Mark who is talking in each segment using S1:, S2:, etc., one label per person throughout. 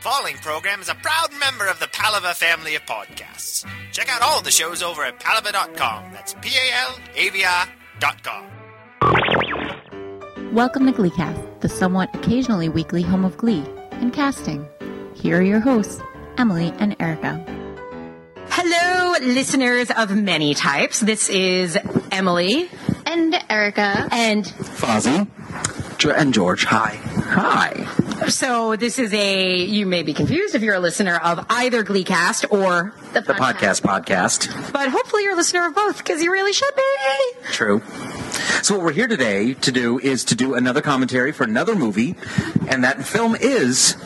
S1: Falling program is a proud member of the Palava family of podcasts. Check out all the shows over at palava.com. That's P A L A V I dot com.
S2: Welcome to GleeCast, the somewhat occasionally weekly home of Glee and casting. Here are your hosts, Emily and Erica.
S3: Hello, listeners of many types. This is Emily.
S2: And Erica.
S3: And
S4: Fozzie. Ge- and George, hi. Hi.
S3: so this is a, you may be confused if you're a listener of either Gleecast or,
S4: The podcast podcast.
S3: but hopefully you're a listener of both because you really should be.
S4: True. So what we're here today to do is to do another commentary for another movie, and that film is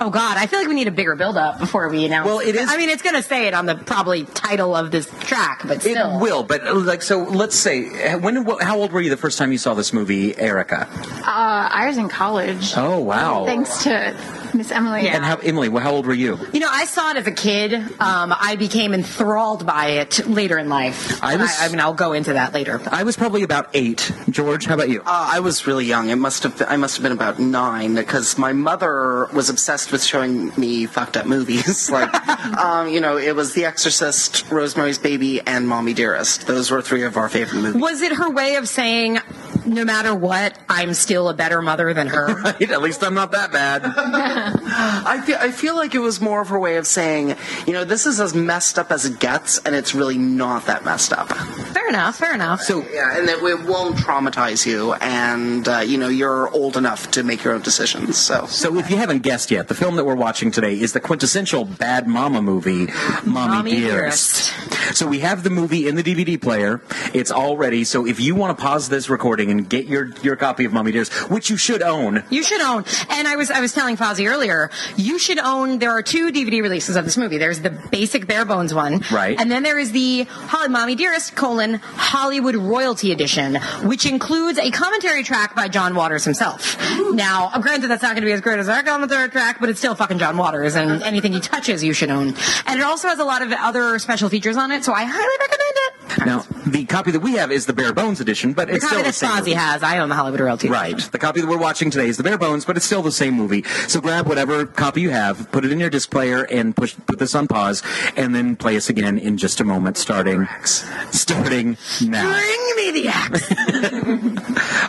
S3: Oh God, I feel like we need a bigger build up before we announce.
S4: Well, it is-
S3: I mean, it's going to say it on the probably title of this track, but
S4: it
S3: still.
S4: will, but uh, like so. Let's say uh, when? wh- How old were you the first time you saw this movie, Erica?
S5: Uh, I was in college.
S4: Oh wow!
S5: Thanks to Miss Emily.
S4: And how, Emily, wh- how old were you?
S3: You know, I saw it as a kid. Um, I became enthralled by it later in life.
S4: I was-
S3: I, I mean, I'll go into that later.
S4: I was probably about eight. George, how about you?
S6: Uh, I was really young. It must have. I must have been about nine because my mother was obsessed with showing me fucked up movies. like, um, you know, it was The Exorcist, Rosemary's Baby, and Mommy Dearest. Those were three of our favorite movies.
S3: Was it her way of saying, no matter what, I'm still a better mother than her?
S4: At least I'm not that bad.
S6: I feel. I feel like it was more of her way of saying, you know, this is as messed up as it gets, and it's really not that messed up.
S3: fair enough, fair enough.
S4: So
S6: Yeah, and that it won't traumatize you, and uh, you know, you're old enough to make your own decisions. So.
S4: So if you haven't guessed yet, the film that we're watching today is the quintessential bad mama movie, Mommy,
S3: Mommy
S4: Dearest. So we have the movie in the DVD player. It's all ready. So if you want to pause this recording and get your, your copy of Mommy Dearest, which you should own,
S3: You should own, and I was I was telling Fozzie earlier. You should own. There are two DVD releases of this movie. There's the basic bare bones one,
S4: Right.
S3: And then there is the Holly Mommy Dearest colon Hollywood Royalty Edition, which includes a commentary track by John Waters himself. Now, uh, granted, that's not going to be as great as our commentary track, but it's still fucking John Waters, and anything he touches, you should own. And it also has a lot of other special features on it, so I highly recommend it.
S4: now the copy that we have is the bare bones edition, but
S3: The
S4: it's still
S3: copy
S4: the
S3: that
S4: same.
S3: Fozzie
S4: movie.
S3: has, I own the Hollywood Royalty. Edition.
S4: Right. The copy that we're watching today is the bare bones, but it's still the same movie. So grab whatever copy you have, put it in your disc player, and push put this on pause, and then play us again in just a moment, starting starting now.
S3: Bring me the axe.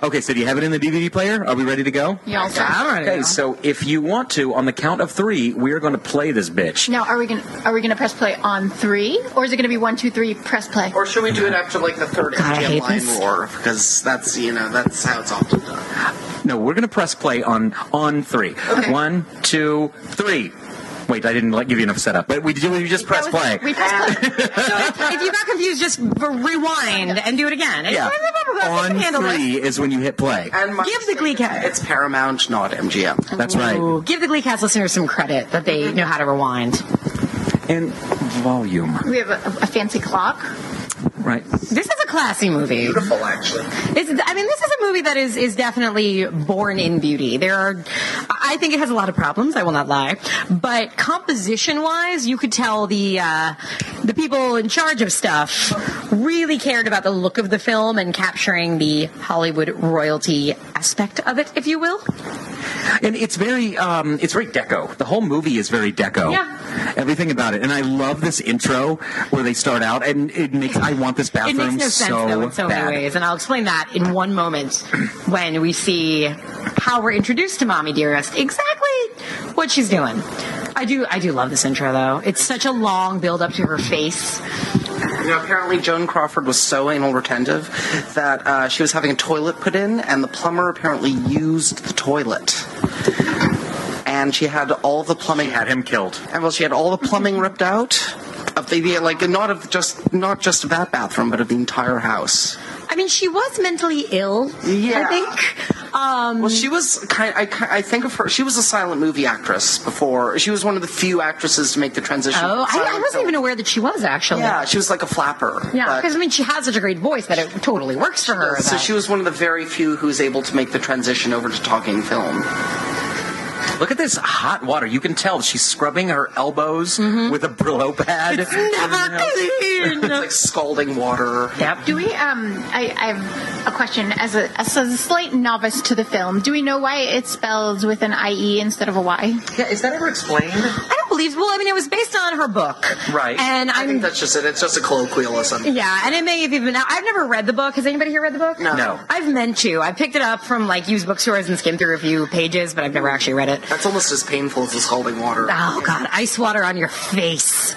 S4: Okay, so do you have it in the DVD player? Are we ready to go?
S5: Y'all
S3: I'm ready.
S4: Okay, so if you want to, on the count of three, we are going to play this bitch.
S5: Now, are we gonna are we gonna press play on three, or is it gonna be one, two, three, press play?
S6: Or should we do it after like the third
S3: God, I
S6: MGM
S3: hate
S6: line
S3: this.
S6: roar? Because that's you know that's how it's often done.
S4: No, we're going to press play on on three.
S5: Okay.
S4: One, two, three. Wait, I didn't like, give you enough setup, but we, we just press
S5: That was-
S4: play.
S5: We press play.
S3: So if, if you got confused, just rewind and do it again. And
S4: yeah.
S3: I can
S4: on
S3: handle this.
S4: three is when you hit play.
S6: And my
S3: Give the Glee cat.
S6: It's Paramount, not MGM.
S4: That's right.
S3: Ooh, give the Gleecast listeners some credit that they know how to rewind.
S4: And volume.
S5: we have a, a fancy clock.
S4: Right.
S3: This is a classy movie.
S6: Beautiful, actually.
S3: It's, I mean, this is a movie that is is definitely born in beauty. There are, I think it has a lot of problems. I will not lie, but composition wise, you could tell the uh, the people in charge of stuff really cared about the look of the film and capturing the Hollywood royalty aspect of it, if you will.
S4: And it's very, um, it's very deco. The whole movie is very deco.
S3: Yeah.
S4: Everything about it. And I love this intro where they start out, and it makes I want this
S3: It
S4: bathroom
S3: makes no sense
S4: so
S3: though in so
S4: bad.
S3: many ways, and I'll explain that in one moment when we see how we're introduced to Mommy Dearest. Exactly what she's doing. I do, I do love this intro though. It's such a long build up to her face.
S6: You know, apparently Joan Crawford was so anal retentive that uh, she was having a toilet put in, and the plumber apparently used the toilet. And she had all the plumbing.
S4: Had him killed.
S6: And well, she had all the plumbing ripped out of the, the like not of just not just of that bathroom, but of the entire house.
S3: I mean, she was mentally ill. I
S6: Yeah.
S3: think. Um,
S6: Well, she was kind. I, ki- I think of her. She was a silent movie actress before. She was one of the few actresses to make the transition. from
S3: oh, I, I
S6: silent
S3: wasn't
S6: film.
S3: even aware that she was actually.
S6: Yeah, she was like a flapper.
S3: Yeah,
S6: but-
S3: because I mean, she has such a great voice that it totally works for her.
S6: so
S3: that- Uh,
S6: she was one of the very few who was able to make the transition over to talking film.
S4: Look at this hot water. You can tell she's scrubbing her elbows with a Brillo pad.
S3: Mm-hmm. Never clean.
S6: It's like scalding water.
S3: yep.
S5: Do we? Um, I, I have a question. As a, as a slight novice to the film, do we know why it's spelled with an IE instead of a Y?
S6: Yeah, is that ever explained?
S3: I don't believe. Well, I mean, it was based on her book,
S6: Right.
S3: And
S6: I
S3: I'm
S6: think that's just it. It's just a colloquialism.
S3: Yeah, and it may have even now. I've never read the book. Has anybody here read the book?
S6: No. No.
S3: I've meant to. I picked it up from like used bookstores and skimmed through a few pages, but I've never actually read it.
S6: That's almost as painful as the scalding water.
S3: Oh god, ice water on your face.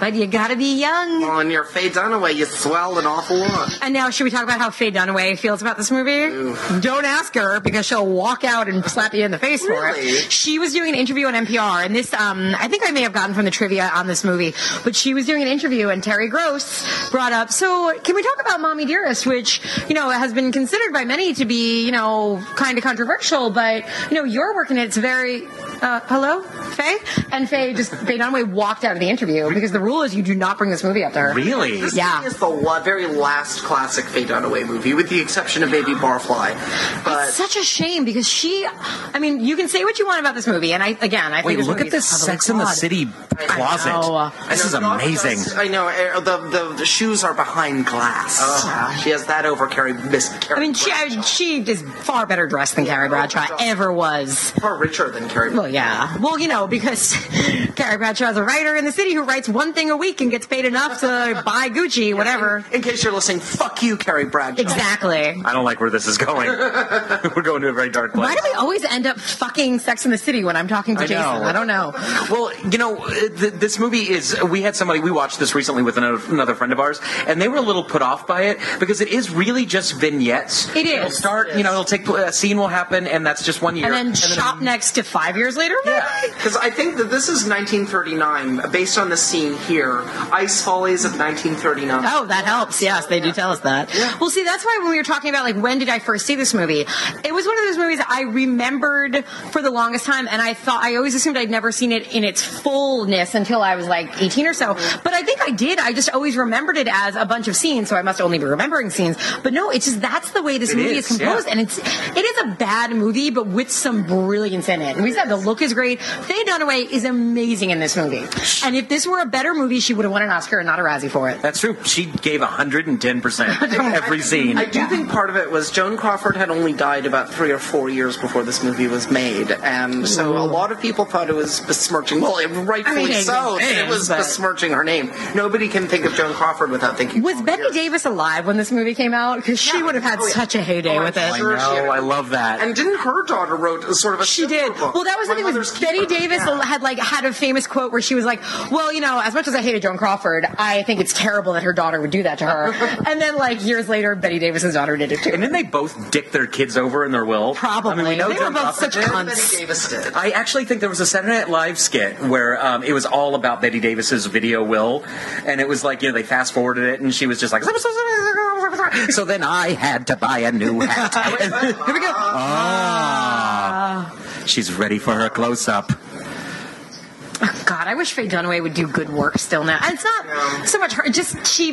S3: But you gotta be young.
S6: On your Faye Dunaway, you swell an awful lot.
S3: And now, should we talk about how Faye Dunaway feels about this movie? Don't ask her because she'll walk out and slap you in the face
S6: Really?
S3: for it. She was doing an interview on NPR, and this, um, I think I may have gotten from the trivia on this movie, but she was doing an interview, and Terry Gross brought up, so can we talk about Mommy Dearest, which, you know, has been considered by many to be, you know, kind of controversial, but, you know, your work in it's very, uh, hello, Faye? And Faye just, Faye Dunaway walked out of the interview because the rule is you do not bring this movie up to her.
S4: Really?
S3: Yeah.
S6: It's the la- very last classic Faye Dunaway movie, with the exception of Baby Barfly. But
S3: It's such a shame because she, I mean, you can say what you want about this movie, and I again, I
S4: Wait,
S3: think
S4: look at this Sex in the City
S3: know.
S4: closet. This is
S6: No, not
S4: amazing.
S6: just- I know. uh, The, the, the shoes are behind glass.
S4: Oh.
S6: She has that over Carrie Miss Carrie.
S3: I mean, she I, she is far better dressed than Carrie Bradshaw ever was.
S6: far richer than Carrie.
S3: Well, yeah. Well, you know, because Carrie Bradshaw is a writer in the city who writes one thing a week and gets paid enough to buy Gucci, whatever.
S6: In case you're listening, fuck you, Carrie Bradshaw.
S3: Exactly.
S4: I don't like where this is going. We're going to a very dark place.
S3: Why do we always end up fucking Sex in the City when I'm talking to
S4: I know.
S3: Jason? I don't know.
S4: Well, you know, uh, th- this movie is. We had somebody. We watched this recently with another, another friend of ours, and they were a little put off by it because it is really just vignettes.
S3: It
S4: It'll
S3: is.
S4: start. You know, it'll take pl- a scene will happen, and that's just one year.
S3: And then shop next to five years later, maybe?
S6: Because I think that this is 1939, based on the scene here, Ice Follies of 1939.
S3: Oh, that helps. Yes, they do tell us that. Well, see, that's why when we were talking about like when did I first see this movie, it was one of those movies I remembered for the longest time, and I thought I always assumed I'd never seen it in its fullness until I was like 18 or so. But I think I did. I just always remembered it as a bunch of scenes, so I must only be remembering scenes. But no, it's just that's the way this
S4: It
S3: movie
S4: is,
S3: is, composed,
S4: yeah.
S3: and it's it is a bad movie, but with some brilliance in it. And we said the look is great. Faye Dunaway is amazing in this movie, and if this were a better movie, she would have won an Oscar and not a Razzie for it.
S4: That's true. She gave 110% every scene.
S6: I do think part of it was Joan Crawford had only died about three or four years before this movie was made, and so a lot of people thought it was besmirching. Well, it, rightfully
S3: I mean, it
S6: so,
S3: is,
S6: it was
S3: but-
S6: besmirching her name. Nobody can think of Joan Crawford without thinking.
S3: Was
S6: Paul
S3: Betty
S6: Pierce.
S3: Davis alive when this movie came out? Because she would have had
S6: Oh, yeah.
S3: such a heyday
S6: Oh, I'm
S3: with it.
S6: sure she
S4: know,
S6: had-
S4: I love that.
S6: And didn't her daughter wrote a sort of a
S3: She
S6: similar
S3: did.
S6: book,
S3: Well, that was the
S6: My
S3: thing. Was
S6: Mother's
S3: Betty
S6: Keeper.
S3: Davis
S6: Yeah.
S3: had like had a famous quote where she was like, "Well, you know, as much as I hated Joan Crawford, I think it's terrible that her daughter would do that to her." and then like years later, Betty Davis's daughter did it too.
S4: and then they both dick their kids over in their will.
S3: Probably.
S4: I mean, we know
S3: they
S4: Joan
S3: were both
S4: Crawford
S3: such
S4: did.
S6: Betty
S3: cunts.
S6: Davis did.
S4: I actually think there was a Saturday Night Live skit where um, it was all about Betty Davis's video will, and it was like you know they fast forwarded it, and she was just like, so then I had to buy a new hat. Ah.
S3: Here we go.
S6: Uh-huh.
S4: She's ready for her close up.
S3: God, I wish Faye Dunaway would do good work still now. And it's not so much her. Just she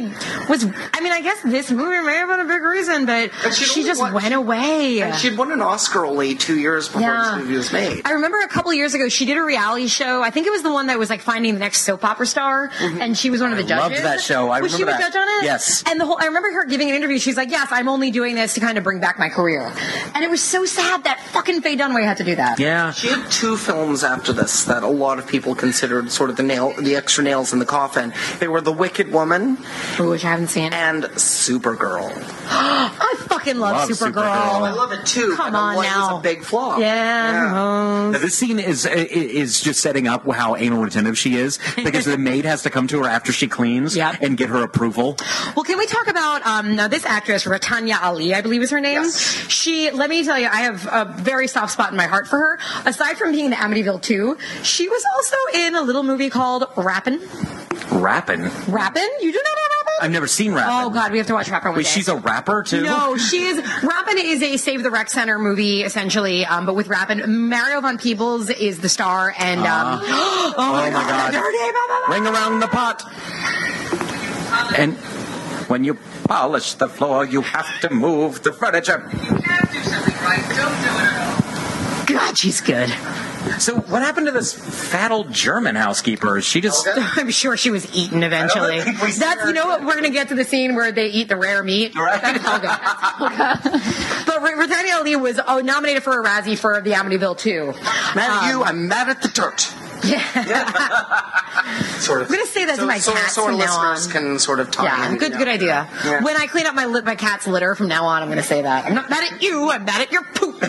S3: was. I mean, I guess this movie may have been a big reason, but,
S6: But she'd
S3: she
S6: only
S3: just
S6: won-
S3: went away.
S6: And she'd won an Oscar only two years before
S3: Yeah.
S6: this movie was made.
S3: I remember a couple years ago she did a reality show. I think it was the one that was like finding the next soap opera star, and she was one of the
S4: loved
S3: judges.
S4: that show. Mm-hmm. I
S3: was she
S4: remember
S3: a
S4: that.
S3: judge on it?
S4: Yes.
S3: And the whole I remember her giving an interview. She's like, "Yes, I'm only doing this to kind of bring back my career," and it was so sad that fucking Faye Dunaway had to do that.
S4: Yeah.
S6: She had two films after this that a lot of people considered sort of the nail, the extra nails in the coffin. They were The Wicked Woman
S3: Ooh, which I haven't seen.
S6: and Supergirl.
S3: I fucking love,
S4: Love Supergirl. I
S3: Supergirl.
S6: love it too.
S3: Come
S6: but
S3: on
S6: it was
S3: now.
S6: a big flop.
S3: Yeah. oh,
S4: Now, this scene is i- i- is just setting up how anal retentive she is because the maid has to come to her after she cleans
S3: Yep.
S4: and get her approval.
S3: Well, can we talk about um, now this actress, Ratanya Ali, I believe is her name?
S6: Yes.
S3: She, let me tell you, I have a very soft spot in my heart for her. Aside from being in Amityville 2, she was also in a little movie called Rappin'.
S4: Rapping.
S3: Rappin'? You do not know Rappin'?
S4: I've never seen rapping.
S3: Oh, God, we have to watch Rappin' one
S4: Wait,
S3: day.
S4: she's a rapper too.
S3: No, she is. Rappin' is a Save the Rec Center movie, essentially, um, but with Rappin'. Mario Von Peebles is the star, and um, oh, my
S4: my God.
S3: God. Dirty, blah, blah, blah.
S4: Ring around the pot. And when you polish the floor, you have to move the furniture.
S3: God, she's good.
S4: So what happened to this fat old German housekeeper? She just
S3: I'm sure she was eaten eventually.
S4: think we see
S3: That's
S4: her
S3: you know what we're gonna get to the scene where they eat the rare meat.
S4: Right.
S3: That's Helga. but Re- Retania Ali was oh, nominated for a Razzie for the Amityville Um, 2.
S6: Mad at you, I'm mad at the dirt.
S4: sort
S3: I'm
S4: of.
S3: gonna say that
S6: So,
S3: to my
S6: so,
S3: cats
S6: so our
S3: from now on.
S6: listeners can sort of talk.
S3: yeah, good, good idea.
S6: Yeah.
S3: When I clean up my lit my cat's litter from now on, I'm gonna say that. I'm not mad at you. I'm mad at your poop.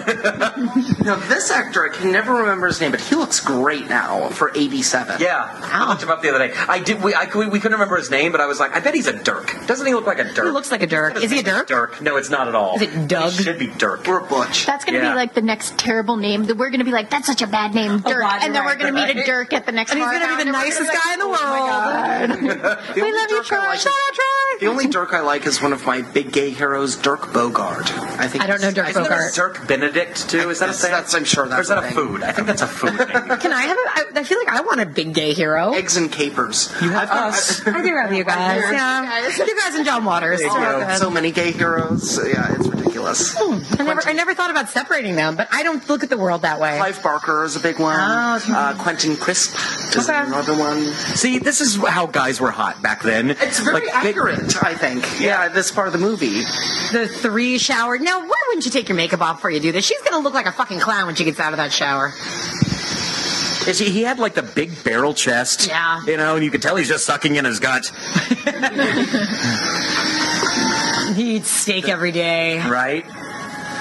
S6: Now, this actor, I can never remember his name, but he looks great now for 87.
S4: Yeah, I looked him up the other day. I did. We, I, we we couldn't remember his name, but I was like, I bet he's a Dirk. Doesn't he look like a Dirk?
S3: He looks like a Dirk. Is he a Dirk?
S4: Dirk. No, it's not at all.
S3: Is it Doug?
S4: He should be Dirk.
S6: Or Butch.
S5: That's going to
S4: Yeah.
S5: be like the next terrible name that we're going to be like, that's such a bad name, Dirk.
S3: God,
S5: and then
S3: you're
S5: we're going
S3: right.
S5: to meet a Dirk at the next
S3: And he's
S5: bar
S3: gonna
S5: down,
S3: be the
S5: and we're gonna
S3: nicest
S5: be like,
S3: guy in the
S5: "Oh
S3: world.
S5: my God."
S6: we
S5: love you, Troy. Shout out, Troy.
S6: The only Dirk I like is one of my big gay heroes, Dirk Bogard. I think
S3: I don't know
S6: it's-
S3: Dirk
S6: I think
S3: Bogard.
S6: it's-
S4: Dirk Benedict too. Is that a
S6: That's-
S4: thing?
S6: that's- I'm sure that's
S4: Or is that
S6: a
S4: a
S6: thing.
S4: food? I think that's a food. thing.
S3: Can I have a? I, I feel like I want a big gay hero.
S6: Eggs and capers.
S4: You have us.
S3: I do have you guys. Yeah.
S5: guys.
S3: You guys and John Waters.
S4: There you
S3: So
S4: go.
S3: good.
S6: So many gay heroes. Yeah, it's ridiculous.
S3: I never, I never thought about separating them, but I don't look at the world that way.
S6: Clive Barker is a big one.
S3: Oh, okay.
S6: uh, Quentin Crisp is
S3: Okay.
S6: another one.
S4: See, this is how guys were hot back then.
S6: It's very
S4: Like, they-
S6: accurate, I think. Yeah. this part of the movie.
S3: The three shower. Now, why wouldn't you take your makeup off before you do this? She's gonna look like a fucking clown when she gets out of that shower.
S4: Is he, he had like the big barrel chest.
S3: Yeah.
S4: You know, and you could tell he's just sucking in his gut.
S3: He eats steak every day.
S4: Right?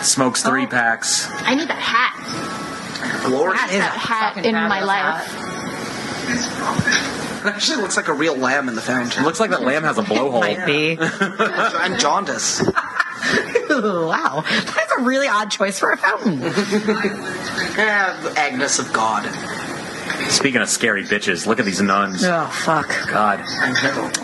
S4: Smokes three
S3: Oh.
S4: packs.
S5: I need that hat.
S6: Glory.
S3: That is
S5: That
S3: a
S5: hat
S3: fucking
S5: in my
S3: fabulous
S5: life.
S3: hat.
S6: It actually looks like a real lamb in the fountain.
S4: Looks like that lamb has a
S3: Might
S4: blowhole.
S3: be.
S6: I'm jaundice.
S3: Ooh, wow, that's a really odd choice for a fountain.
S6: Yeah, Agnes of God.
S4: Speaking of scary bitches, look at these nuns.
S3: oh fuck.
S4: God.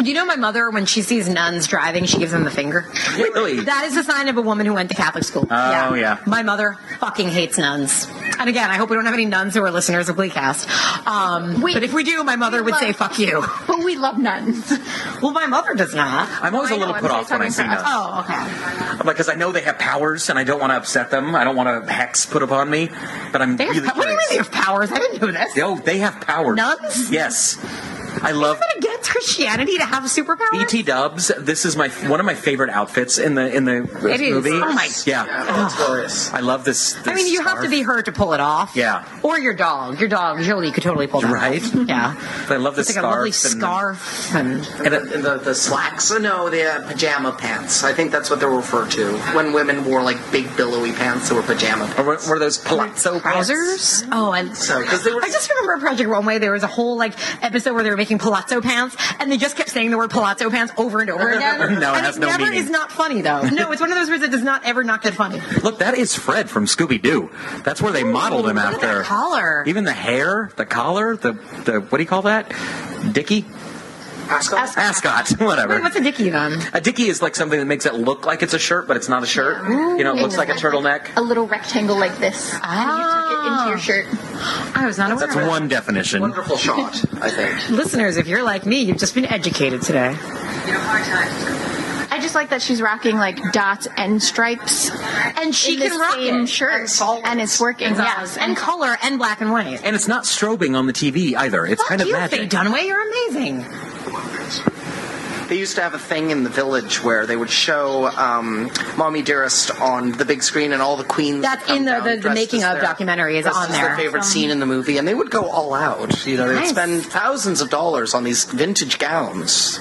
S3: You know, my mother, when she sees nuns driving, she gives them the finger.
S4: Really?
S3: That is a sign of a woman who went to Catholic school. Oh,
S4: yeah.
S3: My mother fucking hates nuns. And again, I hope we don't have any nuns who are listeners of Bleakcast. Um,
S5: We-
S3: but if we do, my mother would
S5: love-
S3: say, fuck you.
S5: But we love nuns.
S3: Well, my mother does not.
S4: I'm always a
S5: I know,
S4: little
S5: I'm
S4: put
S5: so
S4: off when I
S5: talking
S4: see
S5: for us.
S4: nuns.
S3: Oh, okay.
S4: I'm Like, because I know they have powers and I don't want to upset them. I don't want a hex put upon me. But I'm
S3: They have,
S4: really
S3: what do you mean
S4: curious.
S3: they have powers? I didn't know this. Is
S4: Oh, they have powers.
S3: Nuns?
S4: Yes. I love
S3: it against Christianity to have superpowers?
S4: BT Dubs. This is my one of my favorite outfits in the in the
S3: It is.
S4: movie.
S3: Oh my-
S4: Yeah,
S6: Oh, it's glorious.
S4: I love this.
S3: I mean,
S4: this
S3: you have to
S4: scarf.
S3: be her to pull it off.
S4: Yeah.
S3: Or your dog. Your dog, Jolie, could totally pull that
S4: Right.
S3: off. Yeah.
S4: But I love this
S3: It's like a
S4: scarf.
S3: lovely
S4: and-
S3: scarf. And
S6: And the, and the, the slacks? Oh, no, the uh, pajama pants. I think that's what they're referred to. When women wore like big billowy pants that were pajama
S4: Or
S6: pants.
S4: were, were those palazzo pants?
S3: trousers. Oh, I.
S6: So, because they were.
S3: I just remember Project Runway. There was a whole like episode where they were making palazzo pants, and they just kept saying the word palazzo pants over and over again.
S4: No, it
S3: and
S4: has
S3: it
S4: no
S3: never
S4: meaning.
S3: is not funny though. No, it's one of those words that does not ever not get funny.
S4: Look, that is Fred from Scooby Doo. That's where they modeled him
S3: look at
S4: after.
S3: that collar.
S4: Even the hair, the collar, the the what do you call that? Dicky
S6: Ascot?
S4: ascot, whatever.
S3: Wait, what's a dickie then?
S4: a dicky is like something that makes it look like it's a shirt, but it's not a shirt. You know, it looks like a turtleneck.
S5: A little rectangle like this.
S3: Ah.
S5: And you tuck it into your shirt.
S3: I was not aware.
S4: That's
S3: of it.
S4: one definition.
S6: Wonderful shot, I think.
S3: Listeners, if you're like me, you've just been educated today.
S5: I just like that she's rocking like dots and stripes. And
S3: she
S5: in the
S3: can rock
S5: same
S3: it.
S5: shirt.
S6: And solids.
S5: And it's working. Yes.
S3: and color and black and white.
S4: And it's not strobing on the TV either. It's
S3: Fuck
S4: kind of
S3: you,
S4: magic.
S3: Faye Dunaway. You're amazing.
S6: They used to have a thing in the village where they would show um, Mommy Dearest on the big screen, and all the queens.
S3: That's
S6: would come
S3: in the-
S6: down
S3: the- the
S6: dressed
S3: making
S6: as
S3: of
S6: their-
S3: documentary is
S6: dressed
S3: on
S6: as
S3: there.
S6: Their favorite scene in the movie, and they would go all out. You know, they'd
S3: Nice.
S6: spend thousands of dollars on these vintage gowns.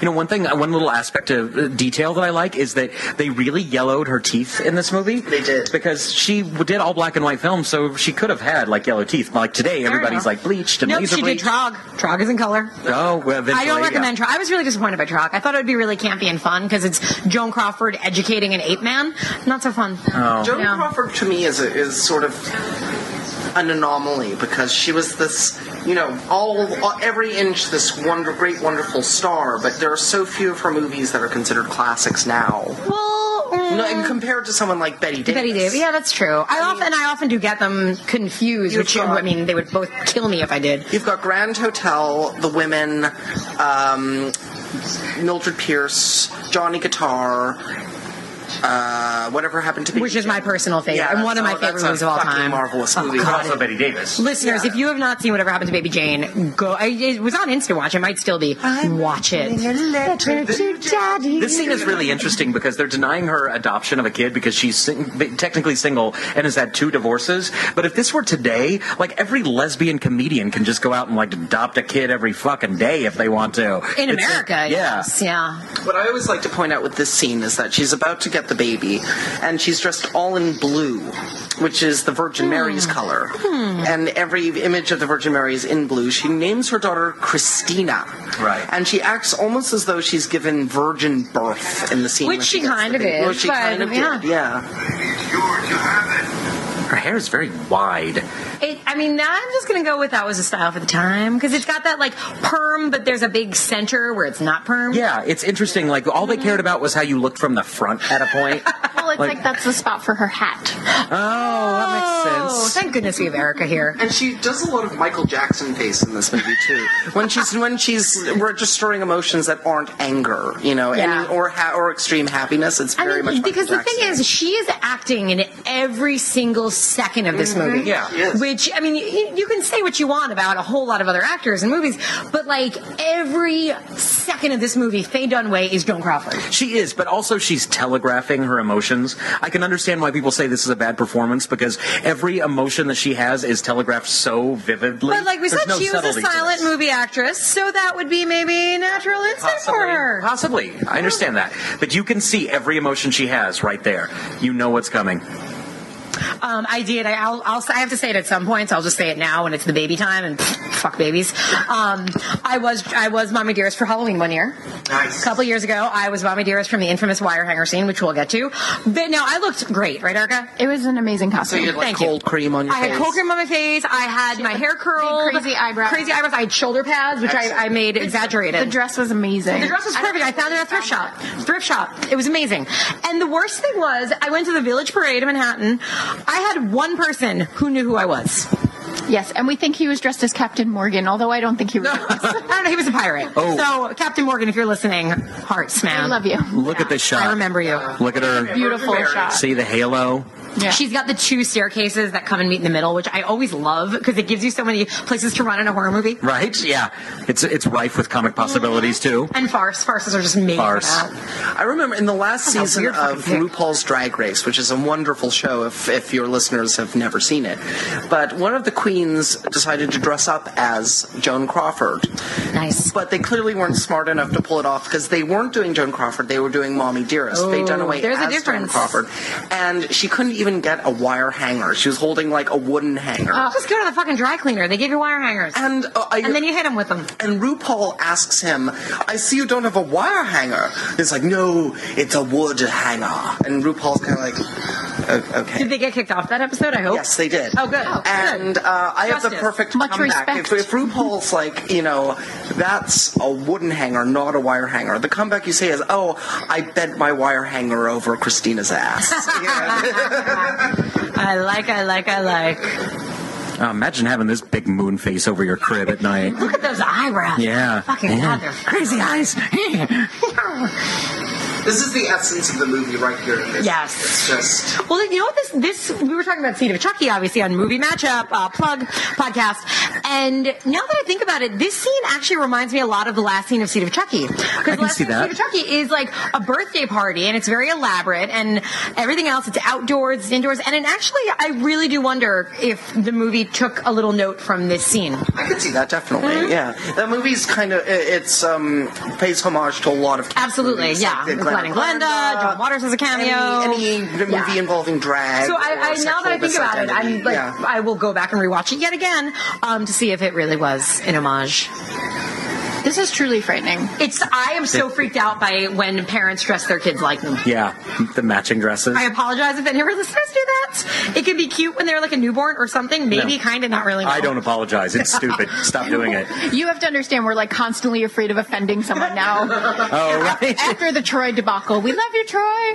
S4: You know, one thing, uh, one little aspect of uh, detail that I like is that they really yellowed her teeth in this movie.
S6: They did.
S4: because she did all black and white films, so she could have had like yellow teeth. Like today, everybody's
S3: enough.
S4: like bleached and
S3: Nope,
S4: laser
S3: she did
S4: bleached.
S3: Trog. Trog is in color.
S4: oh, well, eventually,
S3: I don't recommend
S4: Yeah.
S3: Trog. I was really disappointed by Trog. I thought it would be really campy and fun because it's Joan Crawford educating an ape man. Not so fun.
S4: Oh.
S6: Joan
S3: Yeah.
S6: Crawford to me is a, is sort of an anomaly because she was this, you know, all, all every inch this wonder, great, wonderful star. But there are so few of her movies that are considered classics now.
S3: Well, mm,
S6: No, and compared to someone like Betty Davis.
S3: Betty Davis. Yeah, that's true. I, often I often do get them confused,
S6: You've
S3: which
S6: got-
S3: I mean they would both kill me if I did.
S6: You've got Grand Hotel, The Women, um, Mildred Pierce, Johnny Guitar, uh, whatever happened to me,
S3: Which is my personal favorite and one of my
S6: that's- oh,
S3: favorite
S6: that's a
S3: movies of all
S6: fucking
S3: time.
S6: Marvelous movie.
S4: Also, Betty Davis.
S3: Listeners, if you have not seen Whatever Happened to Baby Jane, go. I, it was on Instant Watch. It might still be. Watch it.
S4: This scene is really interesting because they're denying her adoption of a kid because she's sing- technically single and has had two divorces. But if this were today, like every lesbian comedian can just go out and like adopt a kid every fucking day if they want to.
S3: In
S4: It's a-
S3: America, yes. Yeah.
S6: What I always like to point out with this scene is that she's about to get the baby, and she's dressed all in blue, which is the Virgin
S3: Hmm.
S6: Mary's color. And every image of the Virgin Mary is in blue. She names her daughter Christina.
S4: Right.
S6: And she acts almost as though she's given virgin birth in the scene.
S3: Which
S6: when
S3: she
S6: gets the
S3: kind of
S6: baby.
S3: is,
S6: Which she
S3: but,
S6: kind of
S3: yeah.
S6: did, yeah.
S4: Her hair is very wide.
S3: It, I mean, I'm just gonna go with that was a style for the time because it's got that like perm, but there's a big center where it's not perm.
S4: Yeah, it's interesting. Like all they cared about was how you looked from the front at a point.
S5: Well, Oh, it's
S4: Like-
S5: like, that's the spot for her hat.
S4: oh, that makes
S3: Oh,
S4: sense.
S3: thank goodness we have Erica here.
S6: And she does a lot of Michael Jackson face in this movie too. when she's when she's registering emotions that aren't anger, you know,
S3: Yeah.
S6: any, or ha- or extreme happiness. It's
S3: I
S6: very
S3: mean,
S6: much Michael
S3: because the
S6: Jackson.
S3: thing is, she is acting in every single second of this movie.
S4: Mm-hmm. Yeah.
S6: Yes.
S3: Which, I mean, you, you can say what you want about a whole lot of other actors and movies, but like every second of this movie, Faye Dunaway is Joan Crawford.
S4: She is, but also she's telegraphing her emotions. I can understand why people say this is a bad performance because every emotion that she has is telegraphed so vividly.
S3: But like we
S4: There's
S3: said,
S4: no
S3: she was a
S4: subtlety to
S3: silent
S4: this.
S3: movie actress, so that would be maybe natural instinct for her.
S4: Possibly. I understand that. But you can see every emotion she has right there. You know what's coming.
S3: Um, I did. I, I'll, I'll, I have to say it at some point, so I'll just say it now when it's the baby time and pfft, fuck babies. Um, I was I was Mommy Dearest for Halloween one year. Nice. A couple years ago, I was Mommy Dearest from the infamous wire hanger scene, which we'll get to. But no, I looked great, right, Erica?
S5: It was an amazing costume.
S6: You had, like,
S3: Thank you.
S6: cold cream on your
S3: I
S6: face.
S3: had cold cream on my face. I had my hair curled.
S5: crazy eyebrows.
S3: Crazy eyebrows. I had shoulder pads, which I, I made exaggerated.
S5: The dress was amazing.
S3: The dress was perfect. I found it at a thrift shop. Thrift shop. It was amazing. And the worst thing was, I went to the Village Parade in Manhattan. I had one person who knew who I was.
S5: Yes, and we think he was dressed as Captain Morgan, although I don't think he really was.
S3: I don't know. He was a pirate.
S4: Oh.
S3: So, Captain Morgan, if you're listening, hearts, man.
S5: I love you.
S4: Look at this shot.
S3: I remember you.
S4: Look at her.
S5: Beautiful shot.
S4: See the halo?
S5: Yeah.
S3: She's got the two staircases that come and meet in the middle, which I always love because it gives you so many places to run in a horror movie.
S4: Right? Yeah. It's it's rife with comic possibilities too.
S3: And farce. Farces are just made
S4: Farce.
S3: for that.
S6: I remember in the last
S3: a
S6: season
S3: weird fucking
S6: of
S3: pick.
S6: RuPaul's Drag Race, which is a wonderful show if, if your listeners have never seen it, but one of the queens decided to dress up as Joan Crawford.
S3: Nice.
S6: But they clearly weren't smart enough to pull it off because they weren't doing Joan Crawford; they were doing Mommy Dearest. they done away
S3: Oh, there's a
S6: as Joan
S3: difference.
S6: Crawford, and she couldn't even get a wire hanger. She was holding like a wooden hanger.
S3: Just go to the fucking dry cleaner. They give you wire hangers.
S6: and uh, I,
S3: Oh. and then you hit them with them.
S6: And RuPaul asks him, I see you don't have a wire hanger. It's like, no, it's a wood hanger. And RuPaul's kind of like, "O- okay.
S3: Did they get kicked off that episode? I hope.
S6: Yes, they did.
S3: Oh, good. Oh, good.
S6: And uh, I have the
S3: Justice.
S6: perfect
S5: Much
S6: comeback. If,
S5: respect.
S6: if RuPaul's like, you know, that's a wooden hanger, not a wire hanger, the comeback you say is, oh, I bent my wire hanger over Christina's ass.
S3: I like, I like, I like.
S4: Uh, imagine having this big moon face over your crib at night.
S3: Look at those eyebrows.
S4: Yeah.
S3: Fucking
S4: Yeah.
S3: God, they're crazy eyes.
S6: this is the essence of the movie right here. in this.
S3: Yes.
S6: just.
S3: well, you know what? This, this, we were talking about Seed of Chucky, obviously, on Movie Matchup, uh, Plug podcast. And now that I think about it, this scene actually reminds me a lot of the last scene of Seed of Chucky. Because the
S4: can
S3: last
S4: see
S3: scene
S4: that.
S3: of Seed of Chucky is like a birthday party, and it's very elaborate, and everything else, it's outdoors, it's indoors. And it actually, I really do wonder if the movie took a little note from this scene.
S6: I could see that definitely.
S3: Uh-huh.
S6: Yeah, that movie's kind of it's um pays homage to a lot of
S3: Absolutely,
S6: movies,
S3: yeah.
S6: the
S3: Glenn and Glenda, John Waters has a cameo.
S6: Any, any movie
S3: Yeah.
S6: involving drag.
S3: So
S6: or
S3: I, I now
S6: sexual
S3: that I think about it,
S6: misidentity,
S3: I'm like,
S6: yeah.
S3: I will go back and rewatch it yet again um, to see if it really was an homage.
S5: This is truly frightening.
S3: It's I am so freaked out by when parents dress their kids like them.
S4: Yeah. The matching dresses.
S3: I apologize if any of our listeners do that. It can be cute when they're like a newborn or something. Maybe
S4: No.
S3: kind of not really.
S4: I
S3: know.
S4: don't apologize. It's stupid. Stop doing it.
S5: You have to understand we're like constantly afraid of offending someone now.
S4: Oh, right.
S5: After the Troy debacle, we love you, Troy.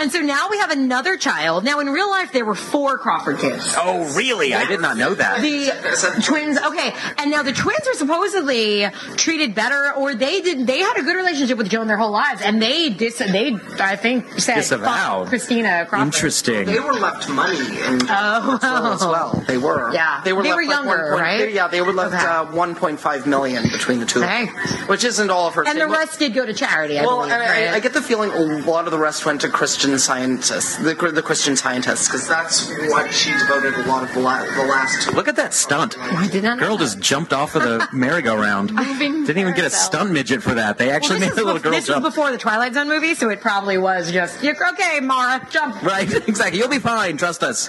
S3: And so now we have another child. Now in real life there were four Crawford kids.
S4: Oh, really? I did not know that.
S3: The twins. Okay, and now the twins were supposedly treated better, or they did. They had a good relationship with Joan their whole lives, and they dis. They, I think, said
S4: Disavowed.
S3: "Fuck Christina Crawford.
S4: Interesting.
S6: They were left money in
S3: Oh.
S6: Brazil as well. They were.
S3: Yeah.
S6: They were,
S3: They
S6: left
S3: were
S6: like
S3: younger,
S6: one point-
S3: right?
S6: Yeah, they were left
S3: Okay.
S6: uh, 1.5 million between the two, of them,
S3: Okay.
S6: which isn't all of her.
S3: And the
S6: thing. Well,
S3: rest did go to charity. I
S6: Well,
S3: believe,
S6: and
S3: right?
S6: I, I get the feeling a lot of the rest went to Christian scientists, the, the Christian scientists, because that's what she devoted a lot of the, la- the last two.
S4: Look at that stunt.
S3: I did not know
S4: Girl
S3: that.
S4: just jumped off of the merry-go-round.
S5: Moving
S4: Didn't even get a
S5: carousel.
S4: stunt midget for that. They
S3: Well,
S4: actually
S3: this
S4: made the
S3: is
S4: little
S3: bef-
S4: girl
S3: this was
S4: jump.
S3: before the Twilight Zone movie, so it probably was just you're okay, Mara, jump.
S4: Right, exactly. You'll be fine. Trust us.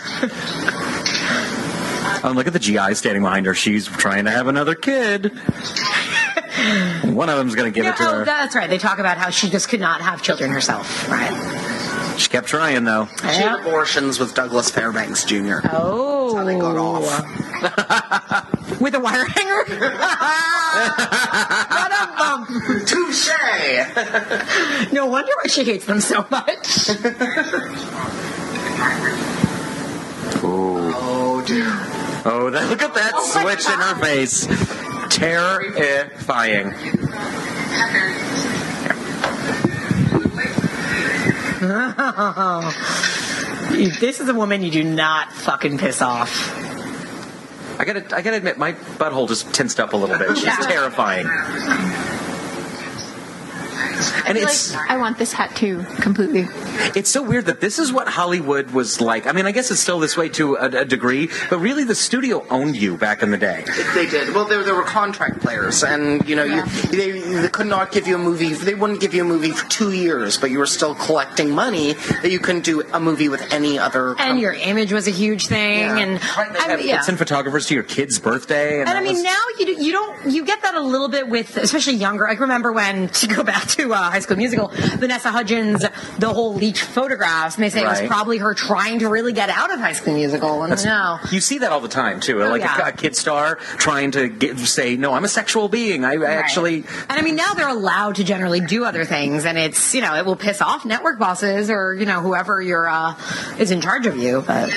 S4: Oh, look at the GI standing behind her. She's trying to have another kid. One of them's going to give
S3: No,
S4: it to
S3: oh,
S4: her.
S3: that's right. They talk about how she just could not have children herself. Right.
S4: She kept trying, though.
S6: She had abortions with Douglas Fairbanks Jr.
S3: Oh.
S6: They got off.
S3: With a wire hanger? What a bump.
S6: Touche!
S3: No wonder why she hates them so much.
S4: Oh,
S6: Oh dear.
S4: oh that, look at that
S3: my
S4: switch in her face. Terrifying.
S3: this is a woman you do not fucking piss off.
S4: I gotta, I gotta admit, my butthole just tensed up a little bit. She's terrifying. And it's
S5: like, I want this hat too, completely.
S4: it's so weird that this is what Hollywood was like. I mean, I guess it's still this way to a, a degree, but really, the studio owned you back in the day.
S6: They did. Well, there, there were contract players, and you know, you, they, they could not give you a movie. They wouldn't give you a movie for two years, but you were still collecting money that you couldn't do a movie with any other.
S3: And
S6: company.
S3: your image was a huge thing.
S6: Yeah.
S3: And I mean, yeah.
S4: Send photographers to your kid's birthday,
S3: And
S4: and,
S3: I
S4: that
S3: mean,
S4: was-
S3: now you do, you don't you get that a little bit with especially younger. I remember when to go back to uh, High School Musical, Vanessa Hudgens, the whole leaked photographs, and they say it was
S4: Right.
S3: probably her trying to really get out of High School Musical. And no,
S4: You see that all the time too, like
S3: Oh, yeah.
S4: a, a kid star trying to get, say, "No, I'm a sexual being. I, I actually."
S3: And I mean, now they're allowed to generally do other things, and it's you know it will piss off network bosses or you know whoever you're uh, is in charge of you. But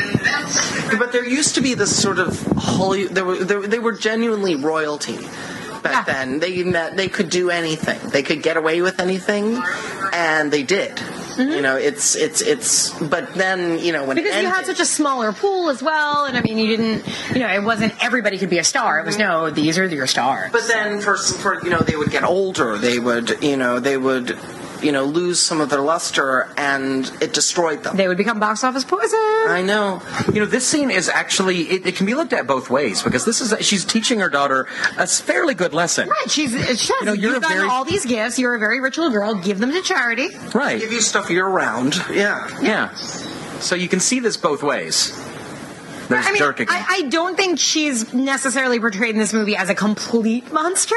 S6: But there used to be this sort of holy. There were there, they were genuinely royalty back
S3: Yeah.
S6: then. They met, they could do anything. They could get away with anything, and they did. You know, it's it's it's. But then you know when it
S3: Mm-hmm. because you had
S6: ended-
S3: such a smaller pool as well, and I mean, you didn't you know it wasn't everybody could be a star. It was no, these are your stars.
S6: But then, for, for you know, they would get older. They would, you know, they would, you know, lose some of their luster, and it destroyed them.
S3: they would become box office poison.
S6: I know.
S4: You know, this scene is actually it, it can be looked at both ways because this is she's teaching her daughter a fairly good lesson.
S3: Right, she's she says, you
S4: know, you're
S3: have
S4: a
S3: gotten
S4: very-
S3: all these gifts. You're a very rich little girl. Give them to charity.
S4: Right.
S6: Give you stuff year round. Yeah.
S4: Yeah. So you can see this both ways. There's
S3: I mean,
S4: Dirk again.
S3: I, I don't think she's necessarily portrayed in this movie as a complete monster.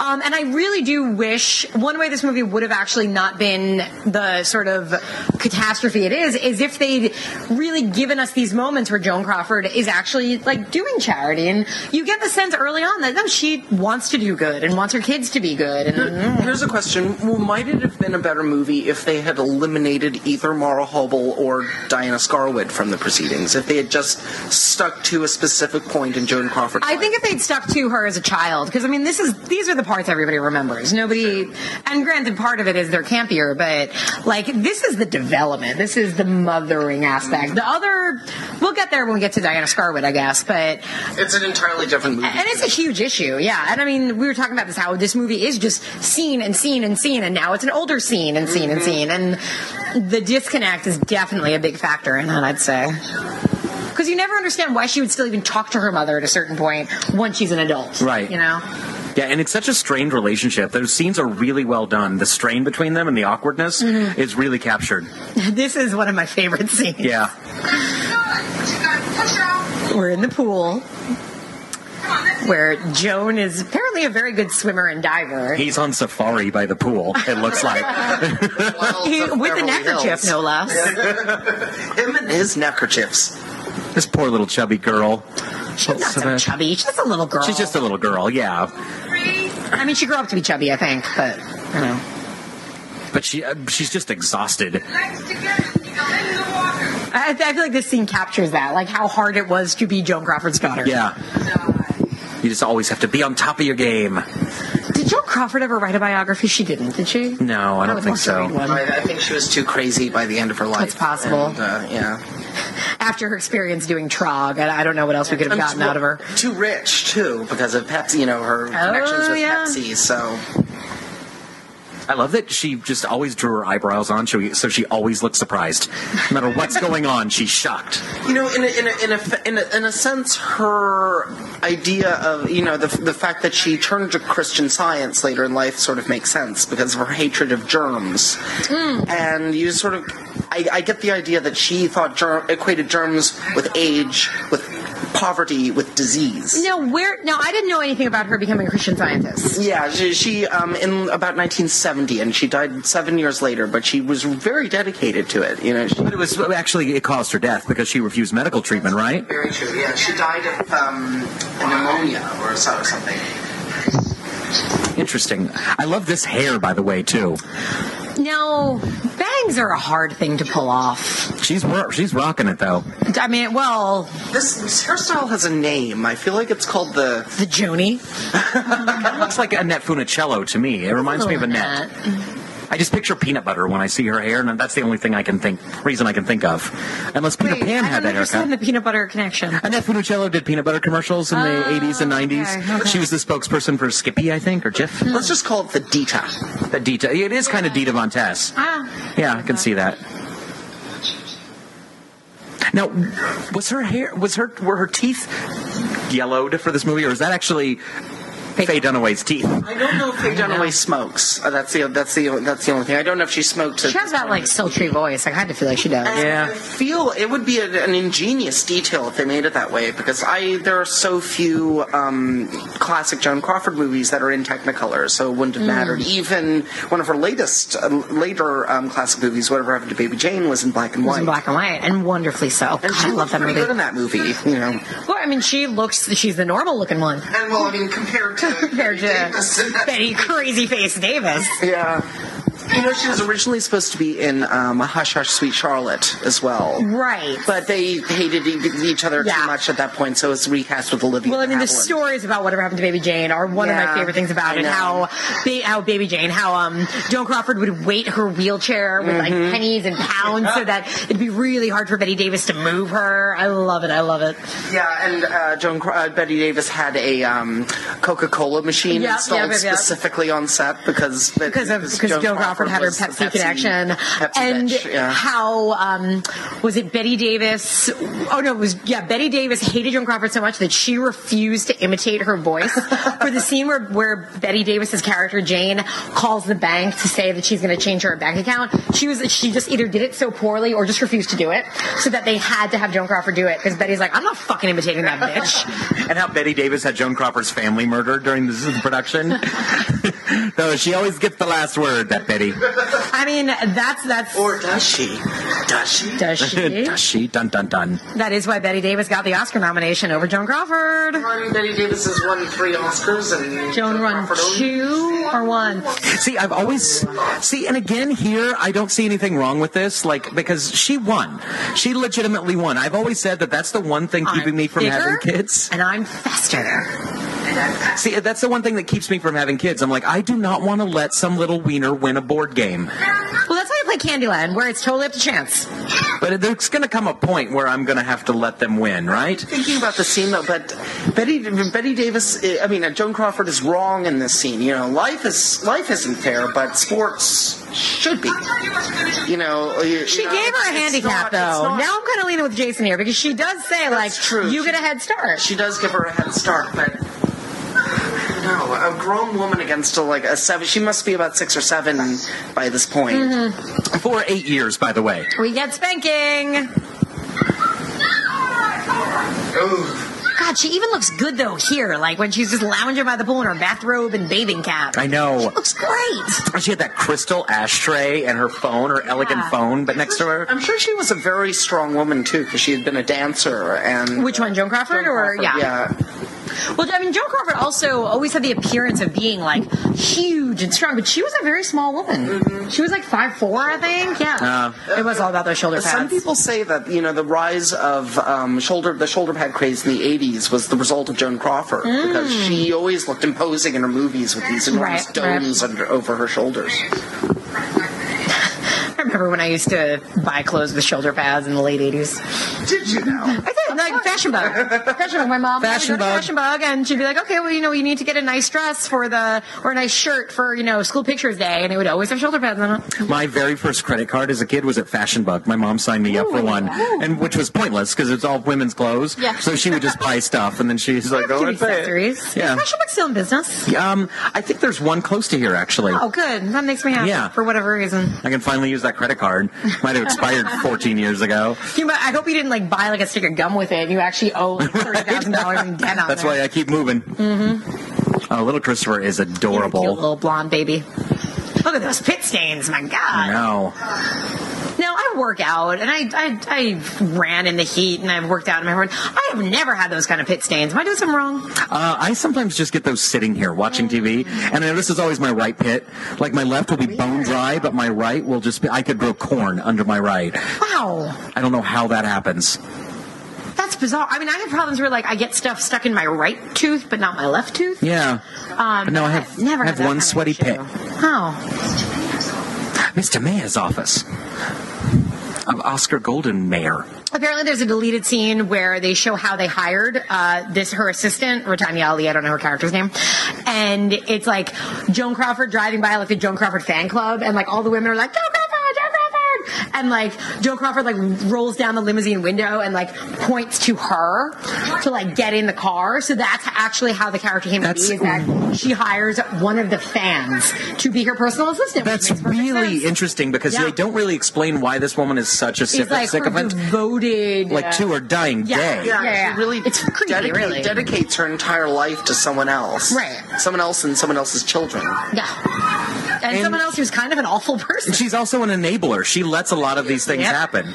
S3: Um, and I really do wish one way this movie would have actually not been the sort of catastrophe it is, is if they'd really given us these moments where Joan Crawford is actually like doing charity. And you get the sense early on that no, she wants to do good and wants her kids to be good. And
S6: Here's a question: well, Might it have been a better movie if they had eliminated either Mara Hobel or Diana Scarwood from the proceedings? If they had just stuck to a specific point in Joan Crawford?
S3: I think if they'd stuck to her as a child, because I mean, this is these are the parts everybody remembers. Nobody, and granted, part of it is they're campier, but like this is the development. This is the mothering aspect. The other, we'll get there when we get to Diana Scarwood, I guess. But
S6: it's an entirely different movie.
S3: Mm-hmm. and it's a huge issue, yeah. And I mean, we were talking about this how this movie is just scene and scene and scene, and now it's an older scene and scene and
S4: Mm-hmm.
S3: scene, and the disconnect is definitely a big factor in that, I'd say. Because you never understand why she would still even talk to her mother at a certain point once she's an adult,
S4: Right.
S3: You know,
S4: yeah, and it's such a strained relationship. Those scenes are really well done. The strain between them and the awkwardness
S3: Mm-hmm.
S4: is really captured.
S3: this is one of my favorite scenes.
S4: Yeah.
S3: We're in the pool. Where Joan is apparently a very good swimmer and diver.
S4: He's on safari by the pool, it looks like.
S3: He- with a neckerchief, no less.
S6: Him and his neckerchiefs.
S4: this poor little chubby girl.
S3: She's not so
S4: Savannah.
S3: chubby. She's just a little girl.
S4: She's just a little girl, yeah.
S3: I mean, she grew up to be chubby, I think, but you know.
S4: But she uh, she's just exhausted.
S3: I, Oh, I feel like this scene captures that, like how hard it was to be Joan Crawford's daughter.
S4: Yeah. You just always have to be on top of your game.
S3: Did Joan Crawford ever write a biography? She didn't, did she?
S4: No, I don't
S3: would
S4: think
S3: love to
S4: so.
S3: read one.
S6: I, I think she was too crazy by the end of her life.
S3: That's possible.
S6: And, uh, yeah.
S3: After her experience doing Trog, I, I don't know what else we could have gotten out of her. Oh,
S6: Too rich too, because of Pepsi. You know her connections with
S3: yeah.
S6: Pepsi. So
S4: I love that she just always drew her eyebrows on, so so she always looks surprised. No matter what's going on, she's shocked.
S6: you know, in a, in a, in a, in a, in a sense, her idea of you know the the fact that she turned to Christian Science later in life sort of makes sense because of her hatred of germs, and you sort of. I, I get the idea that she thought germ, equated germs with age, with poverty, with disease.
S3: Now, where? Now, I didn't know anything about her becoming a Christian scientist.
S6: Yeah, she, she um, in about 1970, and she died seven years later. But she was very dedicated to it. You know, she,
S4: But it was actually it caused her death because she refused medical treatment, right?
S6: very true. Yeah, she died of um, pneumonia or so- or something.
S4: Interesting. I love this hair, by the way, too.
S3: Now, bangs are a hard thing to pull off.
S4: She's ro- she's rocking it though.
S3: I mean, well,
S6: This, this hairstyle has a name. I feel like it's called the.
S3: the Joni.
S4: It looks like Annette Funicello to me. It reminds
S3: Oh,
S4: me of Annette. I just picture peanut butter when I see her hair, and that's the only thing I can think reason I can think of. Unless Peter
S3: Wait,
S4: Pan
S3: I
S4: had
S3: don't
S4: that haircut.
S3: understand the peanut butter connection. Oh,
S4: Annette Funicello did peanut butter commercials in the 80s and 90s.
S3: okay, okay.
S4: She was the spokesperson for Skippy, I think, or Jif.
S6: Let's just call it the Dita.
S4: The Dita. It is kind of Dita Von Tess.
S3: Ah,
S4: Yeah, I can see that. Now, was her hair? Was her? Were her teeth yellowed for this movie, or is that actually Faye Dunaway's teeth?
S6: I don't know if Faye Dunaway smokes. Uh, that's the that's the that's the only thing. I don't know if she smoked.
S3: she has that like sultry voice. I kind of feel like she does.
S4: Yeah.
S6: I feel it would be a, an ingenious detail if they made it that way because I there are so few um, classic Joan Crawford movies that are in Technicolor, so it
S3: Mm.
S6: wouldn't have mattered. Even one of her latest uh, later um, classic movies, whatever happened to Baby Jane, was in black and
S3: It was
S6: white.
S3: in black and white, and wonderfully so.
S6: And
S3: God,
S6: she
S3: I love
S6: looked
S3: that
S6: pretty
S3: movie.
S6: good in that movie, you know.
S3: Well, I mean, she looks. She's the normal looking one
S6: And well, I mean, compared to
S3: compared to Betty Crazy Face Davis.
S6: yeah. You know, she was originally supposed to be in um, Hush Hush Sweet Charlotte as well.
S3: Right.
S6: But they hated e- each other
S3: Yeah.
S6: too much at that point, so it was recast with Olivia.
S3: Well, I mean, the
S6: Havilland.
S3: stories about whatever happened to Baby Jane are one of my
S6: Yeah,
S3: favorite things about
S6: I
S3: it.
S6: know.
S3: How, ba- how Baby Jane, how um, Joan Crawford would weight her wheelchair with like
S6: Mm-hmm.
S3: pennies and pounds so that it'd be really hard for Betty Davis to move her. I love it. I love it.
S6: Yeah, and uh, Joan Cro- uh, Betty Davis had a um, Coca-Cola machine
S3: Yeah,
S6: installed
S3: yeah, yeah, yeah.
S6: specifically on set because
S3: because of because Joan, Crawford had her
S6: was the
S3: Pepsi, connection,
S6: Pepsi
S3: and
S6: bitch, yeah.
S3: how um, was it Betty Davis? Oh no, it was yeah. Betty Davis hated Joan Crawford so much that she refused to imitate her voice for the scene where, where Betty Davis's character Jane calls the bank to say that she's going to change her bank account. She was she just either did it so poorly or just refused to do it, so that they had to have Joan Crawford do it because Betty's like, I'm not fucking imitating that bitch.
S4: And how Betty Davis had Joan Crawford's family murdered during this production. no, she always gets the last word. That Betty.
S3: I mean, that's that's
S6: or does she? Does she?
S3: does she?
S4: Does she? Dun dun dun.
S3: That is why Betty Davis got the Oscar nomination over Joan Crawford.
S6: Betty Davis has won three Oscars, and
S3: Joan won
S6: Crawford only-
S3: two or one.
S4: See, I've always see, and again here, I don't see anything wrong with this, like because she won, she legitimately won. I've always said that that's the one thing keeping
S3: I'm
S4: me from
S3: bigger
S4: having kids.
S3: And I'm faster.
S4: See, that's the one thing that keeps me from having kids. I'm like, I do not want to let some little wiener win a board game,
S3: Well, that's why I play Candyland, where it's totally up to chance.
S4: but there's going to come a point where I'm going to have to let them win, right?
S6: Thinking about the scene though, but Betty Betty Davis, I mean, uh, Joan Crawford is wrong in this scene. You know, life is life isn't fair, but sports should be. You know, you-
S3: She
S6: you know,
S3: gave her a
S6: it's
S3: handicap,
S6: not- it's
S3: though.
S6: not-
S3: Now I'm kind of leaning with Jason here because she does say, like,
S6: true.
S3: you get a head start.
S6: she does give her a head start, but no, a grown woman against a, like a seven. She must be about six or seven by this point.
S3: Mm-hmm.
S4: For eight years, by the way.
S3: we get spanking. God, she even looks good, though, here. Like, when she's just lounging by the pool in her bathrobe and bathing cap.
S4: I know.
S3: Looks great.
S4: She had that crystal ashtray and her phone, her elegant
S3: Yeah.
S4: phone, but next to her.
S6: I'm sure she was a very strong woman too, because she had been a dancer and
S3: Which one, Joan Crawford? or,
S6: Crawford, yeah.
S3: Well, I mean, Joan Crawford also always had the appearance of being like huge and strong, but she was a very small woman. She was like five four, I think. Yeah, it was all about those shoulder pads.
S7: Some people say that you know the rise of um, shoulder the shoulder pad craze in the '80s was the result of Joan Crawford because she always looked imposing in her movies with these enormous
S3: Mm. Right, right.
S7: domes under over her shoulders.
S3: I remember when I used to buy clothes with shoulder pads in the late '80s.
S7: Did you know?
S3: I did, like fashion bug. Fashion bug. My mom would
S4: Fashion
S3: go to
S4: bug.
S3: Fashion bug, and she'd be like, "Okay, well, you know, you need to get a nice dress for the or a nice shirt for you know school pictures day," and it would always have shoulder pads on it.
S4: My very first credit card as a kid was at Fashion Bug. My mom signed me up for one, and which was pointless because it's all women's clothes.
S5: Yeah.
S4: So she would just buy stuff, and then she's like, "Oh,
S3: Cute
S4: it's it."
S3: accessories.
S4: Yeah.
S3: Is Fashion bug's still in business.
S4: Um, I think there's one close to here actually.
S3: Oh, good. That makes me happy
S4: Yeah.
S3: for whatever reason.
S4: I can finally use that credit card. Might have expired 14 years ago.
S3: You, might- I hope you didn't like buy like a stick of gum with it. You actually owe like thirty thousand dollars in debt on
S4: That's
S3: there.
S4: why I keep moving. Mm-hmm. Oh, little Christopher is
S3: You're a cute
S4: adorable.
S3: little blonde baby. Look at those pit stains, my God.
S4: No.
S3: No, I work out and I, I I ran in the heat and I've worked out in my run. I have never had those kind of pit stains. Am I doing something wrong?
S4: Uh, I sometimes just get those sitting here watching TV, and I notice it's always my right pit. Like my left will be bone dry, but my right will just be. I could grow corn under my right.
S3: Wow,
S4: I don't know how that happens.
S3: that's bizarre. I mean, I have problems where like I get stuff stuck in my right tooth, but not my left tooth.
S4: Yeah.
S3: Um,
S4: No, I have-
S3: I've never
S4: I have
S3: had that kind
S4: one
S3: of
S4: sweaty
S3: issue.
S4: pit.
S3: Oh,
S4: Mr. Mayor's office. Of Oscar Golden Mayer.
S3: apparently there's a deleted scene where they show how they hired uh, this her assistant Rotanya Ali. I don't know her character's name, and it's like Joan Crawford driving by like the Joan Crawford fan club, and like all the women are like Joan Crawford, Joan Crawford, and like Joan Crawford like rolls down the limousine window and like points to her to like get in the car. So that's actually how the character came
S4: That's-
S3: to be. Is that she hires one of the fans to be her personal assistant. which
S4: That's
S3: makes perfect
S4: really
S3: sense.
S4: interesting because
S3: Yeah.
S4: they don't really explain why this woman is such a
S3: She's
S4: sycophant.
S3: like her
S4: sycophant.
S3: devoted,
S4: like
S3: uh,
S4: to her dying
S3: Yeah.
S4: day.
S3: Yeah.
S7: she really
S3: It's creepy,
S7: dedica-
S3: really.
S7: dedicates her entire life to someone else.
S3: Right.
S7: Someone else and someone else's children.
S3: Yeah. And,
S4: And-
S3: someone else who's kind of an awful person.
S4: And she's also an enabler. She lets a lot of these things
S3: Yep.
S4: happen.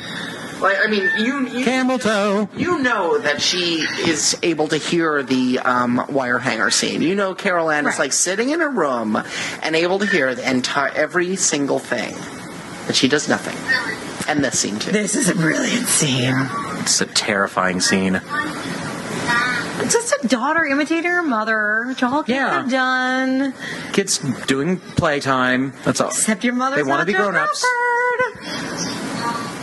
S7: Like I mean, you you,
S4: Camel toe.
S7: you know that she is able to hear the um, wire hanger scene. You know, Carol Ann is
S3: Right.
S7: like sitting in a room and able to hear the entire every single thing, but she does nothing. And this scene too.
S3: this is a brilliant scene.
S4: It's a terrifying scene.
S3: Just a daughter imitating her mother, which all kids
S4: Yeah.
S3: have done.
S4: Kids doing playtime. That's all.
S3: Except your mother's
S4: They want
S3: not
S4: to be
S3: Joan
S4: grown ups.
S3: Crawford.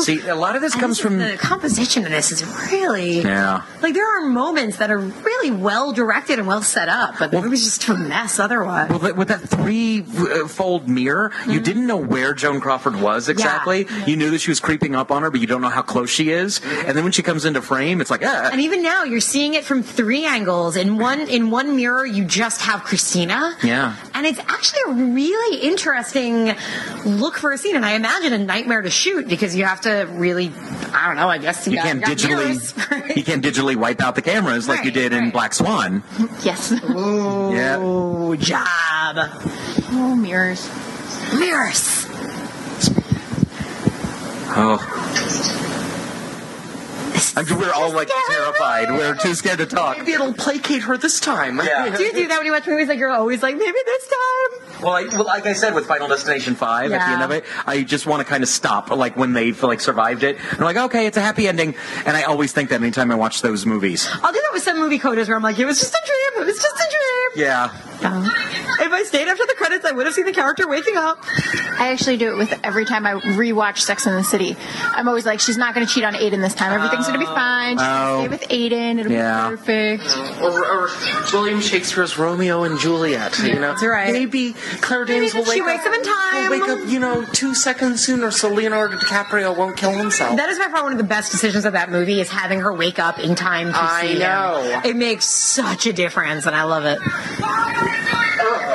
S4: See, a lot of this
S3: This
S4: comes
S3: is-
S4: from.
S3: the composition of this is really
S4: Yeah.
S3: like there are moments that are really well directed and well set up, but the movie's just a mess otherwise.
S4: Well, that- with that three-fold mirror,
S3: Mm-hmm.
S4: you didn't know where Joan Crawford was exactly. You knew that she was creeping up on her, but you don't know how close she is. And then when she comes into frame, it's like, ah.
S3: Mm-hmm. And even now, you're seeing it from three angles. In one in one mirror, you just have Christina.
S4: Yeah.
S3: And it's actually a really interesting look for a scene, and I imagine a nightmare to shoot because you have to really, I don't know. I guess you,
S4: You
S3: got-
S4: can't
S3: got mirrors,
S4: digitally,
S3: right?
S4: you can't digitally wipe out the cameras like you
S3: Right,
S4: did in
S3: right.
S4: Black Swan.
S5: Yes.
S4: Yeah.
S3: Oh, job
S5: Oh, mirrors.
S3: mirrors.
S4: Oh. I'm, we're all like
S3: Scared.
S4: terrified. We're too scared to talk.
S7: Maybe it'll placate her this time.
S4: Yeah.
S3: Do you do that when you watch movies? Like you're always like, maybe this time.
S4: Well, I, well, like I said with Final Destination Five, at the
S3: Yeah.
S4: end of it, I just want to kind of stop. Like when they've like survived it, I'm like, okay, it's a happy ending. And I always think that anytime I watch those movies.
S3: I'll do that with some movie quotas where I'm like, it was just a dream. It was just a dream.
S4: Yeah,
S3: If I stayed after the credits, I would have seen the character waking up.
S5: I actually do it with every time I rewatch Sex and the City. I'm always like, she's not going to cheat on Aiden this time. Everything's going to be fine. She's
S4: Oh.
S5: going to stay with Aiden. It'll
S4: Yeah.
S5: be perfect.
S7: Or, or William Shakespeare's Romeo and Juliet. You know,
S3: That's right.
S7: Maybe Claire
S3: Maybe
S7: Danes will
S3: she
S7: wake
S3: wakes
S7: up
S3: up in time.
S7: will wake up, you know, two seconds sooner, so Leonardo DiCaprio won't kill himself.
S3: That is by far one of the best decisions of that movie is having her wake up in time to
S7: I
S3: see him.
S7: know.
S3: It makes such a difference, and I love it.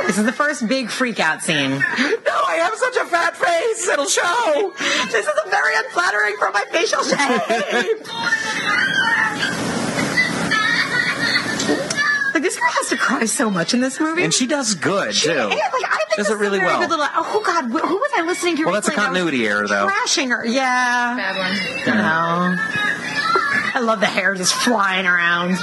S3: This is the first big freak out scene.
S4: no, I have such a fat face. It'll show.
S3: This is a very unflattering for my facial shape. like this girl has to cry so much in this movie.
S4: And she does good
S3: She-
S4: too.
S3: yeah, like, I think
S4: does
S3: this
S4: it
S3: is
S4: really
S3: a very
S4: well.
S3: good little- oh God, wh- who was I listening to?
S4: Well, that's a
S3: recently? I was
S4: continuity error, though.
S3: Trashing her, yeah.
S5: Bad one.
S3: No. I love the hair just flying around.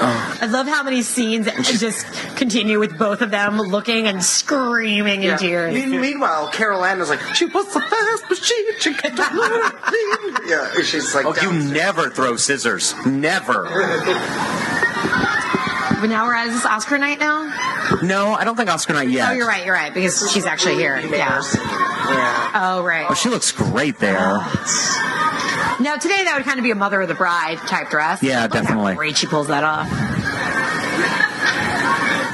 S4: Oh.
S3: I love how many scenes just continue with both of them looking and screaming in tears.
S7: Me- Meanwhile, Carol Ann is like, she was the fast machine. She could Yeah, she's like,
S4: Oh, you
S7: down-
S4: never throw scissors. Never.
S3: But now we're at is this Oscar night now?
S4: No, I don't think Oscar night yet.
S3: Oh, you're right. You're right because she's actually here. Yeah.
S7: Yeah.
S3: Oh,
S4: Oh,
S3: right.
S4: she looks great there.
S3: Now today that would kind of be a Mother of the Bride type dress.
S4: Yeah,
S3: Look how
S4: definitely.
S3: Great, she pulls that off.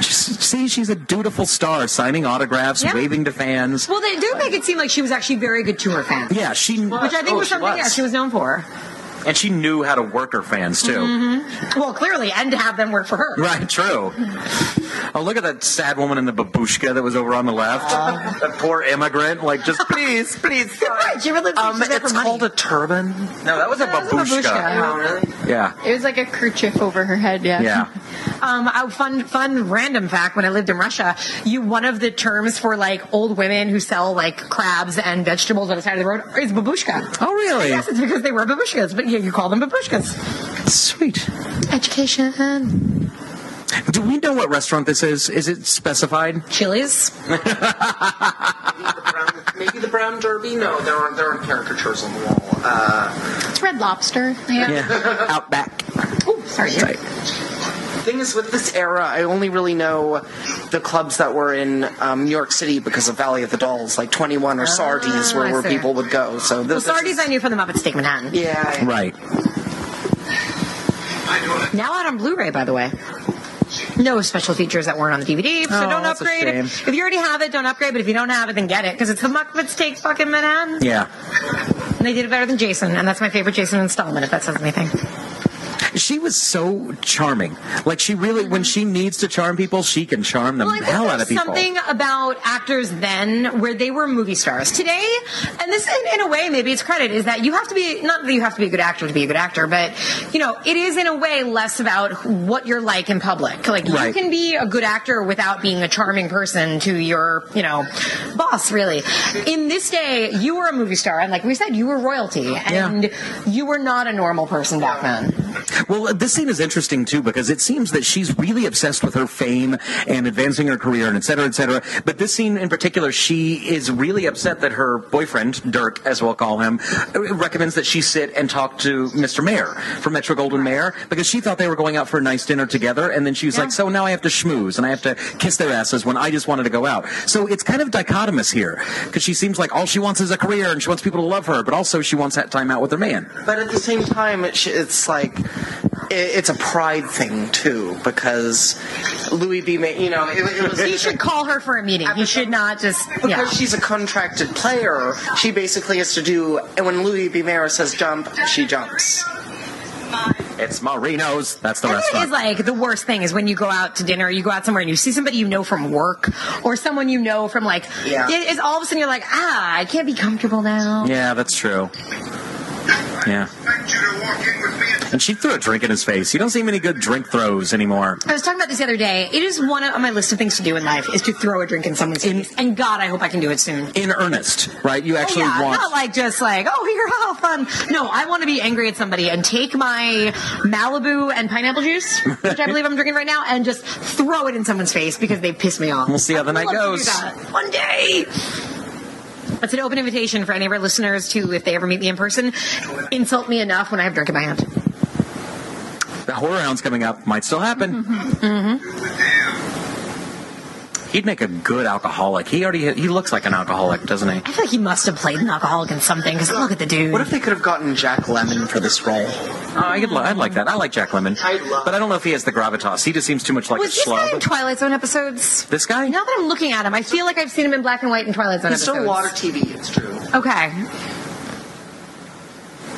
S4: She's- See, she's a dutiful star, signing autographs,
S3: Yeah.
S4: waving to fans.
S3: Well, they do make it seem like she was actually very good to her fans.
S4: Yeah, she
S3: Which I think
S7: Oh,
S3: was
S7: she
S3: something
S7: was.
S3: yeah, she was known for.
S4: and she knew how to work her fans too.
S3: Mm-hmm. Well, clearly, and to have them work for her.
S4: Right, true. Oh, look at that sad woman in the babushka that was over on the left.
S3: Uh,
S4: that poor immigrant, like just
S3: Um,
S4: please, please.
S3: Right, she really
S7: Um,
S3: she's there
S7: it's
S3: for money.
S7: called a turban.
S4: No, that was a
S3: That was a babushka.
S4: babushka.
S7: Oh, really?
S4: Yeah,
S5: It was like a kerchief over her head. Yeah.
S4: yeah.
S3: Um, I, fun, fun, random fact. When I lived in Russia, you one of the terms for like old women who sell like crabs and vegetables on the side of the road is babushka.
S4: Oh, really?
S3: Yes, it's because they were babushkas, but yeah, you call them babushkas.
S4: Sweet.
S5: Education.
S4: Do we know what restaurant this is? Is it specified?
S3: Chilies.
S7: Brown- Maybe the brown derby? No, there aren't, there aren't caricatures on the wall. Uh,
S5: It's Red Lobster.
S4: Yeah, out back.
S3: Oh, sorry.
S4: Right.
S7: thing is, with this era, I only really know the clubs that were in um, New York City because of Valley of the Dolls, like 21 or Sardi's,
S3: Ah, I
S7: were where
S3: see.
S7: people would go. So
S3: Well,
S7: this
S3: Sardi's
S7: is,
S3: I knew from the Muppets Take Manhattan.
S7: Yeah.
S4: Right.
S3: Now out on Blu-ray, by the way. No special features that weren't on the DVD, so
S4: Oh,
S3: don't
S4: that's a
S3: upgrade.
S4: shame.
S3: If, if you already have it, don't upgrade. But if you don't have it, then get it because it's the Muppets Take fucking Manhattan,
S4: Yeah.
S3: and they did it better than Jason, and that's my favorite Jason installment. If that says anything.
S4: She was so charming. Like she really, when she needs to charm people, she can charm the
S3: Well, I think
S4: hell out
S3: there's
S4: of people.
S3: something about actors then where they were movie stars. Today, and this in, in a way maybe it's credit is that you have to be not that you have to be a good actor to be a good actor, but you know it is in a way less about what you're like in public. Like
S4: Right.
S3: you can be a good actor without being a charming person to your you know boss. Really, in this day, you were a movie star, and like we said, you were royalty, and you were not a normal person back then.
S4: Well, this scene is interesting too because it seems that she's really obsessed with her fame and advancing her career and et cetera, et cetera. But this scene in particular, she is really upset that her boyfriend, Dirk, as we'll call him, uh, recommends that she sit and talk to Mr. Mayer from Metro Golden Mayer because she thought they were going out for a nice dinner together. And then she was like, so now I have to schmooze and I have to kiss their asses when I just wanted to go out. So it's kind of dichotomous here because she seems like all she wants is a career and she wants people to love her, but also she wants that time out with her man.
S7: But at the same time, it sh- it's like it, it's a pride thing too, because Louis B. May, you know, it, it was
S3: He should call her for a meeting. He should not just
S7: because
S3: yeah.
S7: she's a contracted player. She basically has to do, and when Louis B. Mayer says jump, she jumps.
S4: It's Marino's. That's the
S3: I think
S4: restaurant.
S3: it is like the worst thing is when you go out to dinner, you go out somewhere and you see somebody you know from work or someone you know from like,
S7: Yeah.
S3: it is all of a sudden you're like, ah, I can't be comfortable now.
S4: Yeah, that's true. Yeah. And she threw a drink in his face. You don't see many good drink throws anymore.
S3: I was talking about this the other day. It is one of my list of things to do in life is to throw a drink in someone's face. And God, I hope I can do it soon.
S4: In earnest, right? You actually
S3: oh, yeah,
S4: want.
S3: not like just like, oh, here, how fun. No, I want to be angry at somebody and take my Malibu and pineapple juice, which I believe I'm drinking right now, and just throw it in someone's face because they pissed me off.
S4: We'll see how the
S3: I would
S4: night
S3: love to do
S4: goes.
S3: that One day. That's an open invitation for any of our listeners to, if they ever meet me in person, insult me enough when I have drink in my hand.
S4: The horror hound's coming up. Might still happen.
S3: Mm-hmm.
S4: He'd make a good alcoholic. He already he looks like an alcoholic, doesn't he?
S3: I feel like he must have played an alcoholic in something because look at the dude.
S7: What if they could have gotten Jack Lemon for this role?
S4: Oh, I could, li- I'd like that. I like Jack Lemmon,
S7: I'd love-
S4: but I don't know if he has the gravitas. He just seems too much like
S3: was
S4: a
S3: this guy in
S4: schlub.
S3: Twilight Zone episodes?
S4: This guy?
S3: Now that I'm looking at him, I feel like I've seen him in black and white in Twilight Zone
S7: It's still
S3: episodes.
S7: water TV. It's true.
S3: Okay,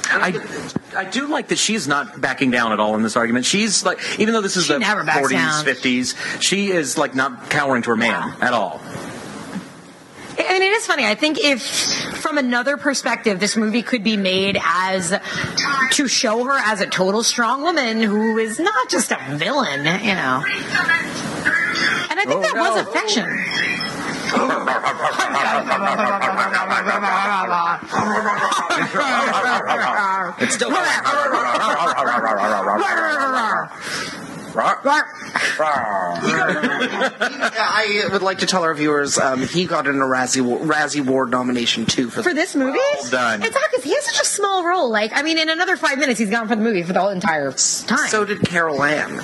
S4: I, I do like that she's not backing down at all in this argument. She's like, even though this is
S3: She
S4: the
S3: never backs
S4: 40s,
S3: down.
S4: 50s, she is like not cowering to her man at all.
S3: I mean, it is funny. I think if, from another perspective, this movie could be made as to show her as a total strong woman who is not just a villain, you know. And I think
S4: Oh,
S3: that was
S4: no.
S3: affection.
S8: It's still going.
S7: I would like to tell our viewers um, he got an Razzie Razzie Award nomination too for,
S3: for this movie.
S8: done.
S3: It's because he has such a small role. Like, I mean, in another five minutes, he's gone from the movie for the whole entire time.
S7: So did Carol Ann.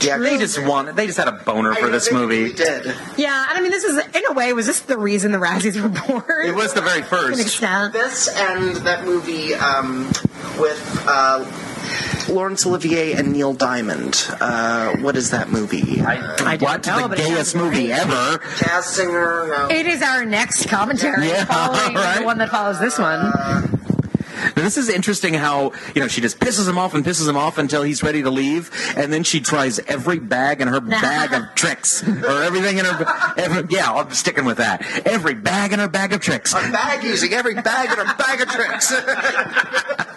S7: Yeah,
S4: They just wanted. They just had a boner for this movie.
S7: did.
S3: yeah, and I mean, this is in a way was this the reason the Razzies were born?
S4: It was the very
S3: To an
S4: first.
S3: extent.
S7: This and that movie um, with uh, Laurence Olivier and Neil Diamond. Uh, what is that movie?
S4: I,
S3: don't
S4: what
S3: know,
S4: the
S3: but it
S4: gayest movie ever?
S7: Jazz singer. No.
S3: It is our next commentary
S4: Yeah,
S3: following
S4: right.
S3: the one that follows this one.
S4: Now, this is interesting how, you know, she just pisses him off and pisses him off until he's ready to leave, and then she tries every bag in her bag of tricks. Or everything in her. Every, yeah, I'm sticking with that. Every bag in her bag of tricks.
S7: bag using every bag in her bag of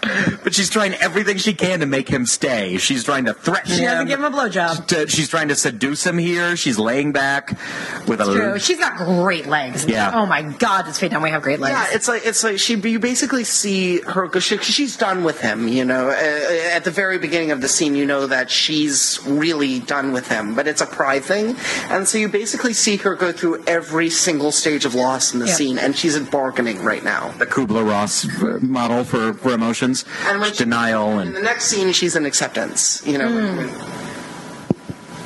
S7: tricks.
S4: But she's trying everything she can to make him stay. She's trying to threaten
S3: She doesn't
S4: him.
S3: give him a blowjob.
S4: to- she's trying to seduce him here. She's laying back with a.
S3: True. She's got great legs.
S4: Yeah.
S3: Oh my God, does Faye Dunaway have great legs?
S7: Yeah, it's like it's like she. You basically see her. 'cause She, she's done with him. You know, Uh, at the very beginning of the scene, you know that she's really done with him. But it's a pride thing, and so you basically see her go through every single stage of loss in the
S3: Yeah.
S7: scene, and she's in bargaining right now.
S4: the Kubler Ross uh, model for, for emotions,
S7: And when she-
S4: denial,
S7: In the
S4: and
S7: next scene, she's in acceptance. You know.
S3: Hmm.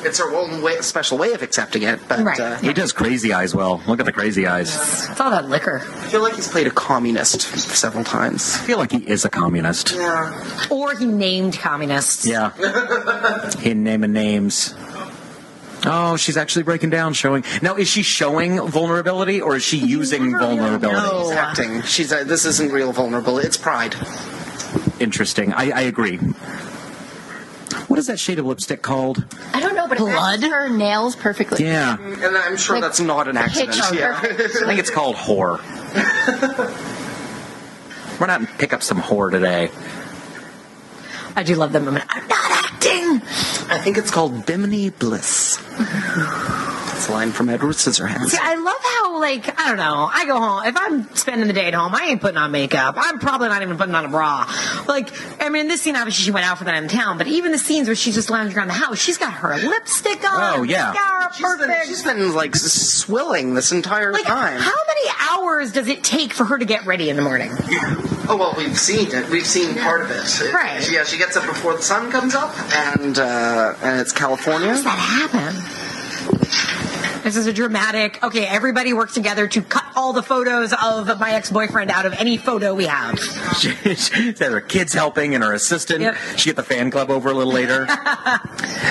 S7: It's her own way, special way of accepting it, but
S3: Right.
S7: uh,
S4: he does crazy eyes well. Look at the crazy eyes.
S3: It's all that liquor.
S7: I feel like he's played a communist several times.
S4: I feel like he is a communist.
S3: Or he named communists.
S4: Yeah. In naming names. Oh, she's actually breaking down, showing. Now, is she showing vulnerability or is she using vulnerability?
S3: know.
S7: Acting. She's uh, this isn't real vulnerable. It's pride.
S4: Interesting. I, I agree. What is that shade of lipstick called?
S5: I don't know, but
S3: Blood?
S5: it matches her nails perfectly.
S4: Yeah.
S3: Mm.
S7: And I'm sure
S5: Like,
S7: that's not an accident.
S5: Pitch
S7: Yeah.
S5: perfect.
S4: I think it's called whore. We're not pick up some whore today.
S3: I do love that moment. I'm not acting.
S7: I think it's called Bimini Bliss. It's a line from Edward Scissorhands.
S3: See, I love how, like, I don't know. I go home. If I'm spending the day at home, I ain't putting on makeup. I'm probably not even putting on a bra. Like, I mean, in this scene, obviously, she went out for the night in town, but even the scenes where she's just lounging around the house, she's got her lipstick on.
S4: Oh, yeah.
S3: Mascara,
S7: She's been,
S3: perfect.
S7: she's been like s- swilling this entire
S3: like,
S7: time.
S3: how many hours does it take for her to get ready in the morning?
S7: Oh well, we've seen it. We've seen part of it. It-
S3: Right.
S7: Yeah, she gets up before the sun comes up, and uh, and it's California.
S3: How does that happen? This is a dramatic. Okay, everybody works together to cut all the photos of my ex-boyfriend out of any photo we have.
S4: She, she had her kids helping and her assistant.
S3: Yep.
S4: She get the fan club over a little later.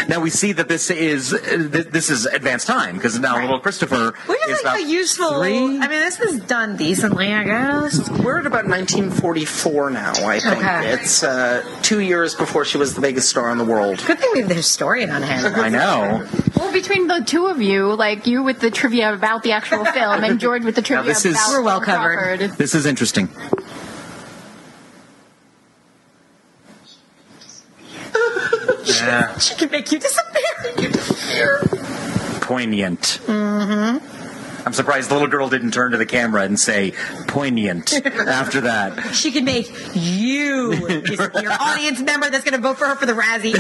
S4: now we see that this is uh, th- this is advanced time because now little Christopher
S3: Which
S4: is
S3: is
S4: about
S3: like a useful.
S4: three.
S3: I mean, this is done decently, I guess.
S7: We're at about 1944 now. I think
S3: Okay.
S7: it's uh, two years before she was the biggest star in the world.
S3: Good thing we have the historian on hand.
S4: I know.
S5: Well, between the two of you, like you with the trivia about the actual film and George with the trivia
S4: this is-
S5: about
S4: We're
S3: well
S5: Joan
S3: covered.
S5: Crawford, it's-
S4: This is interesting. Yeah,
S3: She can make you disappear.
S4: poignant. Mm-hmm. I'm surprised the little girl didn't turn to the camera and say poignant after that.
S3: She can make you disappear. Audience member that's going to vote for her for the Razzie.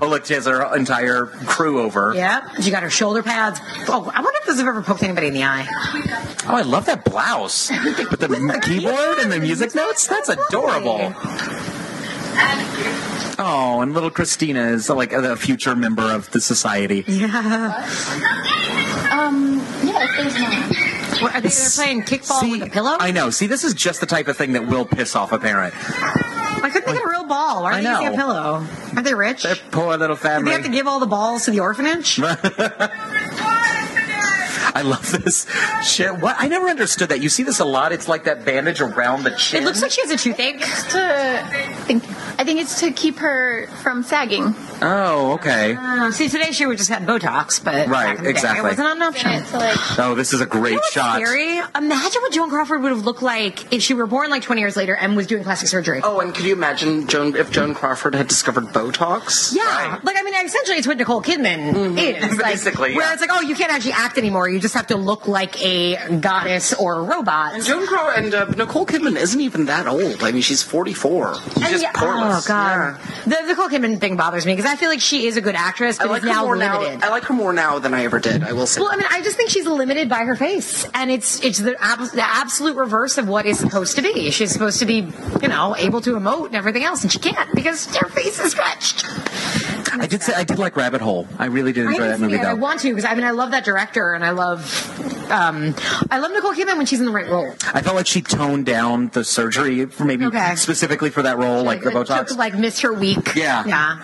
S4: Oh, look, she has her entire crew over.
S3: Yep. She got her shoulder pads. Oh, I wonder if this has ever poked anybody in the eye.
S4: Oh, I love that blouse with the m- keyboard and the music notes. That's adorable. Oh, and little Christina is like a a future member of the society.
S5: Um, yeah, if there's one.
S3: What, are they they're playing kickball with a pillow?
S4: I know. See, this is just the type of thing that will piss off a parent.
S3: I couldn't think of a real ball. Why
S4: I
S3: are they
S4: know.
S3: using a pillow? Aren't they rich?
S4: Their
S3: Do
S4: poor little
S3: they
S4: family.
S3: have to give all the balls to the orphanage?
S4: I love this shit. What? I never understood that. You see this a lot. It's like that bandage around the chin.
S3: It looks like she has a toothache.
S5: To, I think, I think it's to keep her from sagging.
S4: Oh, okay.
S3: Uh, see, today she would just had Botox, but
S4: Right,
S3: back in the day,
S4: exactly.
S3: It wasn't an option.
S5: It's like,
S4: Oh, this is a great
S3: You know what's
S4: shot.
S3: Scary. Imagine what Joan Crawford would have looked like if she were born like 20 years later and was doing plastic surgery.
S7: Oh, and could you imagine Joan if Joan Crawford had discovered Botox?
S3: Yeah, like I mean, essentially, it's what Nicole Kidman
S4: Mm-hmm.
S3: is. Like,
S7: Basically, yeah.
S3: where it's like, oh, you can't actually act anymore; you just have to look like a goddess or a robot.
S7: And Joan Crawford and uh, Nicole Kidman isn't even that old. I mean, she's 44. She's
S3: And
S7: just
S3: yeah-
S7: poreless.
S3: oh god, the Nicole Kidman thing bothers me because I feel like she is a good actress,
S7: I
S3: but
S7: like
S3: is
S7: her
S3: now
S7: more
S3: limited.
S7: now. I like her more now than I ever did. I will say.
S3: well, I mean, I just think she's limited by her face, and it's it's the, ab- the absolute reverse of what is supposed to be. She's supposed to be, you know, able to emote and everything else, and she can't because her face is stretched.
S4: I did say I did like Rabbit Hole. I really did
S3: I
S4: enjoy
S3: haven't
S4: that
S3: seen
S4: movie
S3: it. I
S4: though.
S3: want to because I mean I love that director and I love um, I love Nicole Kidman when she's in the right role.
S4: I felt like she toned down the surgery for maybe
S3: Okay.
S4: specifically for that role, like the
S3: It took,
S4: Botox.
S3: like missed her week.
S4: Yeah.
S3: Yeah.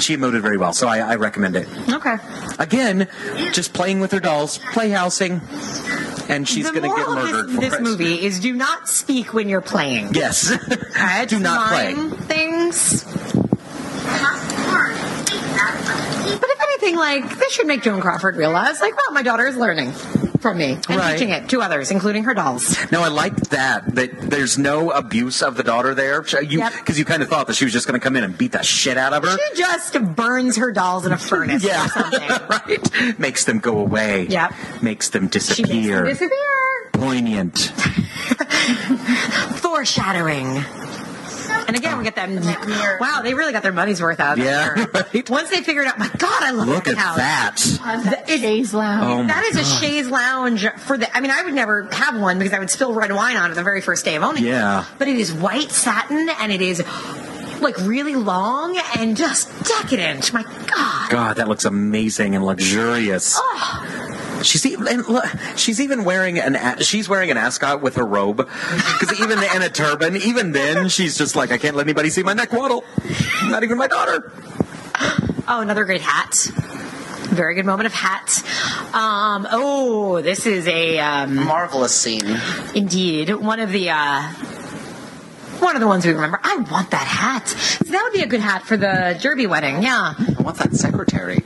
S4: she emoted very well, so I, I recommend it.
S3: Okay.
S4: Again, just playing with her dolls, playhousing, and she's
S3: the
S4: gonna get
S3: moral
S4: murdered
S3: of
S4: for
S3: this,
S4: it.
S3: this movie is do not speak when you're playing.
S4: Yes,
S3: Okay?
S4: do not play.
S3: Mime things. But if anything, like this should make Joan Crawford realize, like, well, my daughter is learning from me and
S4: Right.
S3: teaching it to others, including her dolls.
S4: No, I like that. That there's no abuse of the daughter there. Because you,
S3: Yep.
S4: 'cause you kind of thought that she was just going to come in and beat the shit out of her.
S3: She just burns her dolls in a furnace
S4: Yeah.
S3: or something.
S4: right. Makes them go away.
S3: Yep.
S4: Makes
S3: She
S4: them
S3: makes them
S4: disappear.
S3: disappear.
S4: Poignant.
S3: foreshadowing. And again, we get them. Wow, they really got their money's worth out. of
S4: Yeah,
S3: there.
S4: right.
S3: Once they figured out, my God, I love
S4: Look
S3: that
S4: at
S3: house.
S4: that.
S5: that Shays Lounge.
S4: Oh my
S3: That is a chaise lounge for the. I mean, I would never have one because I would spill red wine on it the very first day of owning it.
S4: Yeah.
S3: But it is white satin and it is like really long and just decadent. My God.
S4: God, that looks amazing and luxurious. She's even and look, she's even wearing an a- she's wearing an ascot with her robe because even and a turban. Even then, she's just like I can't let anybody see my neck waddle. Not even my daughter.
S3: Oh, another great hat. Very good moment of hat. Um, oh, this is a. Um,
S7: Marvelous scene.
S3: Indeed, one of the uh, one of the ones we remember. I want that hat. So that would be a good hat for the Derby wedding. Yeah.
S7: I want that secretary.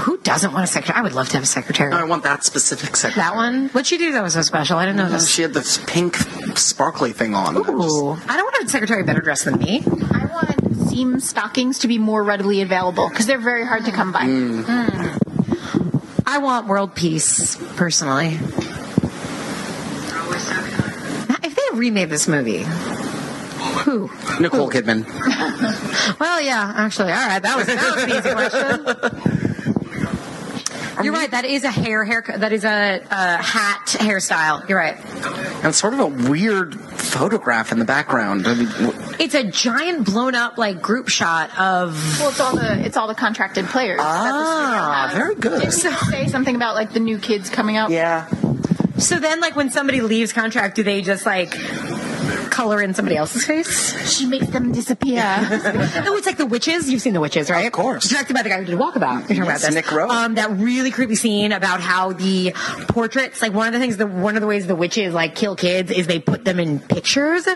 S3: Who doesn't want a secretary? I would love to have a secretary.
S7: No, I want that specific secretary.
S3: that one. What'd she do that was so special? I didn't know this.
S7: She had this pink sparkly thing on. I was just-
S3: Ooh. I don't want a secretary better dressed than me.
S5: I want seam stockings to be more readily available because they're very hard to come by.
S7: Mm.
S3: I want world peace personally. If they remade this movie. Who?
S7: Nicole Kidman.
S3: Well, yeah, actually, all right. That was that was an easy question. You're right. That is a hair haircut. That is a, a hat hairstyle. You're right.
S7: And sort of a weird photograph in the background. I mean, w-
S3: It's a giant blown up like group shot of.
S5: Well, it's all the it's all the contracted players. Ah,
S7: very good.
S5: Did you say something about like the new kids coming out?
S7: yeah.
S3: So then, like when somebody leaves contract, do they just like color in somebody else's face?
S5: she makes them disappear.
S3: no, it's like the witches. You've seen the witches, right? Of
S7: course.
S3: Directed by the guy who did Walkabout. You're talking
S7: Yes,
S3: about this.
S7: Nick Rowe.
S3: Um, that really creepy scene about how the portraits, like one of the things, the one of the ways the witches like kill kids is they put them in pictures,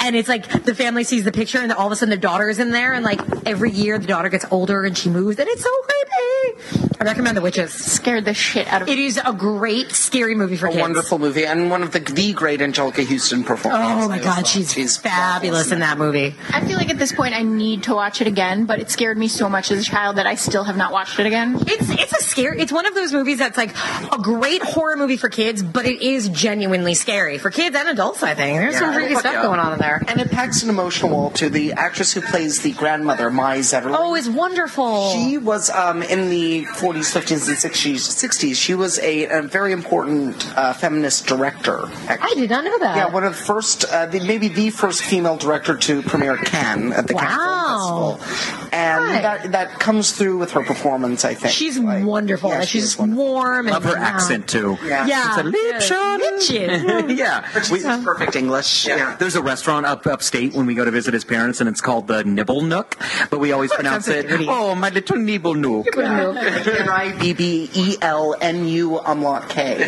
S3: and it's like the family sees the picture and all of a sudden the daughter is in there, and like every year the daughter gets older and she moves, and it's so creepy. I recommend the witches.
S5: Scared the shit out of
S3: It is a great scary movie for
S7: A
S3: kids.
S7: wonderful movie and one of the, the great Angelica Houston performances.
S3: Oh my
S7: I
S3: god,
S7: thought.
S3: she's, fabulous in that movie.
S5: I feel like at this point I need to watch it again, but it scared me so much as a child that I still have not watched it again.
S3: It's it's a scary. It's one of those movies that's like a great horror movie for kids, but it is genuinely scary for kids and adults. I think there's some
S7: Yeah.
S3: freaky stuff
S7: Yeah.
S3: going on in there.
S7: And it packs an emotional wall to the actress who plays the grandmother, Mai Zetterlund.
S3: Oh, it's wonderful.
S7: She was um, in the 40s, 50s, and 60s. 60s. She was a, a very important uh, feminist director. Actually.
S3: I did not know that.
S7: Yeah, one of the first, uh, the, maybe the first female director to premiere Cannes at the
S3: Wow.
S7: Cannes Film Festival, and
S3: Right.
S7: that that comes through with her performance. I think
S3: she's
S7: Like,
S3: wonderful.
S7: yeah,
S3: and
S7: she
S3: she's
S7: is wonderful.
S3: warm.
S4: Love
S3: and,
S4: her
S3: wow.
S4: accent too.
S7: Yeah.
S3: Yeah,
S4: It's a
S3: Lipschitz.
S4: yeah. We-
S7: She's perfect English. Yeah.
S4: There's a restaurant up upstate when we go to visit his parents, and it's called the Nibble Nook, but we always pronounce
S3: sounds
S4: it,
S3: dirty.
S4: oh, my little Nibble Nook.
S7: N i b b e l n u umlaut k.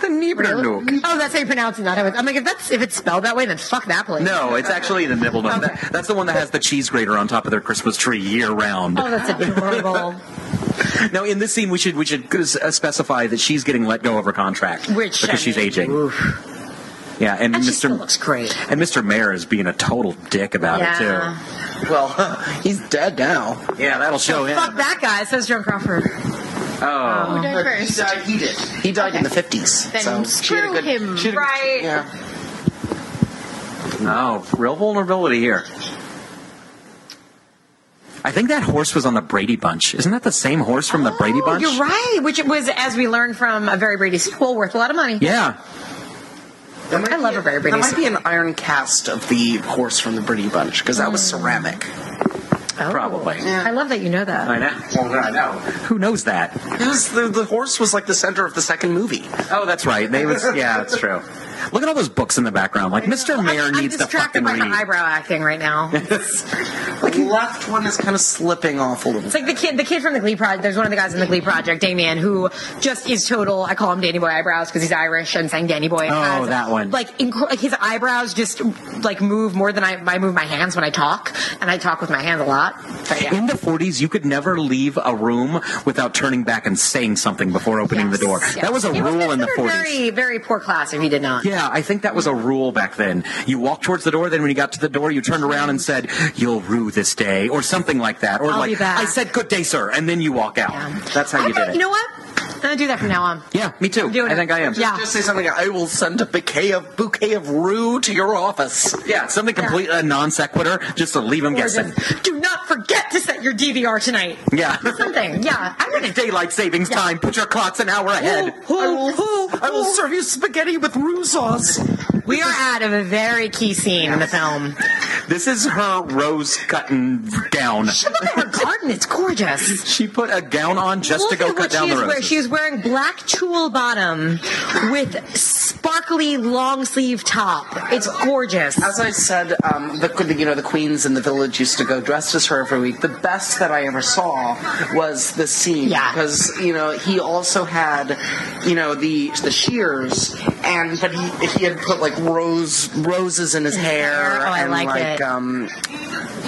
S4: the Nibble Nook.
S3: Oh, that's how you pronounce it. Not how it- I'm like, if that's if it's spelled that way, then fuck that place.
S4: No, it's actually the Nibble Nook. That- that's the one that has the cheese grater alligator on top of their Christmas tree year round.
S3: Oh, that's adorable.
S4: Now, in this scene, we should we should uh, specify that she's getting let go of her contract
S3: Which, uh,
S4: because
S3: I
S4: she's
S3: mean,
S4: aging. Yeah, and,
S3: and she still
S4: Mr.
S3: looks great.
S4: and Mr. Mayer is being a total dick about
S3: Yeah.
S4: it
S7: Well, he's dead now.
S4: too. Yeah, that'll show him.
S3: Fuck that guy, says Joan Crawford.
S7: Oh,
S5: Who died
S7: He
S5: first?
S7: died, uh, he did. He died in the 50s.
S5: Then
S7: so she had a
S5: screw
S7: good,
S5: him.
S7: she had a good-
S3: Right.
S7: yeah.
S4: No, Oh, real vulnerability here. I think that horse was on the Brady Bunch. Isn't that the same horse from the Brady
S3: Oh,
S4: Bunch?
S3: You're right, which it was, as we learned from a Very Brady sequel, worth a lot of money.
S4: Yeah.
S7: That might
S3: I love
S7: be-
S3: a very
S7: That
S3: Brady
S7: might be an iron cast of the horse from the Brady Bunch because that was
S3: Mm.
S7: ceramic.
S3: Oh.
S4: probably.
S3: I love that you know that.
S4: I know.
S7: Oh,
S4: I know. Who knows that?
S7: It was the, the horse was like the center of the second movie.
S4: Oh, that's right. They was yeah, that's true. Look at all those books in the background. Like Mr. Mayer
S3: I'm,
S4: needs
S3: I'm
S4: to
S3: distracted
S4: fucking
S3: by
S4: read.
S3: the eyebrow acting right now. it's
S7: The left one is kind of slipping off a little.
S3: like the kid, the kid from the Glee Project. There's one of the guys in the Glee Project, Damien, who just is total. I call him Danny Boy eyebrows because he's Irish and sang Danny Boy.
S4: Oh,
S3: has,
S4: that one.
S3: Like, inc- like his eyebrows just like move more than I, I move my hands when I talk, and I talk with my hands a lot. But yeah.
S4: In the 40s, you could never leave a room without turning back and saying something before opening
S3: Yes,
S4: the door.
S3: yes.
S4: That was a
S3: He
S4: rule in the
S3: considered
S4: 40s.
S3: Very, very poor class if he did not.
S4: yeah, I think that was a rule back then. You walked towards the door, then when you got to the door, you turned around and said, "You'll rue this day," or something like that, or
S3: I'll
S4: like,
S3: be back.
S4: "I said good day, sir," and then you walk out.
S3: Yeah.
S4: Um, That's how
S3: I
S4: you
S3: thought-
S4: did it.
S3: You know what? I'm gonna do that from now on.
S4: yeah, me too.
S3: doing
S4: I think
S3: it.
S4: I am.
S3: Yeah.
S7: Just say something. I will send a bouquet of bouquet of rue to your office.
S4: Yeah, something complete uh, non sequitur, just to leave them
S3: Or
S4: guessing.
S3: just, do not forget to set your DVR tonight.
S4: Yeah.
S3: Something. Yeah. I'm gonna.
S4: Daylight savings time. Put your clocks an hour ahead.
S3: Who-
S7: I will,
S3: who-
S7: I will
S3: who-
S7: serve you spaghetti with rue sauce.
S3: We are out of a very key scene in the film.
S4: This is her rose cutting gown.
S3: Look at her garden; it's gorgeous.
S4: She put a gown on just
S3: Look
S4: to go
S3: at
S4: cut
S3: what
S4: down
S3: she
S4: the
S3: is
S4: roses.
S3: wearing. She is wearing black tulle bottom with sparkly long sleeve top. It's gorgeous.
S7: As I said, um, the you know the queens in the village used to go dressed as her every week. The best that I ever saw was the scene
S3: Yeah.
S7: because you know he also had you know the the shears and but he he had put like rose roses in his hair
S3: hair. Oh, I
S7: and
S3: like it.
S7: um.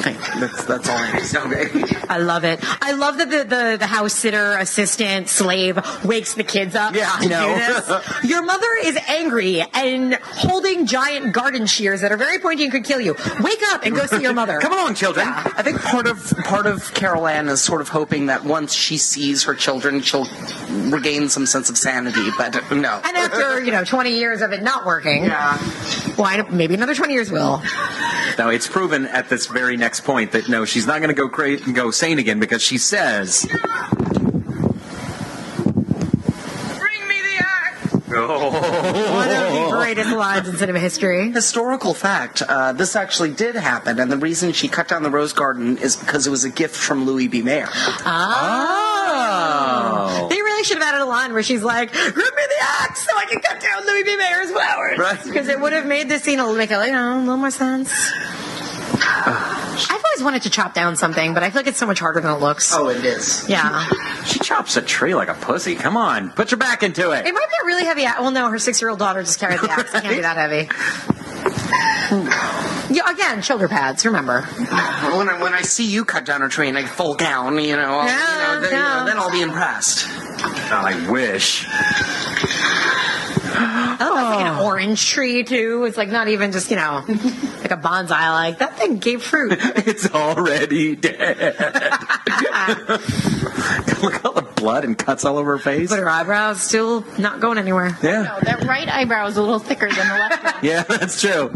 S7: Thank that's that's all I need. Okay.
S3: I love it. I love that the, the, the house sitter, assistant, slave wakes the kids up.
S4: Yeah, I
S3: to
S4: know.
S3: do this. Your mother is angry and holding giant garden shears that are very pointy and could kill you. Wake up and go see your mother.
S4: Come along, children.
S7: I think part of part of Carol Ann is sort of hoping that once she sees her children, she'll regain some sense of sanity. But no,
S3: And after, you know, 20 years of it not working,
S7: Yeah.
S3: why, maybe another 20 years will.
S4: Now it's proven at this very next point that no, she's not going to go cra- go sane again because she says.
S3: One of
S4: Oh.
S3: the greatest lines in cinema history.
S7: historical fact, uh, this actually did happen, and the reason she cut down the rose garden is because it was a gift from Louis B. Mayer.
S4: Ah. Oh.
S3: They really should have added a line where she's like, "Rip me the axe so I can cut down Louis B. Mayer's flowers,"
S4: Right.
S3: Because it would have made this scene a little, make a, you know, a little more sense. I've always wanted to chop down something, but I feel like it's so much harder than it looks.
S7: Oh, it is.
S3: Yeah,
S4: She chops a tree like a pussy. Come on, put your back into
S3: it
S4: it.
S3: might be a really heavy. axe. Well, no, her six-year-old daughter just carried the axe. It can't be that heavy. Yeah, again, shoulder pads. Remember,
S7: When I, when I see you cut down a tree in a full gown, you know, I'll-
S3: Yeah,
S7: you know, then, you know,
S3: yeah.
S7: then I'll be impressed.
S4: I wish.
S3: like
S4: Oh.
S3: an orange tree too. It's like not even just you know, like a bonsai. Like that thing gave fruit.
S4: It's already dead. Look at all the blood and cuts all over her face.
S3: But her eyebrows still not going anywhere.
S4: Yeah.
S5: No, that right eyebrow is a little thicker than the left one.
S4: Yeah, that's true.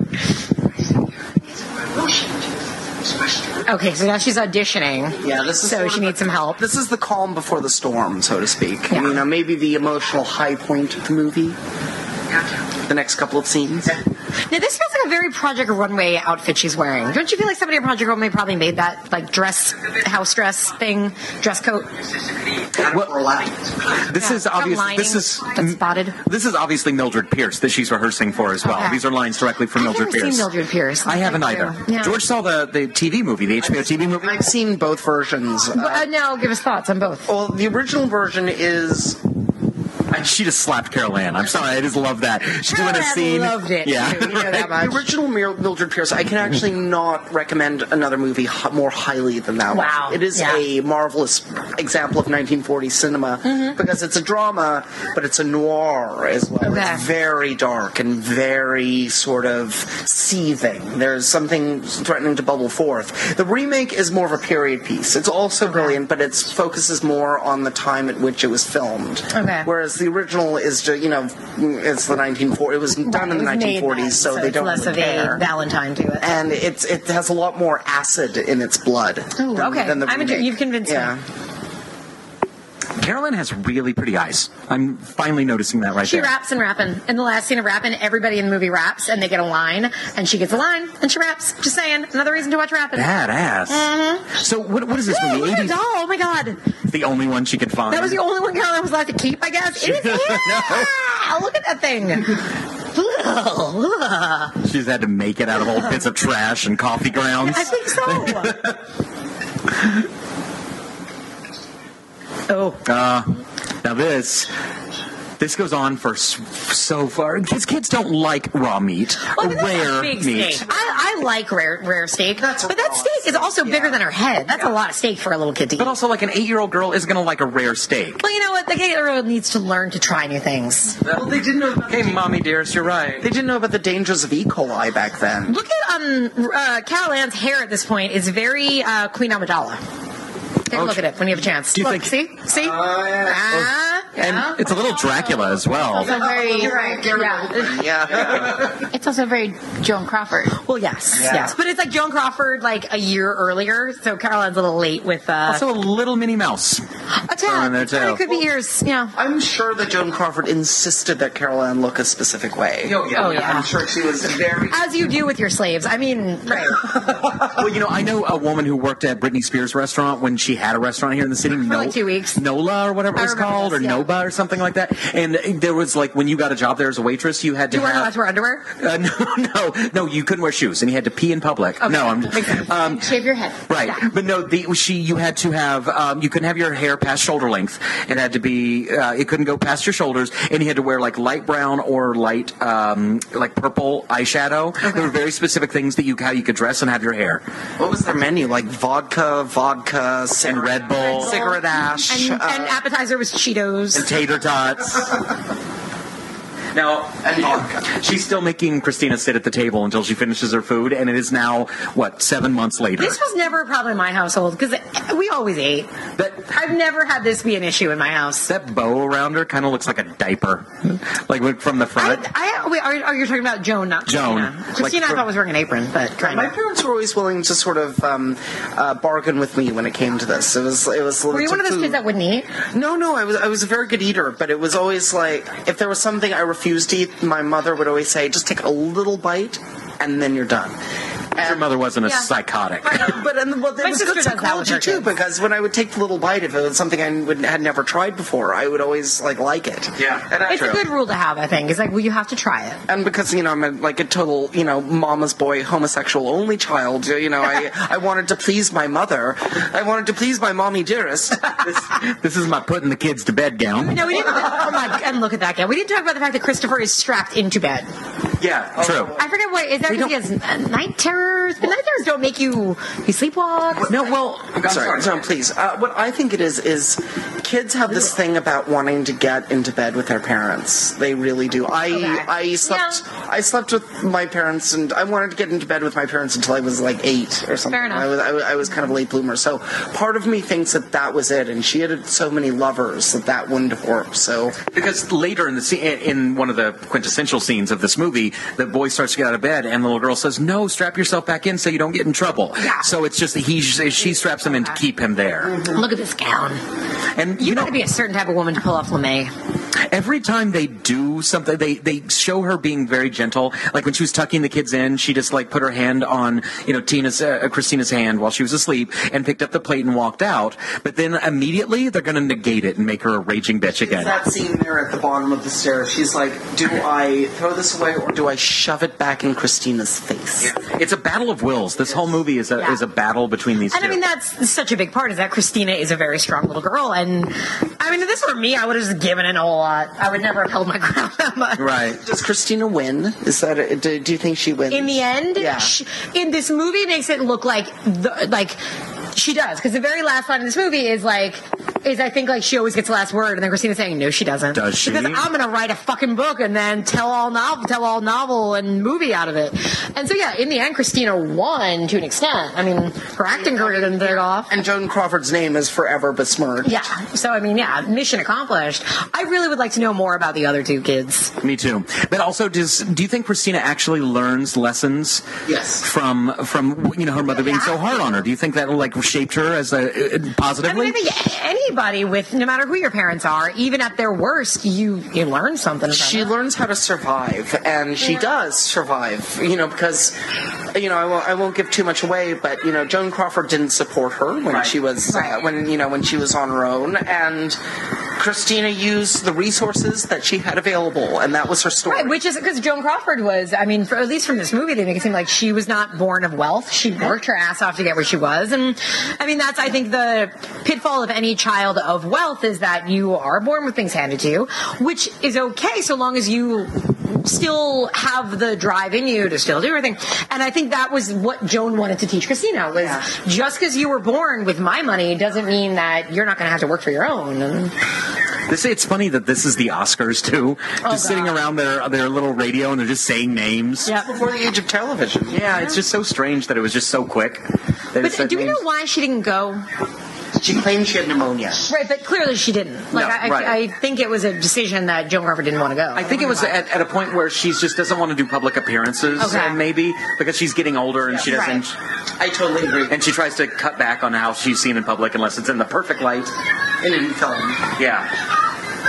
S3: Okay, so now she's auditioning.
S7: Yeah, this is
S3: So
S7: sort
S3: she
S7: of
S3: needs
S7: the-
S3: some help.
S7: This is the calm before the storm, so to speak.
S3: Yeah.
S7: You know, maybe the emotional high point of the movie. The next couple of scenes.
S3: Now this feels like a very Project Runway outfit she's wearing. Don't you feel like somebody at Project Runway probably made that like dress, house dress thing, dress coat?
S4: This
S3: Yeah,
S4: is
S3: some
S4: obviously
S3: lining
S4: this is
S3: that's spotted.
S4: This is obviously Mildred Pierce that she's rehearsing for as well.
S3: Okay.
S4: These are lines directly from
S3: I've
S4: Mildred
S3: never
S4: Pierce.
S3: seen Mildred Pierce.
S4: I haven't
S3: Thank you.
S4: either.
S3: Yeah.
S4: George saw the, the TV movie, the HBO TV movie.
S7: And I've seen both versions.
S3: uh, But, uh, now give us thoughts on both.
S7: Well, the original version is. I
S4: She just slapped Carol Ann. I'm sorry. I just love that. She's doing a
S3: Carol Ann
S4: scene.
S3: loved it,
S4: Yeah.
S3: too. You know that
S4: Right.
S7: The original Mir- Mildred Pierce, I can actually not recommend another movie h- more highly than that
S3: Wow.
S7: one. It is
S3: Yeah.
S7: a marvelous example of 1940s cinema
S3: Mm-hmm.
S7: because it's a drama, but it's a noir as well.
S3: Okay.
S7: It's very dark and very sort of seething. There's something threatening to bubble forth. The remake is more of a period piece. It's also brilliant, but it focuses more on the time at which it was filmed.
S3: Okay.
S7: Whereas the original is just, you know, it's the 1940s. It was done in the
S3: It was made
S7: 1940s,
S3: then,
S7: so, they
S3: it's
S7: don't
S3: less
S7: really
S3: of
S7: care.
S3: a Valentine to it.
S7: and it's it has a lot more acid in its blood.
S3: Ooh, okay. I'm inter-
S7: remake.
S3: you've convinced
S7: yeah.
S3: me.
S4: Carol Ann has really pretty eyes. I'm finally noticing that right
S3: She
S4: there.
S3: raps and rapping. In the last scene of rapping, everybody in the movie raps and they get a line, and she gets a line and she raps. Just saying, another reason to watch rapping.
S4: Badass.
S3: Uh-huh.
S4: So what? What is this
S3: Ooh,
S4: movie?
S3: look at
S4: 80s?
S3: a doll. Oh my god.
S4: The only one she could find.
S3: That was the only one girl that was allowed to keep, I guess. It is yeah! Look at that thing. Ugh.
S4: She's had to make it out of old bits of trash and coffee grounds.
S3: I think so. oh.
S4: Uh, Now this. This goes on for s- so far. Kids, kids don't like raw meat
S3: Well,
S4: or
S3: but that's
S4: rare
S3: a big
S4: meat.
S3: steak. I, I like rare rare steak, but that steak is also bigger than her head. That's a lot of steak for a little kid to eat.
S4: But also, like an eight-year-old girl is gonna like a rare steak.
S3: Well, you know what? The kid really needs to learn to try new things.
S7: Well, they didn't know. About
S9: Hey, mommy dearest, you're right.
S7: they didn't know about the dangers of E. coli back then.
S3: Look at um uh, Cal Ann's hair at this point is very uh, Queen Amidala. Take a look at it when you have a chance.
S4: Do you
S3: look,
S4: think-
S3: see, see,
S7: yeah.
S3: ah, yeah.
S4: And it's a little Dracula as well.
S5: It's also very, yeah.
S7: Yeah.
S5: It's also very Joan Crawford.
S3: Well, yes, yes, but it's like Joan Crawford like a year earlier, so Carol Ann's a little late with uh,
S4: Also, a little Minnie Mouse.
S3: a
S4: throwing
S3: tad.
S4: their
S3: But
S4: tail.
S3: It could be years. Yeah.
S7: I'm sure that Joan Crawford insisted that Carol Ann look a specific way.
S3: Oh, yeah.
S7: I'm sure she was very.
S3: As you do with your slaves. I mean, right.
S4: Well, you know, I know a woman who worked at Britney Spears' restaurant when she had a restaurant here in the city. For
S3: like two weeks.
S4: Nola or whatever it
S3: I
S4: was
S3: remember
S4: called,
S3: this,
S4: or
S3: yeah.
S4: Noba or something like that. And there was like when you got a job there as a waitress, you had to
S3: You weren't allowed
S4: have
S3: to wear underwear.
S4: uh, no, no, no. You couldn't wear shoes, and you had to pee in public. No, I'm um,
S5: Shave your head.
S4: right, but no. The she you had to have um, you couldn't have your hair past shoulder length. It had to be uh, it couldn't go past your shoulders, and you had to wear like light brown or light um, like purple eyeshadow. There were very specific things that you how you could dress and have your hair
S7: What was their menu? Like vodka, vodka,
S4: and
S7: cigarette,
S4: Red Bull,
S7: cigarette ash.
S3: And,
S7: uh,
S3: and appetizer was Cheetos.
S4: tater tots. Now, she's still making Christina sit at the table until she finishes her food, and it is now, what, seven months later?
S3: This was never a problem in my household because we always ate.
S4: that,
S3: I've never had this be an issue in my house.
S4: that bow around her kind of looks like a diaper, like when- from the
S3: I,
S4: front.
S3: I, oh, wait, are, are you talking about Joan, not
S4: Joan.
S3: Christina?
S4: Like
S3: Christina,
S4: for-
S3: I thought was wearing an apron, but kind
S7: My
S3: of.
S7: parents were always willing to sort of um, uh, bargain with me when it came to this. It was it was.
S3: Were you one of those kids that wouldn't eat?
S7: No, no, I was I was a very good eater, but it was always like if there was something I refused to eat, my mother would always say, "Just take a little bite, and then you're done."
S4: Your mother wasn't a
S3: Yeah.
S4: psychotic.
S7: But and well, there
S3: My
S7: was
S3: sister
S7: good
S3: does that with
S7: psychology
S3: her
S7: too,
S3: kids.
S7: because when I would take the little bite, if it was something I would, had never tried before, I would always like like it.
S4: Yeah.
S7: and, I,
S3: It's a good rule to have, I think. It's like, well, you have to try it.
S7: and because you know I'm a, like a total you know mama's boy, homosexual only child. You know, I I wanted to please my mother. I wanted to please my mommy dearest.
S4: this, this is my putting the kids to bed gown.
S3: No, we didn't. oh my! And look at that guy. We didn't talk about the fact that Christopher is strapped into bed.
S4: Yeah, true.
S3: I forget what is that because he has n- night terrors. But night terrors don't make you you sleepwalk.
S4: No, well,
S7: sorry, no, please. Uh, what I think it is is kids have this thing about wanting to get into bed with their parents. They really do. I I slept I slept with my parents and I wanted to get into bed with my parents until I was like eight or something.
S3: Fair enough.
S7: I was I, was- I was kind of a late bloomer, so part of me thinks that that was it. And she had so many lovers that that wouldn't have worked. So
S4: Because later in the scene, in one of the quintessential scenes of this movie, the boy starts to get out of bed, and the little girl says, "No, strap yourself back in so you don't get in trouble." So it's just that he she straps him in to keep him there.
S3: Look at this gown.
S4: And
S3: Mm-hmm. You,
S4: you
S3: got
S4: know,
S3: to be a certain type of woman to pull off lame.
S4: every time they do something, they they show her being very gentle. Like when she was tucking the kids in, she just like put her hand on you know Tina's uh, Christina's hand while she was asleep, and picked up the plate and walked out. But then immediately they're going to negate it and make her a raging bitch again.
S7: that scene there at the bottom of the stairs, she's like, "Do I throw this away or do I shove it back in Christina's face?"
S4: It's a battle of wills. This whole movie is a
S3: Yeah.
S4: is a battle between these
S3: And
S4: two.
S3: I mean, that's such a big part is that Christina is a very strong little girl. And I mean, if this were me, I would have just given in a whole lot. I would never have held my ground that much.
S4: Right.
S7: Does Christina win? Is that do, do you think she wins?
S3: in the end
S7: Yeah.
S3: sh in this movie it makes it look like the, like she does because the very last line in this movie is like is I think like she always gets the last word and then Christina's saying no she doesn't
S4: Does she?
S3: because I'm gonna write a fucking book and then tell all novel tell all novel and movie out of it and so yeah in the end Christina won to an extent I mean her acting career didn't take off
S7: and Joan Crawford's name is forever besmirched.
S3: yeah so I mean yeah mission accomplished I really would like to know more about the other two kids
S4: Me too. But also, does do you think Christina actually learns lessons?
S7: Yes.
S4: From from you know her mother being so hard on her. Do you think that like shaped her as a uh,
S3: I mean,
S4: positively?
S3: I think anybody with, no matter who your parents are, even at their worst, you you learn something. From
S7: She
S3: it.
S7: learns how to survive, and she does survive. You know, because you know I won't, I won't give too much away, but you know Joan Crawford didn't support her when she was uh,
S3: Right.
S7: when you know when she was on her own, and Christina used the resources that she had available, and that was her story.
S3: Right, which is because Joan Crawford was, I mean, for, at least from this movie, they make it seem like she was not born of wealth. She worked her ass off to get where she was. And I mean, that's, I think, the pitfall of any child of wealth is that you are born with things handed to you, which is okay so long as you still have the drive in you to still do everything. And I think that was what Joan wanted to teach Christina was
S7: Yeah.
S3: just because you were born with my money doesn't mean that you're not going to have to work for your own. And,
S4: This it's funny that this is the Oscars too.
S3: Oh,
S4: Just sitting around their their little radio and they're just saying names.
S7: before the age of television.
S4: Yeah, it's just so strange that it was just so quick. that it
S3: But
S4: said
S3: do we know
S4: names.
S3: why she didn't go?
S7: She claimed she had pneumonia.
S3: Right, but clearly she didn't. Like
S4: No,
S3: I,
S4: right.
S3: I, I think it was a decision that Joan Crawford didn't want to go.
S4: I think it was at, at a point where she just doesn't want to do public appearances,
S3: Okay.
S4: and maybe because she's getting older and she doesn't,
S7: I totally agree.
S4: and she tries to cut back on how she's seen in public unless it's in the perfect light.
S7: in a film.
S4: Yeah,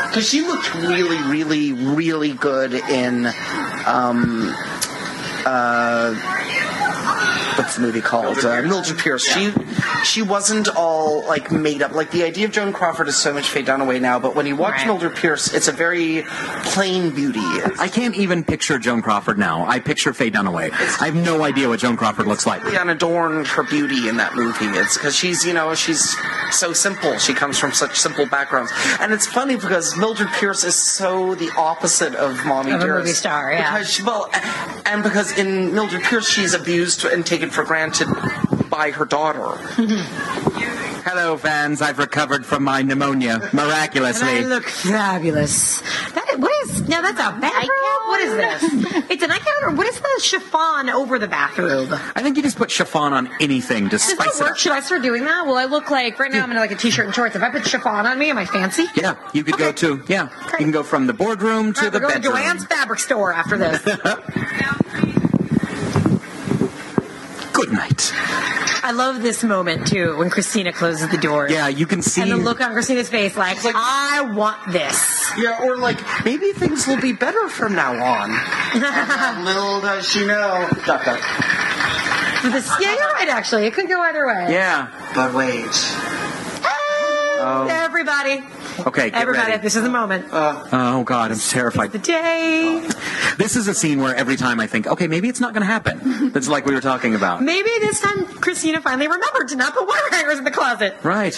S7: Because she looked really, really, really good in. Um, uh, what's the movie called? Mildred, uh, Mildred Pierce. She she wasn't all like made up. Like the idea of Joan Crawford is so much Faye Dunaway now, but when you watch
S3: Right.
S7: Mildred Pierce, it's a very plain beauty. It's
S4: I can't even picture Joan Crawford now. I picture Faye Dunaway. I have no idea what Joan Crawford looks like.
S7: really unadorned her beauty in that movie. It's because she's you know she's so simple. She comes from such simple backgrounds, and it's funny because Mildred Pierce is so the opposite of mommy
S3: Of a
S7: dearest.
S3: movie star, yeah.
S7: Because she, well, and because in Mildred Pierce she's abused and taken for granted by her daughter.
S4: Hello, fans. I've recovered from my pneumonia
S3: And I
S4: miraculously.
S3: look fabulous. That, what is now? That's a bathrobe.
S5: nightgown?
S3: What is this? It's a nightgown, or what is the chiffon over the bathrobe?
S4: I think you just put chiffon on anything to
S3: Does that
S4: spice it
S3: work?
S4: up.
S3: Should I start doing that? Will I look like right now? I'm in like a t-shirt and shorts. If I put chiffon on me, am I fancy?
S4: Yeah, you could go to yeah. You can go from the boardroom to
S3: All right,
S4: the
S3: we're going
S4: bedroom.
S3: to Joanne's fabric store after this.
S4: Good night.
S3: I love this moment too when Christina closes the door.
S4: Yeah, you can see.
S3: And the look on Christina's face, like,
S7: like-
S3: I want this.
S7: Yeah, or like maybe things will be better from now on. Little does she know. Duck, duck.
S3: With this, yeah, you're right. Actually, it could go either way.
S4: yeah.
S7: But wait.
S3: Everybody,
S4: Okay. Get
S3: everybody,
S4: ready.
S3: this is the moment.
S4: Oh God, I'm terrified.
S3: the day.
S4: This is a scene where every time I think, okay, maybe it's not going to happen. That's like we were talking about.
S3: Maybe this time Christina finally remembered to not put water hangers in the closet.
S4: Right.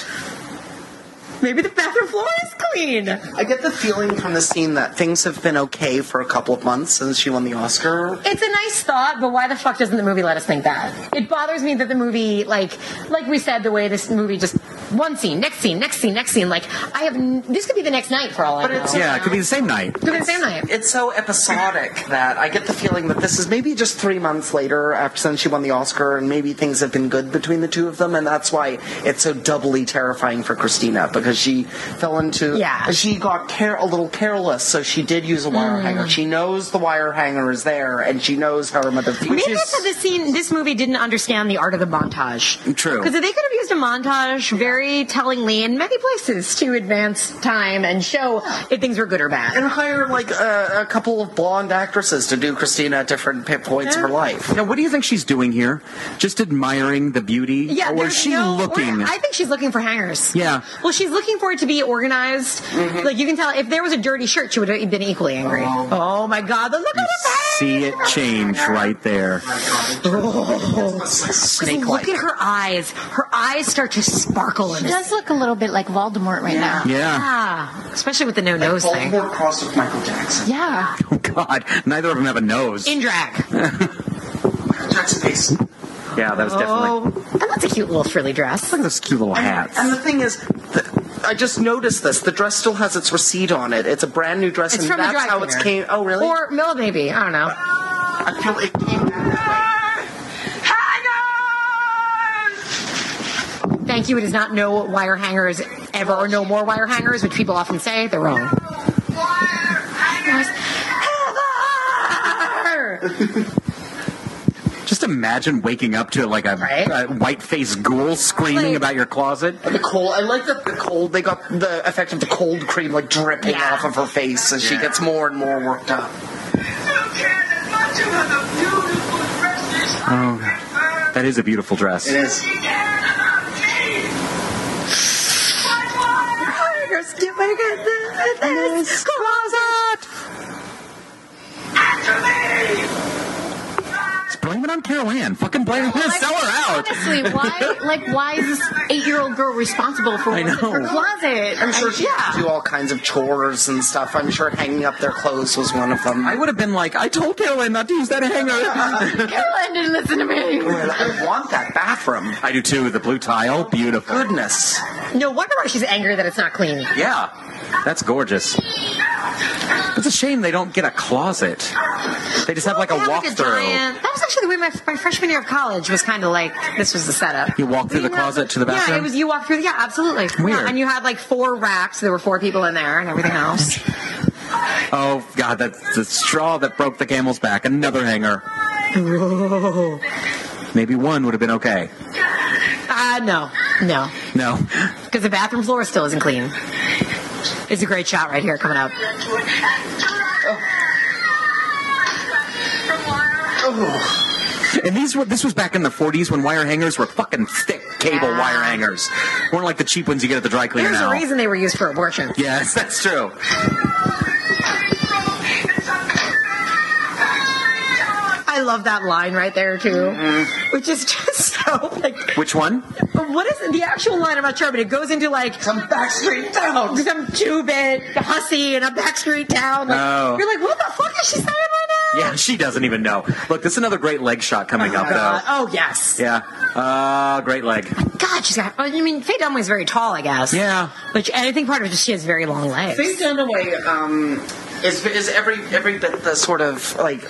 S3: Maybe the bathroom floor is clean.
S7: I get the feeling from the scene that things have been okay for a couple of months since she won the Oscar.
S3: It's a nice thought, but why the fuck doesn't the movie let us think that? It bothers me that the movie, like, like we said, the way this movie just one scene, next scene, next scene, next scene. Like, I have n- this could be the next night for all I know.
S7: it's-
S4: Yeah, it could be the same night.
S3: could be the same night.
S7: It's so episodic that I get the feeling that this is maybe just three months later after since she won the Oscar, and maybe things have been good between the two of them, and that's why it's so doubly terrifying for Christina because she fell into
S3: Yeah.
S7: she got care, a little careless, so she did use a wire hanger. She knows the wire hanger is there, and she knows how her mother feels.
S3: Maybe that's how this scene, this movie didn't understand the art of the montage.
S4: True.
S3: Because they could have used a montage very tellingly in many places to advance time and show if things were good or bad.
S7: and hire like a, a couple of blonde actresses to do Christina at different p- points of her life.
S4: Now, what do you think she's doing here? Just admiring the beauty?
S3: Yeah,
S4: or
S3: there's
S4: is she
S3: no-
S4: looking?
S3: or- I think she's looking for hangers.
S4: Yeah. Mm-hmm.
S3: Well, she's looking for it to be organized. Like you can tell, if there was a dirty shirt, she would have been equally angry. Oh, my god, the look at his head.
S4: See it change right there.
S3: Look at her eyes. Her eyes start to sparkle evil.
S5: She
S3: and
S5: does look a little bit like Voldemort right now.
S4: Yeah.
S3: Yeah, especially with the no nose thing.
S7: Voldemort crossed with Michael Jackson.
S5: Yeah.
S4: Oh, God. Neither of them have a nose.
S3: In drag.
S7: Michael Jackson face.
S4: yeah, that was definitely.
S3: Oh, and that's a cute little frilly dress.
S4: Look at those cute little hats.
S7: And the thing is, the, I just noticed this. The dress still has its receipt on it. It's a brand new dress,
S3: It's
S7: and
S3: from
S7: that's
S3: a drag
S7: how it's
S3: queen.
S7: came. Oh, really?
S3: Or Mila Baby. I don't know.
S7: I feel it came that way.
S3: Thank you. It does not know what wire hangers ever or no more wire hangers, which people often say they're wrong. Ever!
S4: Just imagine waking up to like a,
S3: Right?
S4: a white faced ghoul screaming
S3: Like-
S4: about your closet.
S7: The cold. I like that the cold. They got the effect of the cold cream like dripping
S3: Yeah.
S7: off of her face as she gets more and more worked up.
S4: Oh, that is a beautiful dress.
S7: is.
S3: Hangers doing it in this closet.
S4: Just blame it on Carol Ann. Fucking blame
S3: Oh,
S4: her. Sell her out.
S5: Honestly, why? Like, why is this eight-year-old girl responsible for
S4: I
S5: what's in her
S4: know.
S5: closet?
S7: I'm sure
S5: And-
S7: she had to do all kinds of chores and stuff. I'm sure hanging up their clothes was one of them.
S4: I would have been like, I told Carol Ann not to use that hanger.
S5: Caroline didn't listen to me.
S7: I want that bathroom.
S4: I do too. The blue tile, beautiful.
S7: Goodness.
S3: No wonder why she's angry that it's not clean.
S4: Yeah, that's gorgeous. It's a shame they don't get a closet. They just have like a
S3: They have, like,
S4: walkthrough.
S3: giant- that was actually the way my, my freshman year of college was kind of like this was the setup.
S4: You walk through the
S3: know,
S4: closet to the
S3: Yeah,
S4: bathroom?
S3: it was you walk through. Yeah, absolutely.
S4: Weird.
S3: Yeah, and you had like four racks. There were four people in there and everything else.
S4: Oh God, that's the straw that broke the camel's back. Another hanger. Maybe one would have been okay.
S3: Uh, no, no,
S4: No,
S3: because the bathroom floor still isn't clean. It's a great shot right here coming up.
S4: and these were this was back in the 40s when wire hangers were fucking thick cable
S3: Yeah.
S4: wire hangers. weren't like the cheap ones you get at the dry cleaner
S3: There's
S4: now.
S3: a reason they were used for abortion.
S4: Yes, that's true.
S3: I love that line right there too, which is just so like.
S4: Which one?
S3: What is it? the actual line? I'm not sure, but it goes into like some backstreet town, some two-bit hussy in a backstreet town. Like,
S4: Oh.
S3: You're like, what the fuck is she saying right now?
S4: Yeah, she doesn't even know. Look, this is another great leg shot coming up
S3: God.
S4: though.
S3: Oh yes.
S4: Yeah. Uh, great leg.
S3: God, she's got. I mean, Faye Dunaway's very tall, I guess.
S4: Yeah.
S3: Which and I think part of it is she has very long legs.
S7: Faye Dunaway um, is is every every bit the sort of like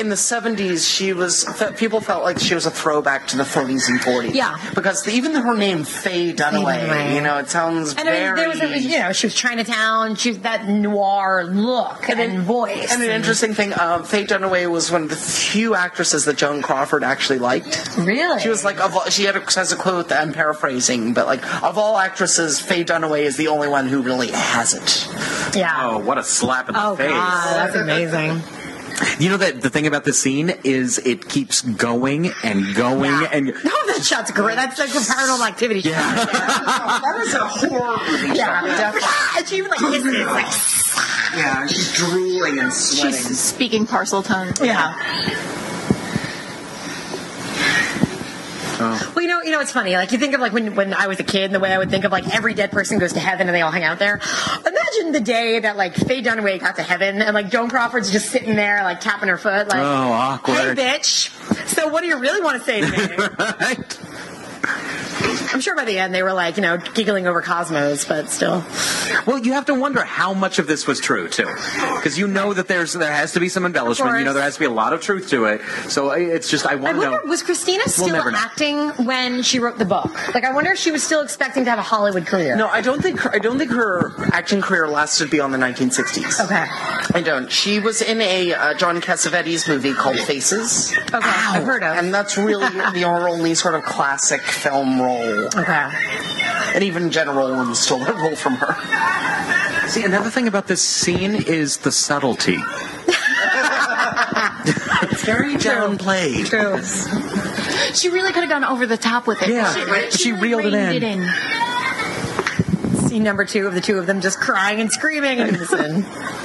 S7: in the seventies she was fe- people felt like she was a throwback to the thirties and forties.
S3: Yeah.
S7: because the, even her name Faye Dunaway,
S3: Dunaway.
S7: you know, it sounds
S3: And I mean,
S7: very.
S3: there was, a, you know, she was Chinatown. She was that noir look and, voice.
S7: and an interesting thing, um, Faye Dunaway was one of the few actresses that Joan Crawford actually liked.
S3: really,
S7: She was like, of all, she had a, has a quote that I'm paraphrasing, but like, of all actresses, Faye Dunaway is the only one who really has it.
S3: yeah.
S4: Oh, what a slap in the
S3: Oh,
S4: face.
S3: God, that's amazing.
S4: You know that the thing about this scene is it keeps going and going
S3: Yeah.
S4: and
S3: No, that shot's great. That's like a paranormal activity. shot.
S4: yeah.
S7: That is a horror movie.
S3: Yeah.
S7: definitely.
S3: And she even like kisses it. Like,
S7: Yeah, she's drooling and sweating.
S5: She's speaking parcel tongue.
S3: yeah.
S4: Oh.
S3: Well, you know, you know, it's funny. Like you think of like when when I was a kid, and the way I would think of like every dead person goes to heaven and they all hang out there. Imagine the day that like Faye Dunaway got to heaven and like Joan Crawford's just sitting there like tapping her foot, like,
S4: Oh, awkward.
S3: "Hey, bitch." So what do you really want to say to me?
S4: Right?
S3: I'm sure by the end they were like, you know, giggling over Cosmos, but still.
S4: Well, you have to wonder how much of this was true too, because you know that there's there has to be some embellishment. You know
S3: course.
S4: there has to be a lot of truth to it. So I- it's just I
S3: I
S4: want to
S3: wonder,
S4: know.
S3: was Christina still
S4: never know.
S3: acting when she wrote the book? Like, I wonder if she was still expecting to have a Hollywood career.
S7: No, I don't think her, I don't think her acting career lasted beyond the 1960s.
S3: Okay.
S7: I don't. She was in a uh, John Cassavetes movie called Faces.
S3: Okay. I've heard of.
S7: And that's really the, her only sort of classic film role.
S3: okay.
S7: And even General Rollins stole that role from her.
S4: See, another thing about this scene is the subtlety.
S7: It's very downplayed.
S3: True.
S5: She really could have gone over the top with it.
S4: Yeah,
S5: she,
S4: but she
S5: really
S4: reeled it
S5: reined
S4: in.
S3: Scene number two of the two of them just crying and screaming in unison.
S4: And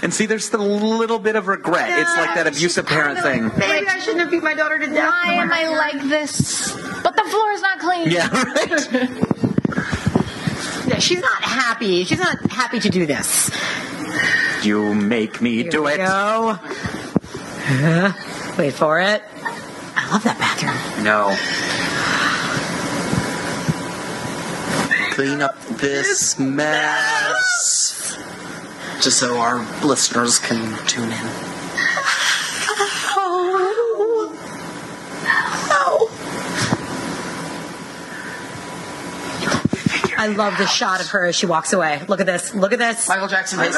S4: And see, there's the little bit of regret. it's like that abusive parent thing.
S8: Maybe I shouldn't have beat my daughter to death.
S5: Why am I like this? But the floor is not clean.
S4: Yeah, right.
S3: Yeah, she's not happy. She's not happy to do this.
S4: You make me
S3: Here
S4: do
S3: we
S4: it.
S3: Go. Uh, Wait for it. I love that bathroom.
S4: No.
S7: Clean up this mess. Just so our listeners can tune in.
S3: I love the shot of her as she walks away. Look at this. Look at this.
S7: Michael Jackson. face.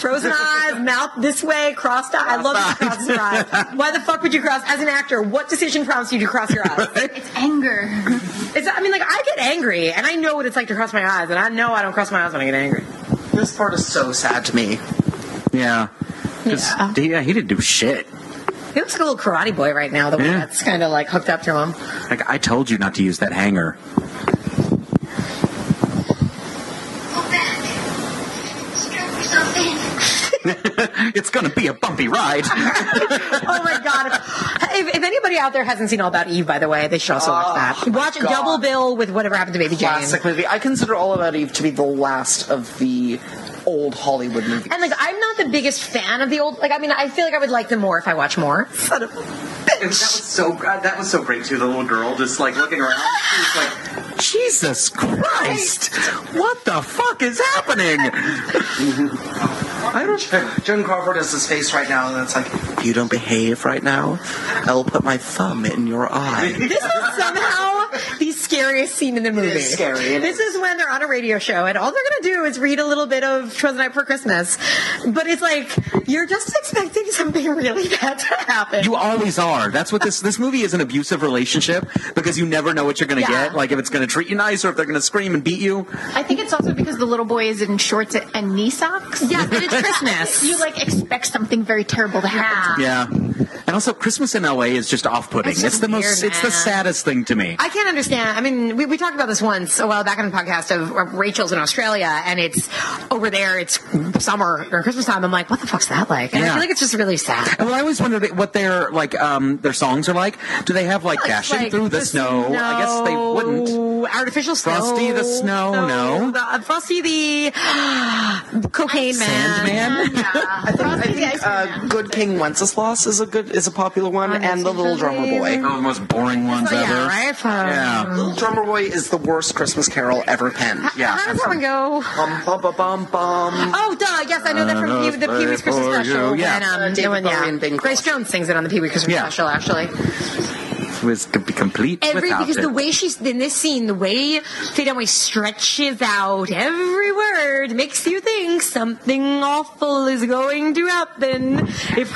S3: Frozen eyes, mouth this way, crossed eye. I love that she crosses her eyes. Why the fuck would you cross? As an actor, what decision prompts you to cross your eyes?
S5: It's anger.
S3: It's, I mean, like, I get angry, and I know what it's like to cross my eyes, and I know I don't cross my eyes when I get angry.
S7: This part is so sad to me.
S4: Yeah. 'Cause-
S3: Yeah.
S4: yeah, he didn't do shit.
S3: He looks like a little karate boy right now, the one
S4: Yeah.
S3: that's kind of like hooked up to him.
S4: Like I told you not to use that hanger.
S9: Go back. Strap yourself in.
S4: It's gonna be a bumpy ride.
S3: Oh my god! If, if anybody out there hasn't seen All About Eve, by the way, they should also watch that. Watch
S7: Oh God.
S3: Double Bill with whatever happened to Baby
S7: Classic
S3: Jane.
S7: movie. I consider All About Eve to be the last of the old Hollywood movies.
S3: And like, I'm not the biggest fan of the old. Like, I mean, I feel like I would like them more if I watch more.
S10: That was so
S7: uh,
S10: God, that was so great too. The little girl just like looking around. She was like,
S4: Jesus Christ! What the fuck is happening?
S7: I don't. Joan Crawford has this face right now, and it's like, if you don't behave right now, I will put my thumb in your eye.
S3: This is somehow the scariest scene in the movie.
S7: is scary. It
S3: This is when they're on a radio show, and all they're gonna do is read a little bit of *Twas the Night Before Christmas, but it's like you're just expecting something really bad to happen.
S4: You always are. That's what this this movie is an abusive relationship because you never know what you're gonna
S3: Yeah.
S4: get. Like if it's gonna treat you nice or if they're gonna scream and beat you.
S5: I think it's also because the little boy is in shorts and knee socks.
S3: yeah, but it's Christmas.
S5: You like expect something very terrible to happen.
S4: Yeah. And also Christmas in LA is just off putting.
S3: It's
S4: It's,
S3: just
S4: the most
S3: weird,
S4: it's the
S3: man.
S4: saddest thing to me.
S3: I can't understand. I mean, we, we talked about this once a while back on the podcast of of Rachel's in Australia, and it's over there, it's summer or Christmas time. I'm like, what the fuck's that like? And I
S4: Yeah.
S3: feel like it's just really sad.
S4: And well, I always wondered what their like um their songs are like. Do they have like dashing
S3: Like,
S4: through the, snow? I guess they wouldn't.
S3: snow, Artificial snow.
S4: Frosty the Snow, no.
S3: The, uh, Frosty the cocaine man.
S4: Sandman.
S7: I think, I think uh, Good King Wenceslas is a good is a popular one, and The Little Drummer Boy.
S4: One of the most boring ones
S3: Yeah,
S4: ever.
S3: right? From-
S4: Yeah.
S7: Little Drummer Boy is the worst Christmas carol ever penned.
S4: Yeah.
S3: How does that one go?
S7: Bum bum bum bum bum.
S3: Oh, duh. Yes, I know that from Pee- the Pee Wee's Christmas
S4: For you,
S3: special.
S4: yeah.
S3: when, um,
S7: Uh, David
S3: no one-
S7: Bowie
S3: yeah.
S7: and Bing
S3: Grace
S7: Crosby.
S3: Jones sings it on the Pee Wee Christmas
S4: Yeah.
S3: special, actually.
S4: It was could be complete
S3: every
S4: without
S3: because
S4: it.
S3: the way she's in this scene, the way Faye Dunaway stretches out every word makes you think something awful is going to happen if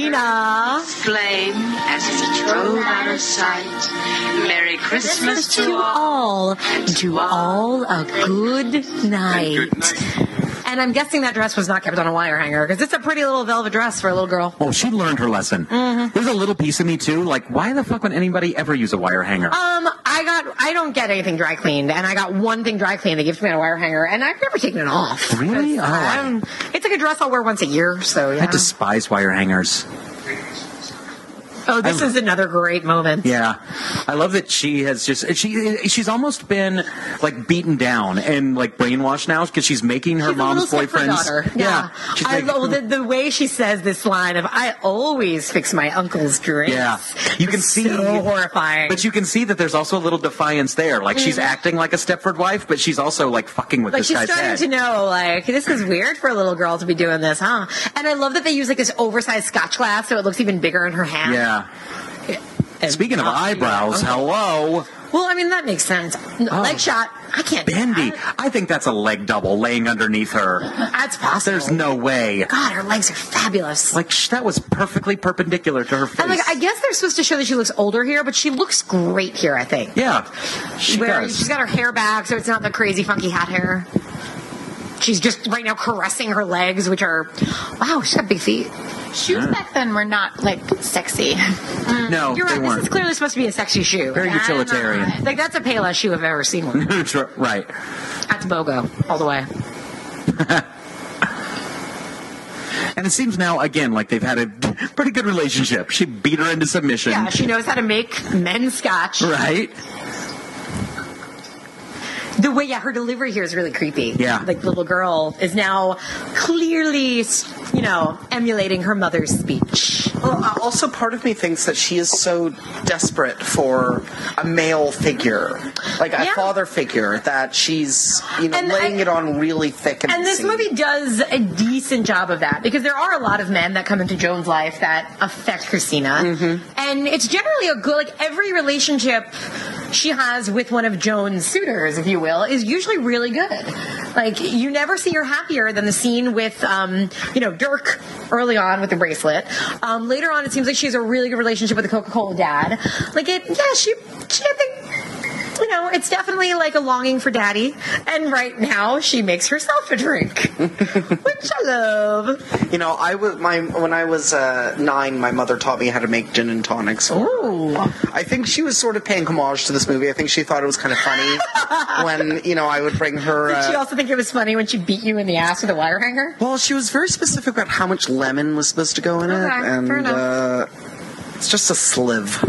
S3: Christina.
S6: flame as he drove out of sight. Merry Christmas to
S3: To
S6: all.
S3: all, to all a good night. And I'm guessing that dress was not kept on a wire hanger because it's a pretty little velvet dress for a little girl.
S4: Oh, she learned her lesson.
S3: Mm-hmm.
S4: There's a little piece of me too, like why the fuck would anybody ever use a wire hanger?
S3: Um, I got, I don't get anything dry cleaned, and I got one thing dry cleaned. They gave it to me on a wire hanger, and I've never taken it off.
S4: Really? Oh, I-
S3: Um, it's like a dress I'll wear once a year, so yeah.
S4: I despise wire hangers.
S3: oh, this is another great moment.
S4: Yeah, I love that she has just she she's almost been like beaten down and like brainwashed now because she's making her
S3: She's a
S4: mom's
S3: little stepford
S4: boyfriends.
S3: daughter.
S4: Yeah,
S3: Yeah.
S4: She's
S3: I
S4: like,
S3: love the, the way she says this line of "I always fix my uncle's dress."
S4: yeah, you can see.
S3: so horrifying. Mm-hmm.
S4: But you can see that there's also a little defiance there. Like she's acting like a Stepford wife, but she's also like fucking with
S3: like
S4: this
S3: she's
S4: guy's
S3: starting
S4: head.
S3: to know, like this is weird for a little girl to be doing this, huh? And I love that they use like this oversized Scotch glass, so it looks even bigger in her hand.
S4: yeah.
S3: And-
S4: Speaking of
S3: Oh, yeah.
S4: eyebrows,
S3: Okay.
S4: hello,
S3: Well, I mean that makes sense.
S4: Oh.
S3: Leg shot. I can't.
S4: Bendy.
S3: I-
S4: I think that's a leg double laying underneath her.
S3: That's possible.
S4: There's no way.
S3: God, her legs are fabulous.
S4: Like sh- that was perfectly perpendicular to her face.
S3: and like I guess they're supposed to show that she looks older here, but she looks great here. I think.
S4: yeah, she
S3: Where
S4: does.
S3: she's got her hair back, so it's not the crazy funky hat hair. She's just right now caressing her legs, which are wow, she's got big feet.
S5: Shoes back then were not like sexy.
S4: No,
S3: You're
S4: Oh, they
S3: right.
S4: weren't.
S3: This is clearly supposed to be a sexy shoe.
S4: Very
S3: Like, I don't know.
S4: utilitarian.
S3: Like that's a pale shoe I've ever seen one.
S4: Tr- right.
S3: That's bogo all the way.
S4: And it seems now again like they've had a pretty good relationship. She beat her into submission.
S3: Yeah, she knows how to make men scotch.
S4: Right?
S3: The way, yeah, her delivery here is really creepy.
S4: Yeah.
S3: Like, the little girl is now clearly, you know, emulating her mother's speech.
S7: Well, uh, also part of me thinks that she is so desperate for a male figure, like a
S3: Yeah.
S7: father figure, that she's you know
S3: And
S7: laying
S3: I-
S7: it on really thick. And,
S3: And this
S7: seam.
S3: movie does a decent job of that because there are a lot of men that come into Joan's life that affect Christina. And it's generally a good, like every relationship she has with one of Joan's suitors, if you will, is usually really good. Like you never see her happier than the scene with, um, you know, Dirk early on with the bracelet. Um, later on, it seems like she has a really good relationship with the Coca Cola dad. Like it, yeah, she, she, I think you know, it's definitely like a longing for daddy. And right now, she makes herself a drink, which I love.
S7: You know, I was my when I was uh, nine, my mother taught me how to make gin and tonics.
S3: Oh. Ooh.
S7: I think she was sort of paying homage to this movie. I think she thought it was kind of funny when you know I would bring her.
S3: Did
S7: uh,
S3: she also think it was funny when she beat you in the ass with a wire hanger?
S7: Well, she was very specific about how much lemon was supposed to go in it,
S3: Okay, fair
S7: and
S3: enough.
S7: uh, it's just a sliv.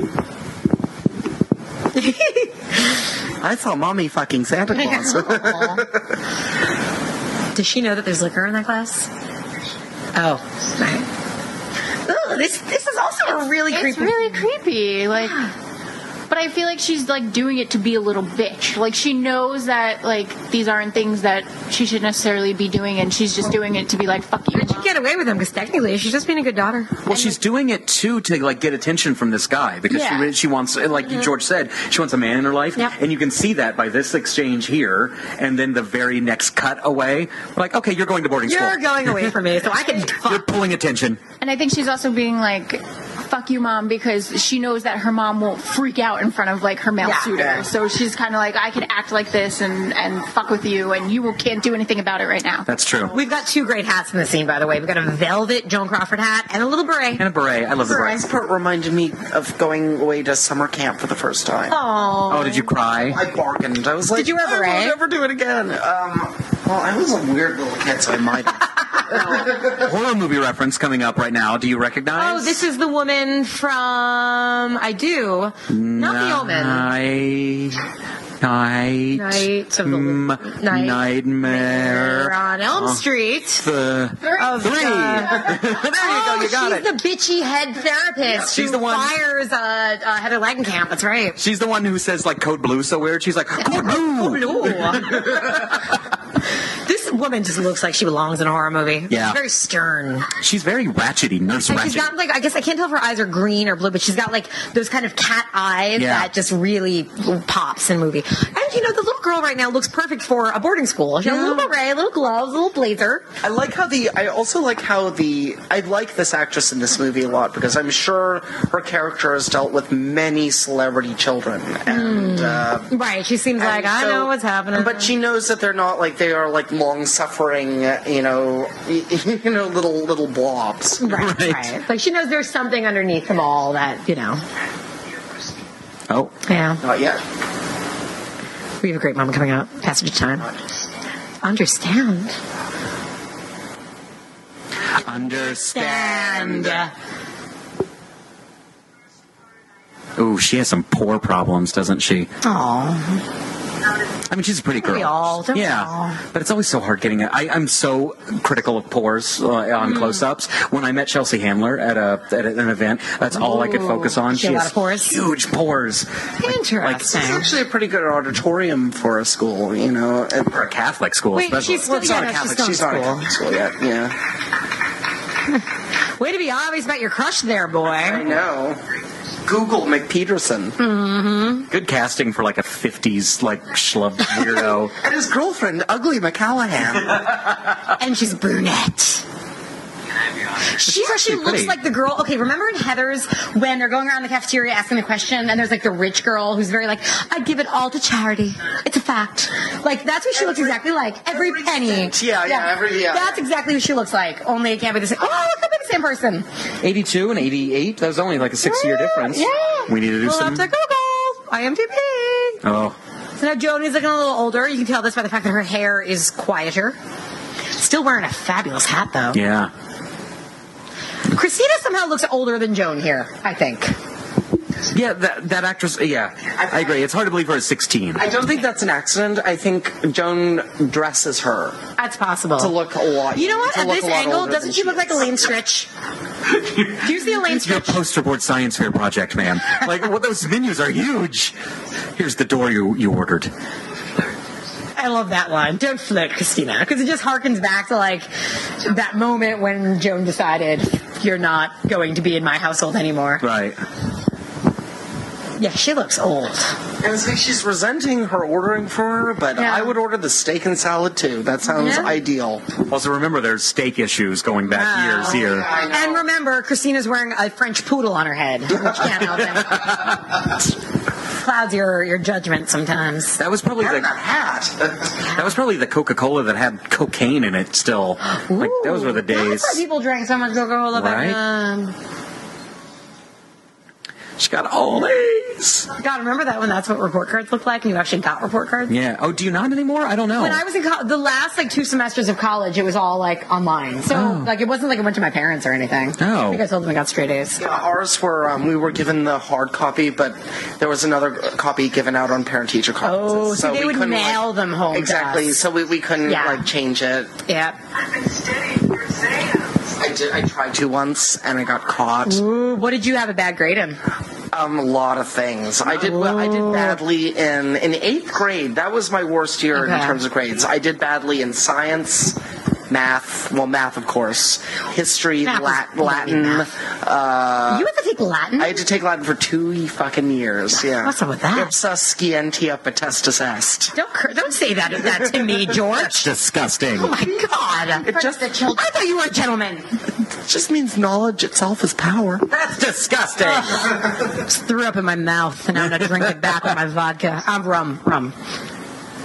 S7: I saw mommy fucking Santa Claus.
S3: Does she know that there's liquor in that glass? Oh, right. Ugh, this this is also a really
S5: It's
S3: creepy.
S5: really creepy. Like, but I feel like she's like doing it to be a little bitch. Like she knows that like these aren't things that she should necessarily be doing, and she's just doing it to be like fuck you.
S3: Did she get away with them? Because technically, she's just being a good daughter.
S4: Well, she's doing it too to like get attention from this guy because
S5: Yeah.
S4: she re- she wants, and like George said, she wants a man in her life,
S3: Mm-hmm. Yep.
S4: and you can see that by this exchange here, and then the very next cut away, like, okay, you're going to boarding
S3: You're
S4: school,
S3: going away from me, so I can
S4: you're
S3: fuck.
S4: pulling attention.
S5: And I think she's also being like, fuck you, mom, because she knows that her mom won't freak out in front of like her male
S3: Yeah.
S5: suitor. So she's kind of like, I could act like this and, and fuck with you, and you will- can't do anything about it right now.
S4: That's true.
S3: We've got two great hats in the scene, by the way. We've got a velvet Joan Crawford hat and a little beret.
S4: and a beret. I love the
S7: Her
S4: beret.
S7: eyes part reminded me of going away to summer camp for the first time.
S3: Aww.
S4: Oh, did you cry?
S7: I bargained. I was like,
S3: Did you ever,
S7: I will
S3: eh?"
S7: never do it again. Um, well, I was a weird little kid, so I might have.
S4: Horror movie reference coming up right now. Do you recognize?
S3: Oh, this is the woman from I do, not the Omen.
S4: Night, night,
S3: Night of the-
S4: mm,
S3: night-
S4: nightmare
S3: They're on Elm
S4: Oh.
S3: Street.
S4: The
S3: Of
S4: three.
S3: the-
S4: there you
S3: Oh,
S4: go. You got
S3: she's
S4: it.
S3: the bitchy head therapist.
S4: she's
S3: who
S4: the one-
S3: Fires uh, uh, Heather Langenkamp. That's right.
S4: She's the one who says like code blue so weird. She's like code blue.
S3: this woman just looks like she belongs in a horror movie.
S4: Yeah.
S3: very stern.
S4: She's very ratchety, nurse
S3: And
S4: ratchet.
S3: she's got like I guess I can't tell if her eyes are green or blue, but she's got like those kind of cat eyes
S4: Yeah.
S3: that just really pops in movie. And you know, the little girl right now looks perfect for a boarding school. She has a little beret, little gloves, a little blazer.
S7: I like how the. I also like how the. I like this actress in this movie a lot because I'm sure her character has dealt with many celebrity children, and uh,
S3: Right. She seems Hmm. like
S7: And
S3: I
S7: so-
S3: know what's happening.
S7: But she knows that they're not like they are like long suffering, you know, you know, little little blobs.
S3: right,
S4: Right.
S3: right. Like she knows there's something underneath them all that you know.
S4: oh,
S3: Yeah.
S7: Not yet.
S3: We have a great moment coming up. Passage of time. Understand.
S4: understand. Ooh, she has some poor problems, doesn't she?
S3: Oh.
S4: I mean, she's a pretty girl.
S3: we all? Don't we
S4: yeah,
S3: all?
S4: but it's always so hard getting. A, I, I'm so critical of pores uh, on
S3: Mm.
S4: close-ups. When I met Chelsea Handler at a at an event, that's all I could focus on.
S3: She had a lot
S4: has
S3: of pores?
S4: huge pores.
S3: Interesting.
S7: It's actually a pretty good auditorium for a school, you know. and-
S4: For a Catholic school,
S3: Wait,
S4: especially.
S3: she's still
S7: It's not
S3: together.
S7: a
S3: She's
S7: Catholic.
S3: still in
S7: She's not a
S3: school.
S7: Catholic school yet. Yeah.
S3: Way to be obvious about your crush there, boy.
S7: I know. Google McPeterson.
S4: good casting for like a '50s like schlub weirdo.
S7: And his girlfriend, Ugly McCallahan.
S3: and she's brunette. She actually
S4: actually
S3: looks
S4: pretty.
S3: like the girl. Okay, remember in Heather's when they're going around the cafeteria asking the question, and there's like the rich girl who's very like, "I'd give it all to charity. It's a fact." Like that's what she looks exactly like. Every, penny.
S7: Yeah, yeah, every- yeah.
S3: That's exactly what she looks like. Only it can't be the same. Oh, it could be the same person.
S4: 82 and 88. That was only like a six-year difference.
S3: Yeah.
S4: We need to do
S3: we'll
S4: some.
S3: Have to Google IMDb.
S4: oh,
S3: So now Joan is looking a little older. You can tell this by the fact that her hair is quieter. Still wearing a fabulous hat though.
S4: yeah.
S3: Christina somehow looks older than Joan here, I think.
S4: Yeah, that, that actress. Yeah, I agree. It's hard to believe her at 16.
S7: I don't think that's an accident. I think Joan dresses her
S3: That's possible.
S7: to look a lot.
S3: Oh. You know what?
S7: to
S3: At
S7: look
S3: this
S7: a lot
S3: angle,
S7: older
S3: doesn't
S7: than
S3: she look like
S7: is.
S3: Elaine Stritch? Do you see Elaine
S4: Your
S3: Stritch?
S4: poster board science fair project, man. Like, well, those menus are huge. Here's the door you, you ordered.
S3: I love that line. Don't flirt, Christina, because it just harkens back to like that moment when Joan decided you're not going to be in my household anymore.
S4: Right.
S3: Yeah, she looks old.
S7: And it's like she's resenting her ordering for her, but
S3: Yeah.
S7: I would order the steak and salad too. That sounds
S3: Yeah.
S7: ideal.
S4: Also, remember there's steak issues going back years here.
S3: And remember, Christina's wearing a French poodle on her head, which can't help it. Clouds your, your judgment sometimes.
S4: That was probably
S10: And
S4: the
S10: that hat.
S4: that was probably the Coca Cola that had cocaine in it. Still, like those were the days.
S3: That's why people drank so much Coca-Cola back
S4: Right?
S3: then.
S4: She got all these.
S3: God, remember that when that's what report cards looked like and you actually got report cards?
S4: Yeah. Oh, do you not anymore? I don't know.
S3: When I was in co- the last like two semesters of college, it was all like online. So
S4: Oh.
S3: like it wasn't like I went to my parents or anything.
S4: Oh.
S3: I think I told them I got straight A's.
S7: Yeah, ours were um, we were given the hard copy, but there was another copy given out on parent teacher conferences.
S3: Oh, so they
S7: we
S3: would
S7: couldn't, like-
S3: mail them home to
S7: Exactly.
S3: us.
S7: So we, we couldn't
S3: Yeah.
S7: like change it.
S3: Yeah.
S7: I did. I tried to once, and I got caught.
S3: Ooh, what did you have a bad grade in?
S7: Um, a lot of things. I did. Well, I
S3: Oh.
S7: did badly in in eighth grade. That was my worst year in
S3: Okay.
S7: terms of grades. I did badly in science, math. Well, math of course, history,
S3: Math is
S7: Lat-
S3: bloody
S7: Latin. Uh,
S3: you had to take Latin.
S7: I had to take Latin for two fucking years. Yeah.
S3: What's up with that?
S7: Ipsa scientia potestas est.
S3: don't cur- don't say that that to me, George.
S4: disgusting.
S3: Oh my God!
S7: It just
S3: I thought you were a gentleman.
S7: it just means knowledge itself is power.
S4: That's disgusting.
S3: Just threw up in my mouth, and I'm gonna drink it back with my vodka. I'm rum, rum.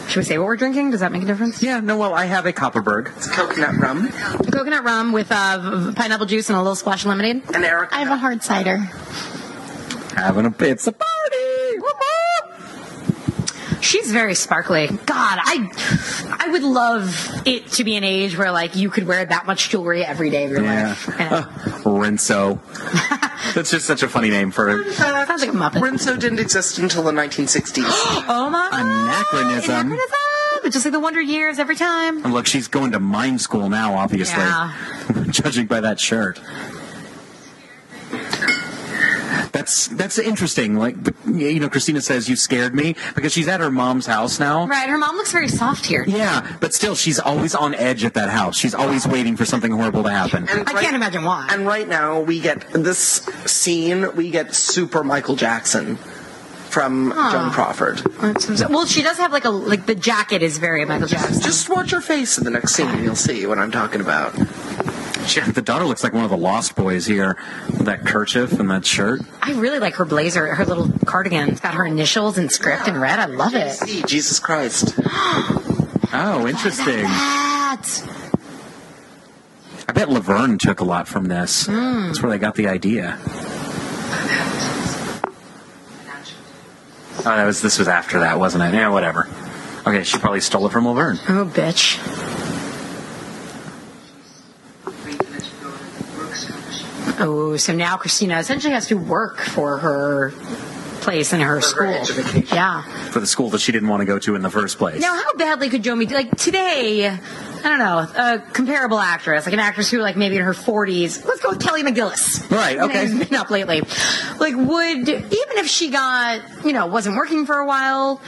S3: Should we say what we're drinking? Does that make a difference?
S4: yeah. No. Well, I have a Copperberg.
S7: It's coconut rum
S3: Coconut rum with uh, v- pineapple juice and a little splash of lemonade.
S7: and Eric.
S5: I have a hard cider.
S4: Having a it's a party. Whoop, whoop.
S3: She's very sparkly. God, I I would love it to be an age where like you could wear that much jewelry every day of your
S4: Yeah.
S3: life. I know.
S4: Uh, Rinso. That's just such a funny name for it.
S3: Sounds like a muppet.
S7: Rinso didn't exist until the 1960s.
S3: Oh my God.
S4: Anachronism.
S3: Anachronism. It's just like the Wonder Years every time.
S4: And look, she's going to mime school now, obviously.
S3: Yeah.
S4: Judging by that shirt. That's that's interesting. Like but, you know, Christina says you scared me because she's at her mom's house now.
S3: Right. Her mom looks very soft here.
S4: Yeah, but still, she's always on edge at that house. She's always waiting for something horrible to happen.
S7: And
S3: I
S7: right-
S3: can't imagine why.
S7: And right now we get this scene. We get super Michael Jackson from Joan Crawford.
S3: well, she does have like a like the jacket is very Michael Jackson.
S7: Just watch her face in the next scene. You'll see what I'm talking about.
S4: the daughter looks like one of the Lost Boys here, with that kerchief and that shirt.
S3: I really like her blazer, her little cardigan. It's got her initials and script in red. I love it.
S7: See, Jesus Christ.
S4: Oh, interesting.
S3: That.
S4: I bet Laverne took a lot from this.
S3: Hmm.
S4: That's where they got the idea. Oh, that was this was after that, wasn't it? Yeah, whatever. Okay, she probably stole it from Laverne.
S3: Oh, bitch. Oh, so now Christina essentially has to work for her place and her school. yeah.
S4: For the school that she didn't want to go to in the first place.
S3: Now, how badly could Jomi like today? I don't know, a comparable actress, like an actress who, like maybe in her forties. Let's go with Kelly McGillis.
S4: Right,
S3: You know,
S4: okay.
S3: Who's been up lately? Like, would even if she got, you know, wasn't working for a while?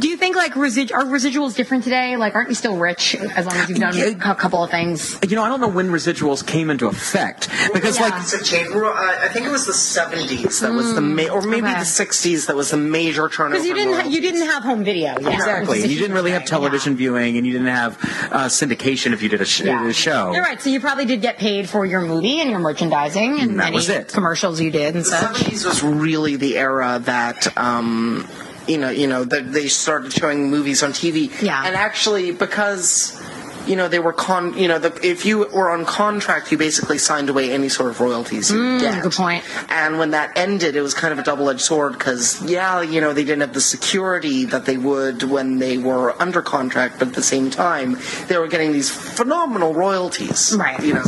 S3: Do you think like resi- are residuals different today? Like, aren't you still rich as long as you've done a cou- couple of things?
S4: You know, I don't know when residuals came into effect because,
S3: Yeah.
S4: like,
S7: It's a change. Well, I I think it was the 70s that was the, ma- or maybe
S3: Hmm. okay.
S7: the 60s that was the major turnover.
S3: Because you
S7: in the
S3: didn't ha-
S7: world.
S3: you didn't have home video. Yeah.
S4: exactly,
S3: It was a
S4: you didn't really
S3: huge
S4: have
S3: thing, yeah.
S4: television viewing, and you didn't have uh, syndication if you did a, sh-
S3: Yeah.
S4: a show.
S3: You're right. So you probably did get paid for your movie and your merchandising and
S4: That
S3: any
S4: was it.
S3: commercials you did and
S7: The
S3: such.
S7: 70s was really the era that um, you know you know that they started showing movies on TV
S3: Yeah.
S7: and actually because you know, they were con. You know, the, if you were on contract, you basically signed away any sort of royalties you
S3: Mm,
S7: get.
S3: good point.
S7: And when that ended, it was kind of a double-edged sword because, yeah, you know, they didn't have the security that they would when they were under contract, but at the same time, they were getting these phenomenal royalties.
S3: Right.
S7: You know.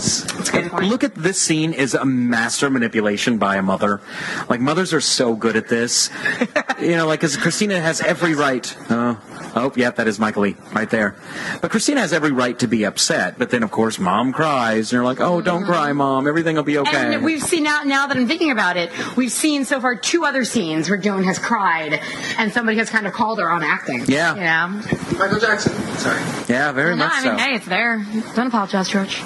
S4: And look at this scene is a master manipulation by a mother. Like mothers are so good at this. you know, like because Christina has every right. Oh, oh, yeah, that is Michael Lee right there. But Christina has every right to be upset. But then of course mom cries, and you're like, oh, don't cry, mom. Everything will be okay.
S3: Mm-hmm. And we've seen now, now that I'm thinking about it, we've seen so far two other scenes where Joan has cried and somebody has kind of called her on acting.
S4: Yeah.
S3: You know?
S7: Michael Jackson. Sorry.
S4: yeah, very
S3: no, I
S4: much
S3: mean,
S4: so.
S3: hey, it's there. Don't apologize, George.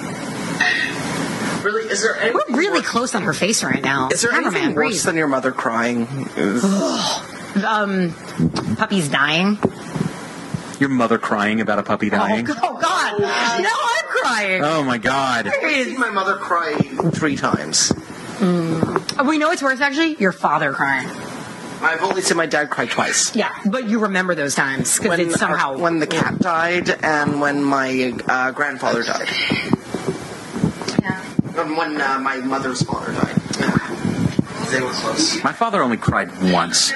S7: Really, is there any?
S3: We're really close on her face right now.
S7: Is there
S3: Cameraman,
S7: anything worse
S3: breathe.
S7: than your mother crying?
S3: um, puppies dying?
S4: Your mother crying about a puppy dying.
S3: Oh, oh, God. No, I'm crying.
S4: Oh my God.
S7: I've seen my mother cry three times.
S3: We know it's worse, actually. Your father crying.
S7: I've only seen my dad cry twice.
S3: Yeah, but you remember those times because it's somehow.
S7: when the cat died and when my uh, grandfather died. And when uh, my mother's father died. They were close.
S4: My father only cried once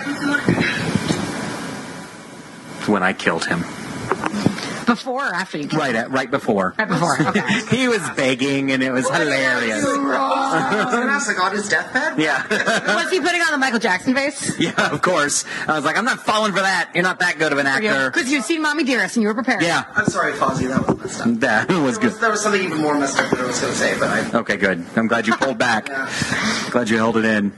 S4: when I killed him.
S3: before or after you came?
S4: Right at right before.
S3: Right before. Okay.
S4: He was begging, and it was hilarious.
S7: I was gonna ask, like, on his deathbed?
S4: Yeah,
S3: Was he putting on the Michael Jackson face?
S4: yeah, of course. I was like, I'm not falling for that. You're not that good of an actor.
S3: Because you'd seen Mommy Dearest and you were prepared.
S4: Yeah,
S7: I'm sorry, Fozzie, that was messed up.
S4: that was
S7: There
S4: good.
S7: was, there was something even more messed up that I was gonna say, but I.
S4: Okay, good. I'm glad you pulled back. Glad you held it in.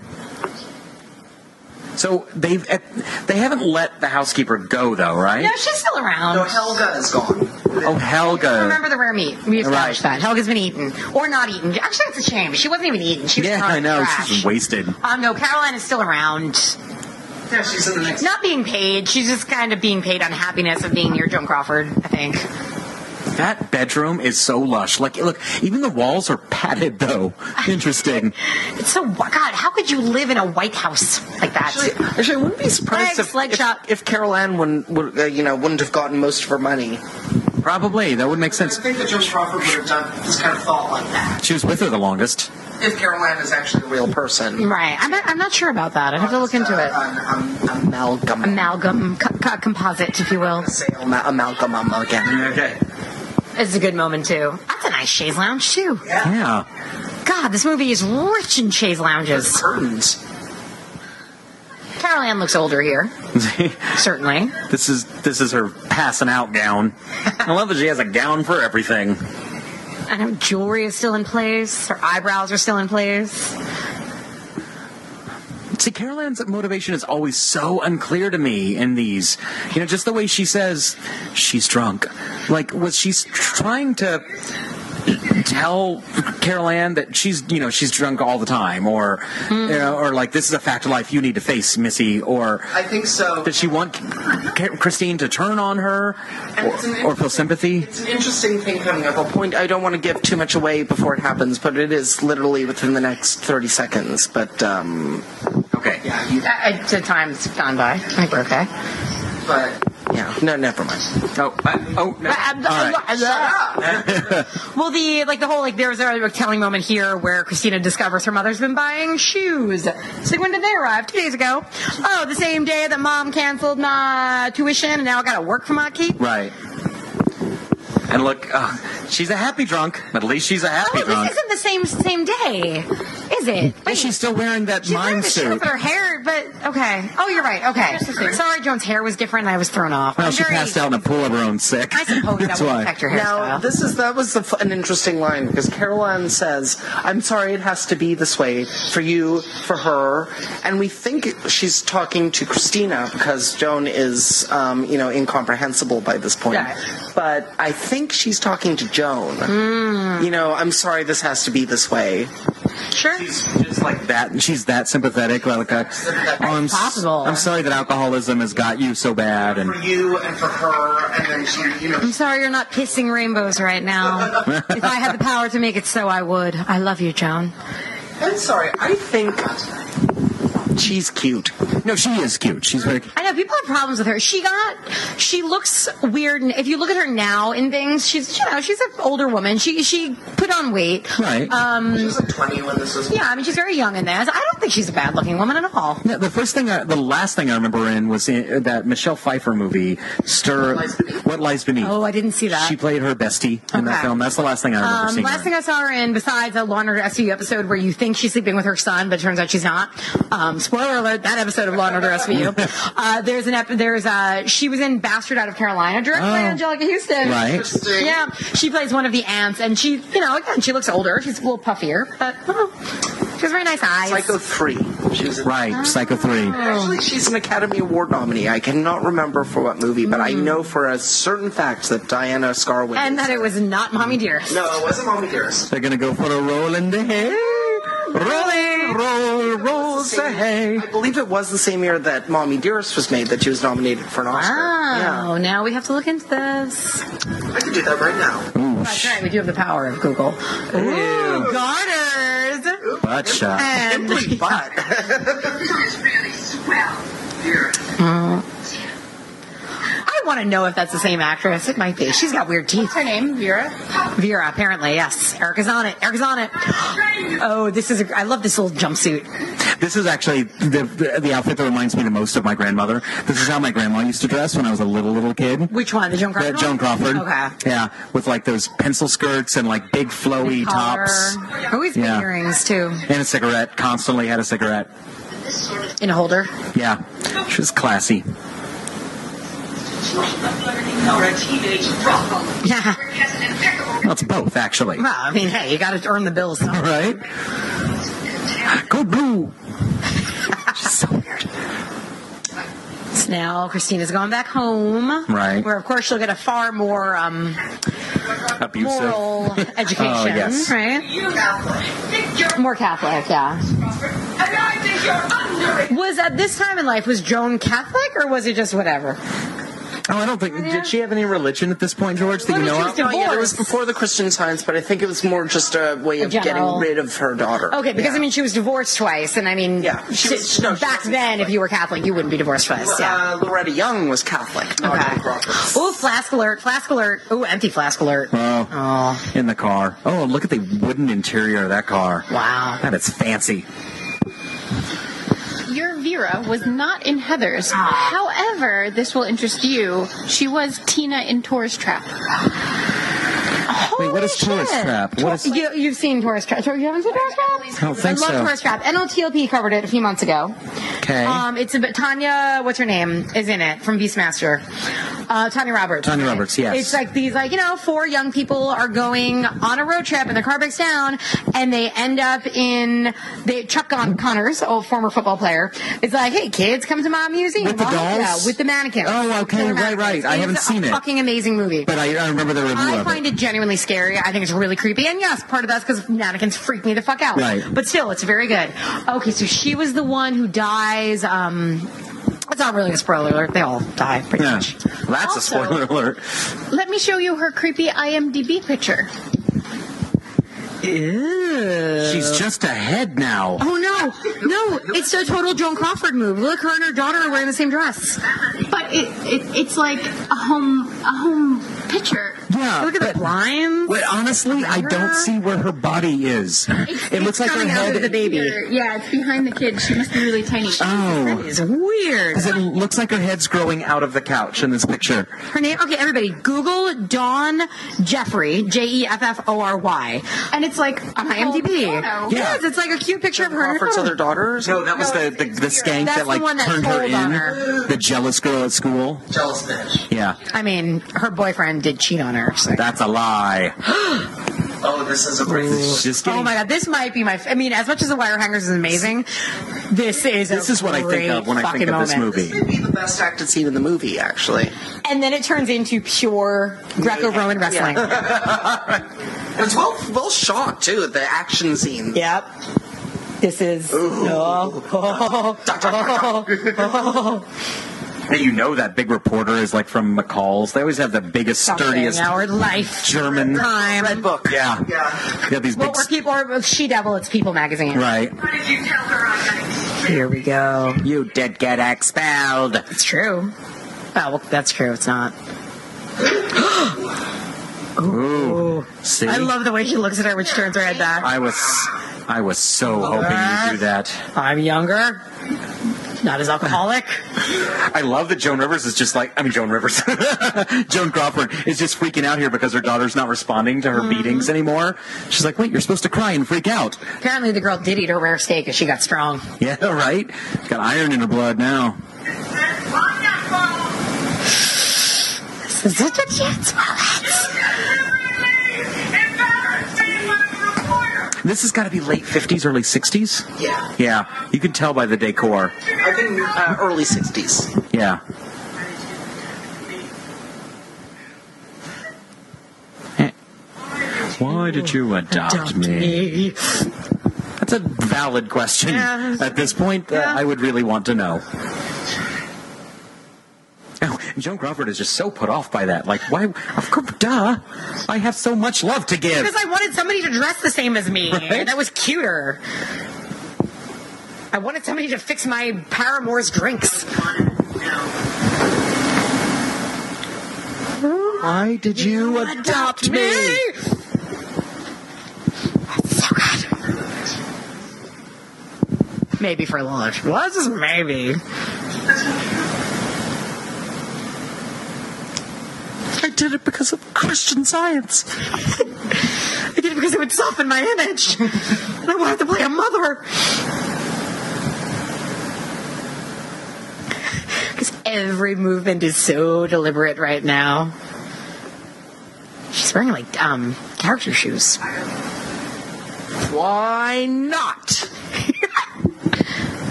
S4: So they've eh, they haven't let the housekeeper go though, right?
S3: No, she's still around.
S7: No, Helga is gone.
S4: Oh, Helga.
S3: Remember the rare meat. We established
S4: Right.
S3: that. Helga's been eaten. Or not eaten. Actually, it's a shame. She wasn't even eaten. She was
S4: yeah,
S3: thrown
S4: I
S3: in
S4: know
S3: the trash.
S4: she's wasted.
S3: Um, no, Caroline is still around.
S7: Yeah, she's in the next.
S3: Not being paid. She's just kind of being paid on happiness of being near Joan Crawford, I think.
S4: That bedroom is so lush. Like, look, even the walls are padded though. Interesting.
S3: It's so, God, how could you live in a White House like that?
S7: Actually, actually, I wouldn't be surprised
S3: Legs,
S7: if,
S3: leg
S7: if,
S3: shot.
S7: if Carol Ann wouldn't, would, uh, you know, wouldn't have gotten most of her money.
S4: Probably that would make sense.
S7: think that Joan Crawford would have done this kind of thought like that.
S4: She was with her the longest.
S7: If Carol Ann is actually a real person.
S3: Right. I'm not, I'm not sure about that. I'd have to look into it.
S7: An, an amalgam.
S3: Amalgam, co- co- composite, if you will.
S7: Say ama- amalgam again.
S4: Okay.
S3: It's a good moment, too. That's a nice chaise lounge, too.
S4: Yeah.
S3: God, this movie is rich in chaise lounges.
S7: Curtains.
S3: Carol Ann looks older here, certainly.
S4: this is this is her passing out gown. I love that she has a gown for everything.
S3: And her jewelry is still in place. Her eyebrows are still in place.
S4: See, Caroline's motivation is always so unclear to me in these. You know, just the way she says she's drunk. Like, was she s- trying to tell Caroline that she's, you know, she's drunk all the time, or, you know, or like this is a fact of life you need to face, Missy, or
S7: I think so.
S4: did she want Ca- Christine to turn on her
S7: it's an
S4: or, or feel sympathy?
S7: It's an interesting thing coming up. A point I don't want to give too much away before it happens, but it is literally within the next 30 seconds. But, um,
S4: Okay.
S7: yeah, you,
S3: Uh, the time's gone by. I think we're okay.
S7: but, yeah, no, never mind.
S4: Oh, uh, oh, no. All right.
S3: um, uh, Well, the like the whole like there was a telling moment here where Christina discovers her mother's been buying shoes. So when did they arrive? Two days ago. Oh, the same day that mom canceled my tuition and now I got to work for my keep.
S4: Right. And look, uh, she's a happy drunk, but at least she's a
S3: Oh,
S4: happy
S3: wait,
S4: drunk.
S3: this isn't the same same day, is it?
S4: And she's still wearing that
S3: She's wearing
S4: mime
S3: the shirt
S4: suit.
S3: with her hair, but okay. Oh, you're right. Okay. Sorry, Joan's hair was different. and I was thrown off.
S4: Well,
S3: I'm
S4: she
S3: very-
S4: passed out in a pool of her own sick.
S3: I suppose that
S4: That's
S3: would
S4: why.
S3: affect your
S7: Now,
S3: hairstyle.
S7: this is that was a f an interesting line because Caroline says, "I'm sorry, it has to be this way for you, for her," and we think she's talking to Christina because Joan is, um, you know, incomprehensible by this point.
S3: Yeah.
S7: But I think she's talking to Joan. You know, I'm sorry, this has to be this way.
S3: sure.
S4: Just like that, and she's that sympathetic. Like, uh, oh, I'm, s-
S3: Possible.
S4: I'm sorry that alcoholism has got you so bad, and
S7: you and for her, and then she, you know,
S3: I'm sorry you're not kissing rainbows right now. if I had the power to make it so, I would. I love you, Joan.
S7: I'm sorry. I think she's cute.
S4: No, she is cute. She's very.
S3: I know people have problems with her. She got, she looks weird, and if you look at her now in things, she's you know she's an older woman. She she put on weight.
S4: Right.
S3: Um.
S7: She's like 20 when this is.
S3: Yeah, I mean she's very young in this. I don't think she's a bad looking woman at all.
S4: No, the first thing, I, the last thing I remember in was in, that Michelle Pfeiffer movie, Stir. What Lies Beneath.
S3: Oh, I didn't see that.
S4: She played her bestie in that
S3: Okay.
S4: film. That's the last thing I remember
S3: Um,
S4: seeing.
S3: last
S4: her
S3: thing I saw her in, besides a Law and Order SVU episode where you think she's sleeping with her son, but it turns out she's not. Um, spoiler alert: that episode of Law and Order SVU. uh, there's an ep- there's uh she was in Bastard Out of Carolina, directed by
S4: Oh.
S3: Angelica Houston.
S4: in. right.
S7: Interesting.
S3: Yeah, she plays one of the aunts, and she, you know, again, she looks older. She's a little puffier, but oh, she has very nice eyes.
S7: Psycho 3. She was in
S4: Right. Psycho three.
S7: Actually,
S3: Oh.
S7: she's an Academy Award nominee. I cannot remember for what movie, but I know for a certain fact that Diana Scarwin.
S3: Mm-hmm. and that it was not Mommy Dear.
S7: No, it wasn't Mommy Dearest.
S4: They're gonna go for a roll in the hay. Rolling, roll, rolls the hay.
S7: I believe it was the same year that Mommy Dearest was made that she was nominated for an Oscar.
S3: Wow, Oh, now we have to look into this.
S7: Yeah. I could do that right now.
S3: That's right, we do have the power of Google. Ooh, garters!
S4: Butt shot.
S3: And
S7: But
S9: really swell.
S3: I want to know if that's the same actress. It might be. She's got weird teeth.
S5: What's her name? Vera?
S3: Vera, apparently, yes. Erica's on it. Erica's on it. Oh, this is. A, I love this little jumpsuit.
S4: This is actually the, the the outfit that reminds me the most of my grandmother. This is how my grandma used to dress when I was a little little kid.
S3: Which one? The Joan Crawford.
S4: That Joan
S3: one?
S4: Crawford.
S3: Okay.
S4: Yeah, with like those pencil skirts and like big flowy tops
S3: Collar. Always big
S4: Yeah.
S3: Oh, earrings too.
S4: and a cigarette. Constantly had a cigarette.
S3: In a holder.
S4: Yeah, she was classy.
S3: Yeah.
S4: Well, it's both actually.
S3: Well, I mean, hey, you got to earn the bills.
S4: All
S3: somehow.
S4: right. Go blue. She's so weird.
S3: So now Christina's going back home.
S4: Right.
S3: Where, of course, she'll get a far more um,
S4: Abusive.
S3: moral education.
S4: Oh, yes.
S3: Right.
S9: You now think you're
S3: More Catholic, yeah.
S9: Robert, and I think you're under it.
S3: Was at this time in life was Joan Catholic or was it just whatever?
S4: Oh, I don't think. Did she have any religion at this point, George? That you
S3: Well,
S4: know
S3: she
S4: of?
S3: was divorced.
S7: yeah, there was before the Christian Science, but I think it was more just a way of
S3: general-
S7: getting rid of her daughter.
S3: Okay, because I mean she was divorced twice, and I mean
S7: Yeah, she
S3: si-
S7: was- no, she
S3: back
S7: wasn't
S3: then, if you were Catholic, you wouldn't be divorced twice. Yeah.
S7: Uh, Loretta Young was Catholic. not
S3: Okay.
S7: Joan Crawford.
S3: Ooh, flask alert! Flask alert! Ooh, empty flask alert!
S4: Oh, in the car. Oh, look at the wooden interior of that car.
S3: Wow.
S4: That is fancy.
S5: Your Vera was not in Heather's. However, this will interest you. She was Tina in Tourist Trap.
S4: Wait, what is
S3: Holy
S4: tourist
S3: shit.
S4: trap? What is?
S3: You, you've seen Taurus Trap. You haven't seen Taurus Trap?
S4: I don't think
S3: I love
S4: so.
S3: Taurus Trap. NLTLP covered it a few months ago.
S4: Okay.
S3: Um, it's about Tanya, what's her name, is in it from Beastmaster. Uh, Tanya Roberts.
S4: Tanya Roberts, yes.
S3: It's like these, like, you know, four young people are going on a road trip and their car breaks down and they end up in, they, Chuck Con- Connors, oh, former football player, is like, hey, kids, come to my museum.
S4: With the
S3: I'll help you
S4: dolls?
S3: out With the mannequins.
S4: Oh, okay,
S3: They're
S4: right, right.
S3: mannequins.
S4: I haven't
S3: It's
S4: seen
S3: a
S4: it.
S3: fucking amazing movie.
S4: but I, I remember the review
S3: I
S4: of
S3: find
S4: it.
S3: it genuinely scary. I think it's really creepy. And yes, part of that's because mannequins freak me the fuck out.
S4: Right.
S3: But still, it's very good. Okay, so she was the one who dies. Um, it's not really a spoiler alert. They all die pretty
S4: Yeah.
S3: much.
S4: That's a
S5: Also-
S4: spoiler alert.
S5: Let me show you her creepy IMDb picture.
S4: She's just a head now.
S3: Oh no, no! It's a total Joan Crawford move. Look, her and her daughter are wearing the same dress.
S5: But it, it it's like a home a home picture.
S4: yeah.
S3: Oh, Look at
S4: but-
S3: the blinds.
S4: But honestly, I don't see where her body is. it looks
S3: it's
S4: like her
S3: coming out
S4: head.
S3: of the baby.
S5: Here, Yeah, it's behind the kid. She must be really tiny.
S4: Oh,
S3: It's weird.
S4: because it looks like her head's growing out of the couch in this picture.
S3: Her name? Okay, everybody, Google Dawn Jeffrey, J E F F O R Y,
S5: And it's like
S3: on IMDb.
S5: photo.
S3: Yes, it's like a cute picture of her. and her
S7: Crawford's
S3: daughter.
S7: other daughters.
S4: No, that was the, the, the skank
S3: That's
S4: that
S3: the
S4: like
S3: one that
S4: turned her
S3: told
S4: in.
S3: on her.
S4: The jealous girl at school.
S7: jealous bitch.
S4: Yeah,
S3: I mean, her boyfriend did cheat on her. So.
S4: that's a lie.
S7: Oh, this is a great.
S4: It's Just kidding.
S3: Oh my god, this might be my. F- I mean, as much as the wire hangers is amazing, this is
S4: This
S3: a
S4: is what I think of
S3: great
S4: when I think
S3: fucking
S4: of this
S3: moment.
S4: movie.
S7: Maybe the best acted scene in the movie, actually.
S3: And then it turns into pure Greco-Roman wrestling.
S7: It's well, well shot too. The action scene.
S3: Yep. This is oh, oh, oh, oh.
S4: And you know that big reporter is like from McCall's. They always have the biggest, sturdiest
S3: Something, our life
S4: German.
S3: time.
S7: Red book.
S4: Yeah.
S7: Yeah.
S4: They have these
S3: Well,
S4: big.
S3: or people, or She Devil, it's People magazine.
S4: Right.
S9: What did you tell her on night?
S3: Here we go.
S4: You did get expelled.
S3: It's true. Oh, well, that's true. It's not.
S4: Ooh. See?
S3: I love the way she looks at her when she turns her head back.
S4: I was I was so hoping you'd do that.
S3: I'm younger. Not as alcoholic.
S4: I love that Joan Rivers is just like I mean Joan Rivers, Joan Crawford is just freaking out here because her daughter's not responding
S3: Mm-hmm.
S4: to her beatings anymore. She's like, wait, you're supposed to cry and freak out.
S3: Apparently, the girl did eat her rare steak and she got strong.
S4: Yeah, right. Got iron in her blood now.
S3: Is this what you had swallowed?
S4: This has got to be late fifties, early sixties.
S7: Yeah.
S4: Yeah, you can tell by the decor.
S7: I think uh, early 60s.
S4: Yeah. Eh. Why did you adopt, me? That's a valid question.
S3: Yeah.
S4: At this point, that
S3: Yeah.
S4: I would really want to know. Oh, Joan Crawford is just so put off by that. Like, why? Of course, duh. I have so much love to give.
S3: Because I wanted somebody to dress the same as me.
S4: Right?
S3: That was cuter. I wanted somebody to fix my paramour's drinks.
S4: Why did you adopt me?
S3: That's Oh, so good. Maybe for lunch. Well, that's just maybe.
S4: I did it because of Christian science.
S3: I did it because it would soften my image. and I wanted to play a mother. Because every movement is so deliberate right now. She's wearing like um character shoes.
S7: Why not?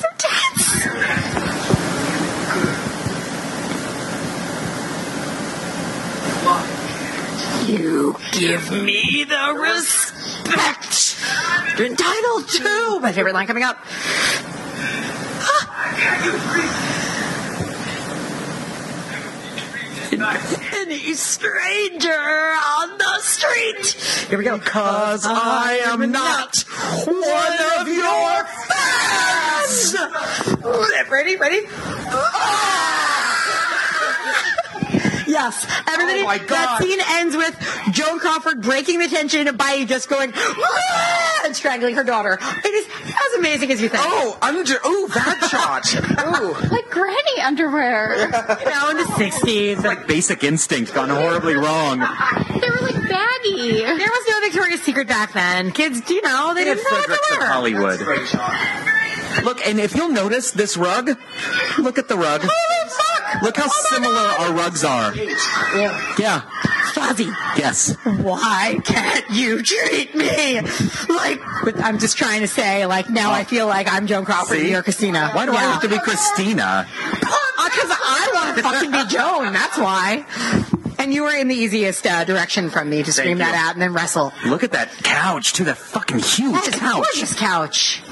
S3: So tense. You give me the respect you're entitled to. My favorite line coming up. Any stranger on the street. Here we go. Cause
S4: I am not one of your
S3: fans. Ready? Ready? Yes, everybody.
S7: Oh my
S3: That
S7: God.
S3: scene ends with Joan Crawford breaking the tension by just going "Ah!" and strangling her daughter. It is as amazing as you think.
S7: Oh, under. Oh, that shot. Ooh.
S5: Like granny underwear.
S3: You know, in the '60s,
S4: Like basic instinct gone horribly wrong.
S5: they were like baggy.
S3: there was no Victoria's Secret back then. Kids, do you know they didn't know what to
S4: Fredericks of
S3: wear.
S4: Hollywood.
S10: Great shot.
S4: Look, and if you'll notice this rug, look at the rug. Look how similar our rugs are. Yeah.
S3: Fuzzy,
S4: Yes.
S3: why can't you treat me like? But I'm just trying to say, like, now I feel like I'm Joan Crawford in
S4: Oh. See?
S3: your casino.
S4: Why do I have to be Christina?
S3: Because Uh, I want to fucking be Joan. That's why. And you were in the easiest uh, direction from me to scream
S4: you.
S3: that out and then wrestle.
S4: Look at that couch, too. That fucking huge
S3: That is a
S4: couch.
S3: gorgeous couch.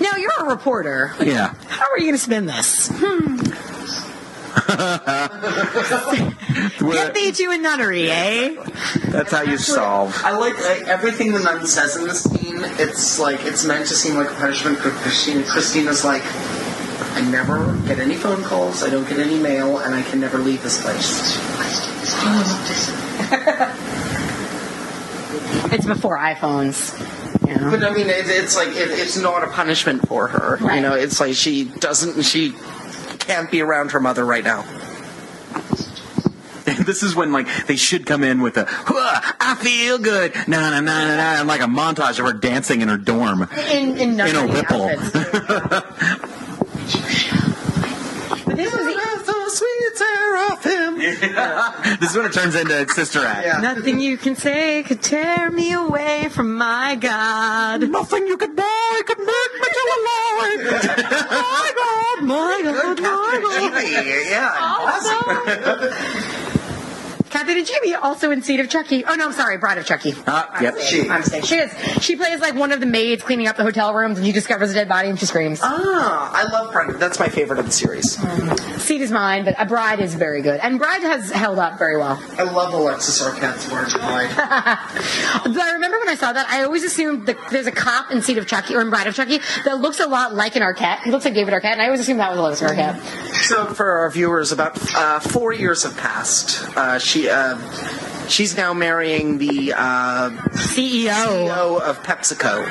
S3: Now you're a reporter.
S4: Yeah.
S3: How are you going to spin this?
S4: We're-
S3: Get thee to a nunnery, eh?
S4: That's how you solve.
S7: I like uh, everything the nun says in this scene. It's like it's meant to seem like a punishment for Christina. Christina's like, I never get any phone calls, I don't get any mail, and I can never leave this place.
S3: It's before iPhones. You know?
S7: But I mean, it, it's like it, it's not a punishment for her. You know, it's like she doesn't, she can't be around her mother right now.
S4: This is when like they should come in with a "Huh, I feel good na na na na na and like a montage of her dancing in her dorm.
S3: in in,
S4: In a
S3: nunnery
S4: ripple.
S3: outfits. but this was the-
S4: This is when it turns into Sister Act.
S7: Yeah.
S3: nothing you can say could tear me away from my God.
S4: Nothing you could buy could make me feel alive.
S3: my God, my God, my God.
S7: yeah.
S3: Awesome. Kathy Anthony Jamie, also in Seed of Chucky. Oh no, I'm sorry, Bride of Chucky.
S4: Ah, yep.
S3: She. I'm saying she is. She plays like one of the maids cleaning up the hotel rooms, and she discovers a dead body and she screams.
S7: Ah, I love Bride. That's my favorite of the series.
S3: Seed is mine, but a Bride is very good, and Bride has held up very well.
S7: I love Alexis Arquette's work. Bride.
S3: But I remember when I saw that, I always assumed that there's a cop in Seed of Chucky or in Bride of Chucky that looks a lot like an Arquette. He looks like David Arquette, and I always assumed that was Lois Arquette.
S7: so for our viewers, about uh, four years have passed. Uh, she. Uh, She's now marrying the uh,
S3: CEO.
S7: CEO of PepsiCo.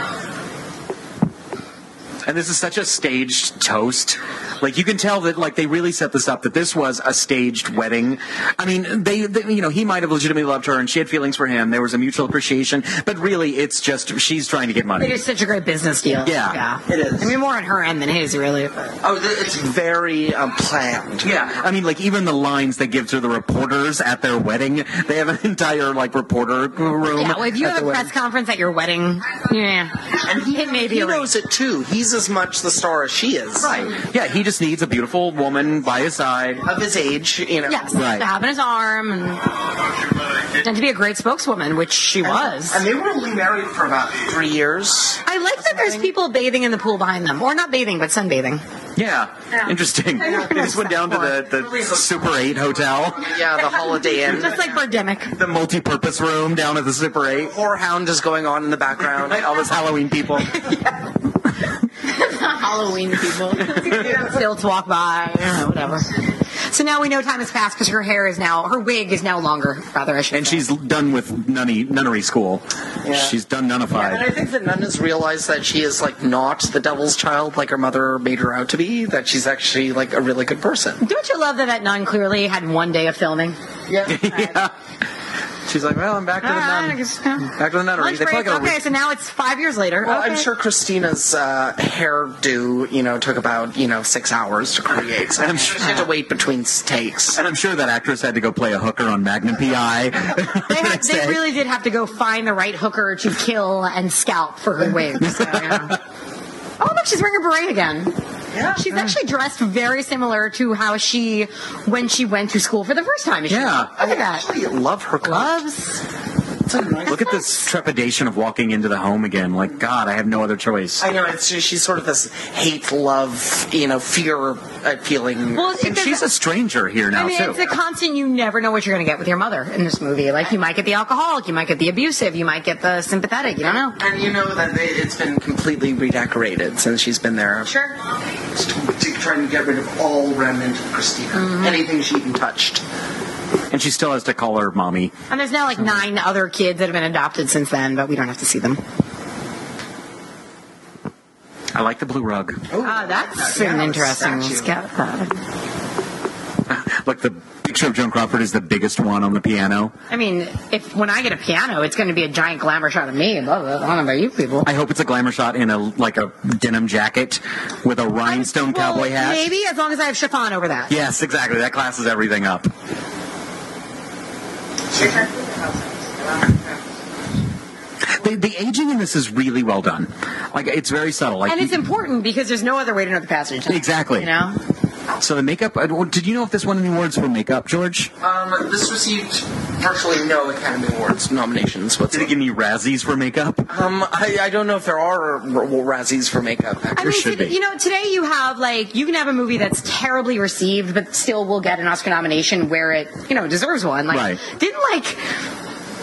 S4: And this is such a staged toast. Like you can tell that like they really set this up that this was a staged wedding. I mean, they, they you know, he might have legitimately loved her and she had feelings for him. There was a mutual appreciation, but really it's just she's trying to get
S3: It
S4: money.
S3: is such a great business deal.
S4: Yeah.
S7: It is.
S3: I mean, more on her end than his, really.
S7: Oh, th- it's very um, planned.
S4: Yeah, I mean, like even the lines they give to the reporters at their wedding, they have an entire like reporter room.
S3: Yeah, well, if you
S4: at
S3: have
S4: the
S3: a
S4: wedding.
S3: press conference at your wedding, yeah, it may be
S7: He
S3: a
S7: knows it too. He's as much the star as she is.
S4: Right. Yeah, he just needs a beautiful woman by his side.
S7: Of his age, you know.
S3: Yes,
S4: Right.
S3: to have in his arm and, and to be a great spokeswoman, which she was.
S7: And they were only married for about three years.
S3: I like that there's people bathing in the pool behind them, or not bathing, but sunbathing.
S4: Yeah. Interesting. They just went down to the, the Super 8 hotel,
S7: Yeah, the Holiday Inn.
S3: Just like Birdemic.
S4: the multi-purpose room down at the Super 8.
S7: Whorehound is going on in the background.
S4: All those Halloween people.
S5: Halloween people.
S3: Stilts walk by, I don't know, whatever. So now we know time has passed because her hair is now, her wig is now longer, rather, I should
S4: And
S3: say.
S4: she's done with nunny, nunnery school. She's done
S7: And I
S4: nunified.
S7: think that none has realized that she is like not the devil's child like her mother made her out to be. That she's actually like a really good person.
S3: Don't you love that that nun clearly had one day of filming?
S7: Yeah.
S4: yeah. She's like, well, I'm back to the
S3: All right,
S4: nun.
S3: Ah, I guess- yeah.
S4: Back to the nunnery.
S3: Lunch
S4: They probably
S3: break.
S4: got a
S3: Okay,
S4: week.
S3: so now it's five years later.
S7: Well,
S3: okay.
S7: I'm sure Christina's uh, hairdo, you know, took about you know six hours to create. So I'm sure she had to wait between takes.
S4: And I'm sure that actress had to go play a hooker on Magnum PI.
S3: They, had, they really did have to go find the right hooker to kill and scalp for her wig. So, yeah. Oh, look, she's wearing a beret again. Yeah. She's actually dressed very similar to how she, when she went to school for the first time. She-
S4: Yeah.
S3: Look at that.
S7: I love her coat.
S3: Gloves.
S4: Look at this trepidation of walking into the home again. Like, God, I have no other choice.
S7: I know it's just, she's sort of this hate, love, you know, fear uh, feeling.
S3: Well, it-
S4: And she's a stranger here now,
S3: I mean,
S4: too.
S3: it's a constant. You never know what you're going to get with your mother in this movie. Like, you might get the alcoholic, you might get the abusive, you might get the sympathetic. You don't know.
S7: and you know that they, it's been completely redecorated since she's been there.
S3: Sure.
S7: To trying to get rid of all remnant of Christina,
S3: Mm-hmm.
S7: anything she even touched.
S4: And she still has to call her mommy.
S3: And there's now like nine other kids that have been adopted since then, but we don't have to see them.
S4: I like the blue rug.
S3: Ah, that's an interesting
S7: statue.
S3: scout.
S4: Like the picture of Joan Crawford is the biggest one on the piano.
S3: I mean, if when I get a piano, it's going to be a giant glamour shot of me. Blah, blah, blah. I don't know about you people.
S4: I hope it's a glamour shot in a like a denim jacket with a rhinestone
S3: Well,
S4: cowboy hat.
S3: Maybe as long as I have chiffon over that.
S4: Yes, exactly. That classes everything up. The, the aging in this is really well done. Like it's very subtle. Like
S3: And it's
S4: you-
S3: important because there's no other way to know the passage.
S4: Exactly.
S3: You know?
S4: so the makeup. uh, Did you know if this won any awards for makeup, George?
S7: Um, this received virtually no Academy Awards nominations
S4: Did it
S7: whatsoever.
S4: get any Razzies for makeup?
S7: Um, I, I don't know if there are r- Razzies for makeup.
S3: I mean,
S4: should
S3: today,
S4: be.
S3: you know, today you have like you can have a movie that's terribly received, but still will get an Oscar nomination where it you know deserves one. Like,
S4: Right.
S3: didn't like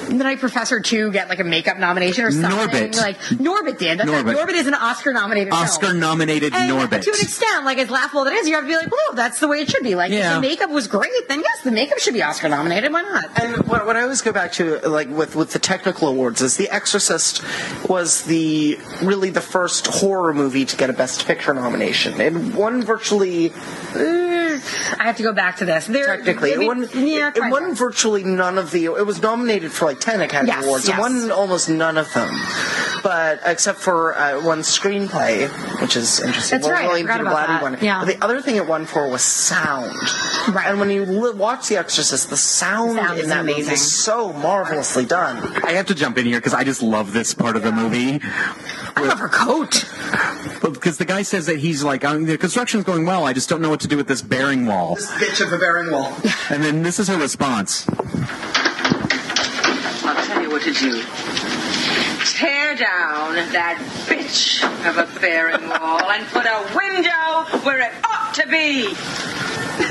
S3: the Night Professor two get like a makeup nomination or something?
S4: Norbit.
S3: like Norbit did. That's Norbit.
S4: Norbit.
S3: Norbit is an Oscar nominated.
S4: Oscar nominated
S3: And
S4: Norbit.
S3: To an extent, like as laughable as it is, you have to be like, well, that's the way it should be. Like,
S4: Yeah.
S3: if the makeup was great, then yes, the makeup should be Oscar nominated. Why not?
S7: And what, what I always go back to, like with, with the technical awards, is The Exorcist was the really the first horror movie to get a Best Picture nomination. It won virtually,
S3: Uh, I have to go back to this. There,
S7: technically,
S3: I mean,
S7: it won,
S3: yeah,
S7: it
S3: kind
S7: won
S3: of.
S7: virtually none of the. It was nominated for like ten Academy
S3: Yes,
S7: Awards.
S3: yes.
S7: It won almost none of them, but except for uh, one screenplay, which is interesting.
S3: That's right, I
S7: William
S3: forgot
S7: Peter
S3: about
S7: Blatty
S3: that.
S7: won it.
S3: Yeah.
S7: But the other thing it won for was sound.
S3: Right.
S7: And when you li- watch The Exorcist, the sound,
S3: Sound
S7: in
S3: is
S7: that movie
S3: amazing.
S7: is so marvelously done.
S4: I have to jump in here because I just love this part of the movie.
S3: I love her coat.
S4: Because the guy says that he's like, um, the construction's going well. I just don't know what to do with this bearing wall.
S7: bitch of a bearing wall.
S4: And then this is her response.
S6: to do. Tear down that bitch of a fairing wall and put a window where it ought to be.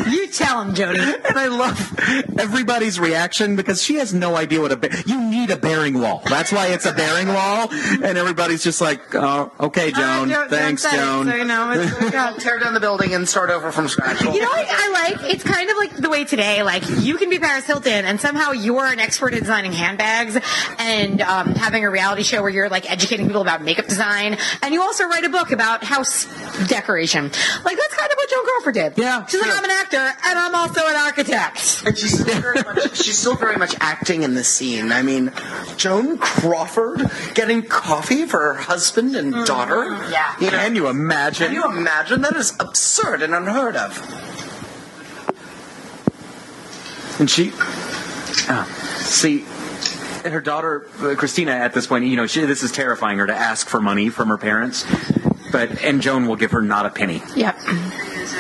S3: You tell him, Jody.
S4: And I love everybody's reaction because she has no idea what a ba- you need a bearing wall. That's why it's a bearing wall, and everybody's just like, "Oh, okay,
S3: Joan,
S4: Joan.
S3: Joan,
S4: thanks,
S3: Uh, thanks."
S4: Joan."
S3: So, you know, it's- uh,
S7: Yeah, tear down the building and start over from scratch.
S3: You know what I like? It's kind of like the way today, like you can be Paris Hilton and somehow you're an expert at designing handbags and um, having a reality show where you're like educating people about makeup design and you also write a book about house decoration. Like that's kind of what Joan Crawford did.
S4: Yeah,
S3: She's like,
S4: sure.
S3: I'm an actor and I'm also an architect.
S7: And she's still, very much, she's still very much acting in the scene. I mean, Joan Crawford getting coffee for her husband and daughter.
S3: yeah.
S7: You know,
S4: Can you
S7: Mm-hmm. can
S4: imagine?
S7: you imagine? That is absurd and unheard of.
S4: And she, oh, see, and her daughter uh, Christina at this point, you know, she, this is terrifying her to ask for money from her parents. But and Joan will give her not a penny.
S3: Yep.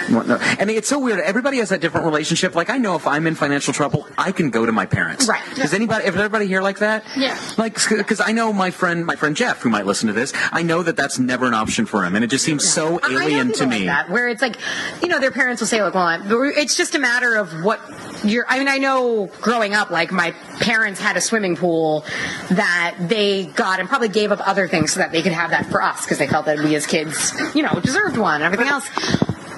S4: What- no. And it's so weird. Everybody has that different relationship. Like I know if I'm in financial trouble, I can go to my parents.
S3: Right.
S4: Is anybody? Is everybody here like that?
S5: Yeah.
S4: Like because I know my friend, my friend Jeff, who might listen to this. I know that that's never an option for him, and it just seems so
S3: I- I know
S4: alien to
S3: people like
S4: me.
S3: that, where it's like, you know, their parents will say like, "Well, I'm- it's just a matter of what you're." I mean, I know growing up, like my parents had a swimming pool that they got and probably gave up other things so that they could have that for us because they felt that we as kids, you know, deserved one and everything else.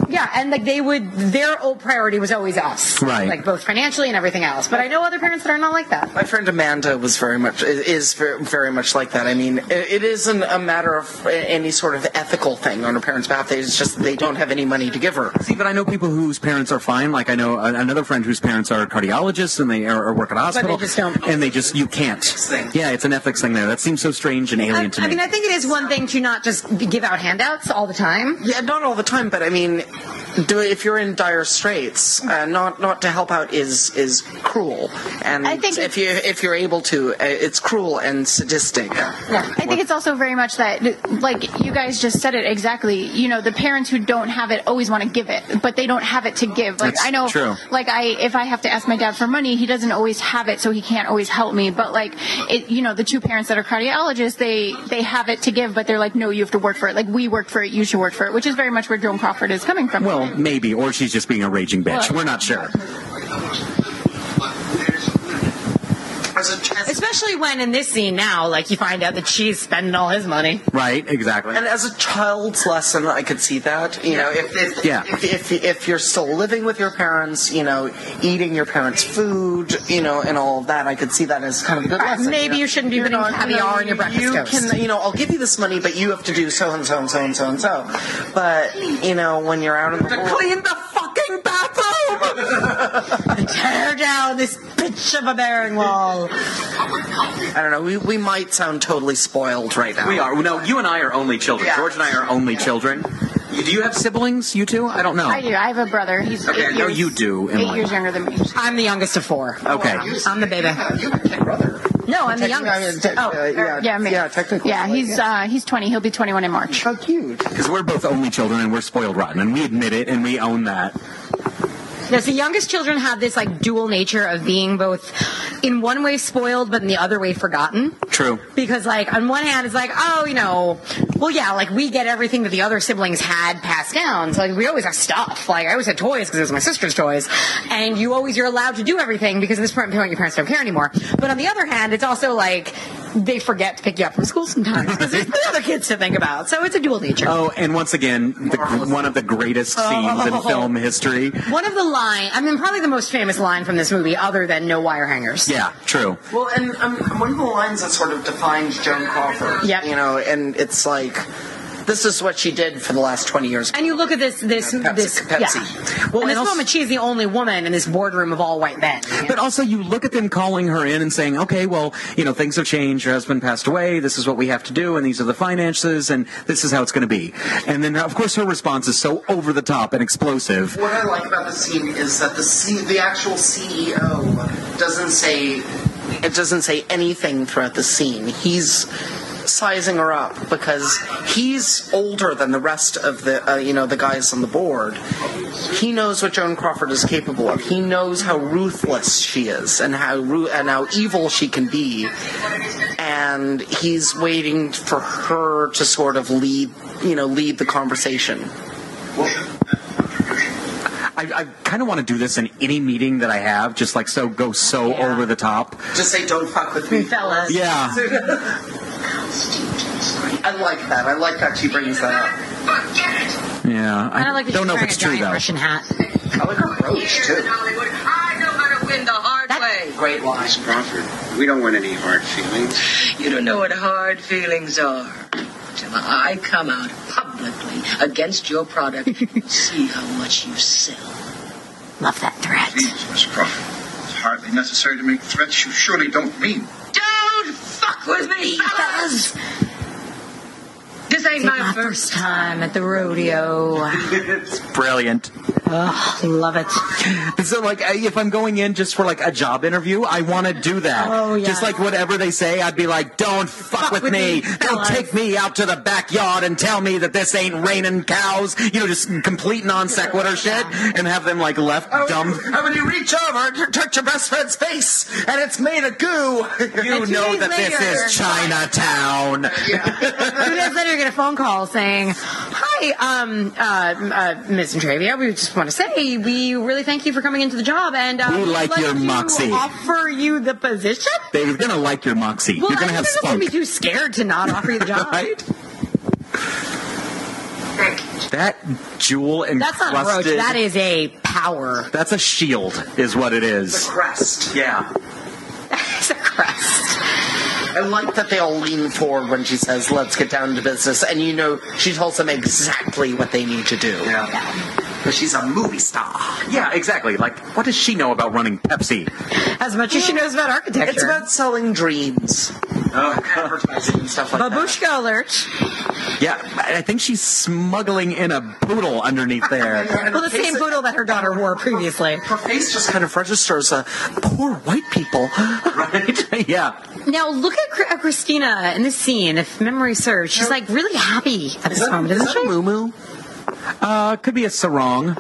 S3: Yeah, and like they would, their old priority was always us,
S4: Right.
S3: Like both financially and everything else. But I know other parents that are not like that.
S7: My friend Amanda was very much is ver- very much like that. I mean, i- it isn't a matter of any sort of ethical thing on her parents' behalf. It's just they don't have any money to give her.
S4: See, but I know people whose parents are fine. Like I know a- another friend whose parents are cardiologists and they are, or work at a hospital.
S3: just don't-
S4: And they just you can't.
S7: thing.
S4: Yeah, it's an ethics thing there. That seems so strange and alien
S3: I,
S4: to
S3: I
S4: me.
S3: mean, I think it is one thing to not just give out handouts all the time.
S7: Yeah, not all the time, but I mean, do if you're in dire straits, uh, not not to help out is is cruel. And
S5: I think
S7: if you if you're able to, uh, it's cruel and sadistic.
S5: I think it's also very much that, like you guys just said it exactly. You know, the parents who don't have it always want to give it, but they don't have it to give. Like
S4: That's
S5: I know,
S4: true.
S5: like I, if I have to ask my dad for money, he doesn't always have it, so he can't always help me. But like, it, you know, the two parents that are cardiologists, they they have it to give, but they're like, no, you have to work for it. Like we worked for it, you should work for it, which is very much where Joan Crawford is coming from.
S4: well, maybe, or she's just being a raging bitch. We're not sure.
S7: As a as,
S3: Especially when in this scene now, like you find out that she's spending all his money.
S4: Right? Exactly.
S7: and as a child's lesson, I could see that. You know, if if,
S4: Yeah.
S7: if if if you're still living with your parents, you know, eating your parents' food, you know, and all of that, I could see that as kind of a good lesson.
S3: Maybe
S7: know.
S3: you shouldn't be putting caviar in your breakfast
S7: you
S3: toast.
S7: can you know i'll give you this money but you have to do so and so and so and so and so but you know when you're out in the clean the fucking bathroom
S3: Tear down this bitch of a bearing wall.
S7: i don't know we, we might sound totally spoiled right now
S4: We are. No, you and I are only children.
S7: Yeah.
S4: George and I are only children. Do you have siblings, you two? I don't know.
S5: I do. I have a brother. He's
S4: Okay, I
S5: eight
S4: know
S5: years,
S4: you do,
S5: Eight
S4: Emily.
S5: years younger than me.
S3: I'm the youngest of four.
S4: Okay.
S3: I'm the baby.
S7: you have a brother
S3: No, I'm the
S7: Technically, I mean,
S3: youngest.
S7: tech- uh,
S3: Oh,
S7: yeah,
S5: Yeah, me.
S7: yeah, technically.
S5: Yeah, he's uh, he's 20. He'll be 21 in March.
S7: how cute
S4: Because we're both only children and we're spoiled rotten, and we admit it and we own that.
S3: yes, the youngest children have this like dual nature of being both, in one way spoiled, but in the other way forgotten.
S4: True.
S3: Because like on one hand, it's like oh you know, well yeah, like we get everything that the other siblings had passed down. So like we always have stuff. Like I always had toys because it was my sister's toys, and you always you're allowed to do everything because at this point your parents don't care anymore. But on the other hand, it's also like they forget to pick you up from school sometimes because there's the other kids to think about. So it's a dual nature.
S4: Oh, and once again, the, one of the greatest scenes in film history.
S3: One of the line, I mean, probably the most famous line from this movie, other than "No wire hangers."
S4: Yeah, true.
S7: Well, and um, one of the lines that sort of defines Joan Crawford.
S3: Yep.
S7: You know, and it's like, this is what she did for the last 20 years.
S3: And you look at this, this,
S7: Pepsi-
S3: this,
S7: Pepsi.
S3: yeah.
S7: Well,
S3: in
S7: and
S3: this
S7: also-
S3: moment, she's the only woman in this boardroom of all white men. you know?
S4: But also, you look at them calling her in and saying, okay, well, you know, things have changed. Your husband passed away. This is what we have to do. And these are the finances. And this is how it's going to be. And then, of course, her response is so over the top and explosive.
S7: What I like about the scene is that the C- the actual E CEO doesn't say it doesn't say anything throughout the scene. He's sizing her up because he's older than the rest of the uh, you know the guys on the board. He knows what Joan Crawford is capable of. He knows how ruthless she is and how ru- and how evil she can be. And he's waiting for her to sort of lead you know lead the conversation.
S4: I, I kind of want to do this in any meeting that I have, just like so go so over the top.
S7: Just say don't fuck with me, fellas.
S4: Yeah.
S7: I like that. I like that she brings that up.
S4: Yeah, I,
S3: I don't like that
S4: don't
S3: she's
S4: know if
S3: wearing
S4: it's
S3: a
S4: true
S3: giant
S4: though.
S3: Russian hat.
S7: I like her brooch too.
S6: I know how to win the hard way.
S7: Great line.
S11: Miss Crawford, we don't want any hard feelings.
S6: You don't know what hard feelings are. Till I come out publicly against your product, see how much you sell.
S3: Love that threat.
S11: Please, Miss Crawford, it's hardly necessary to make threats you surely don't mean.
S6: Don't fuck with me, fellas! This ain't my,
S3: My first time at the rodeo.
S4: It's brilliant.
S3: Ugh, love it.
S4: So uh, like, I- if I'm going in just for like a job interview, I want to do that.
S3: Oh, yeah.
S4: Just like whatever they say, I'd be like, "Don't fuck, with,
S3: with
S4: me.
S3: me,
S4: Don't
S3: fellas."
S4: take me out to the backyard and tell me that this ain't raining cows." You know, just complete non sequitur shit, and have them like left dumb.
S7: And when you Oh, reach over and you touch your best friend's face, and it's made of goo.
S4: You know
S3: days
S4: that
S3: later-
S4: this is Chinatown.
S3: Two days later, you get a phone call saying, "Hi, um, uh, uh, Ms. Travia, we just want to say we really thank you for coming into the job, and uh,
S4: We
S3: we'd
S4: like your
S3: to
S4: moxie."
S3: Offer you the position.
S4: They're gonna like your moxie.
S3: Well,
S4: You're gonna
S3: I
S4: have
S3: think they're not gonna
S4: spunk,
S3: be too scared to not offer you the job.
S4: right? That jewel encrusted.
S3: That's not a roach. That is a power.
S4: That's a shield, is what it is.
S7: Crest.
S4: Yeah.
S3: It's a crest.
S7: I like that they all lean forward when she says, "Let's get down to business," and you know she tells them exactly what they need to do.
S4: Yeah.
S7: But she's a movie star.
S4: Yeah, exactly. Like, what does she know about running Pepsi?
S3: As much as she knows about architecture.
S7: It's about selling dreams, Oh, advertising, and stuff like that.
S3: babushka alert.
S4: Yeah, I I think she's smuggling in a poodle underneath there.
S3: Well, the same poodle that her daughter wore previously.
S7: Her face just kind of registers a poor white people.
S4: right? yeah.
S3: Now look at Cr- at Christina in this scene. If memory serves, she's like really happy at this moment, isn't she?
S7: Moo moo.
S4: Uh, could be a sarong.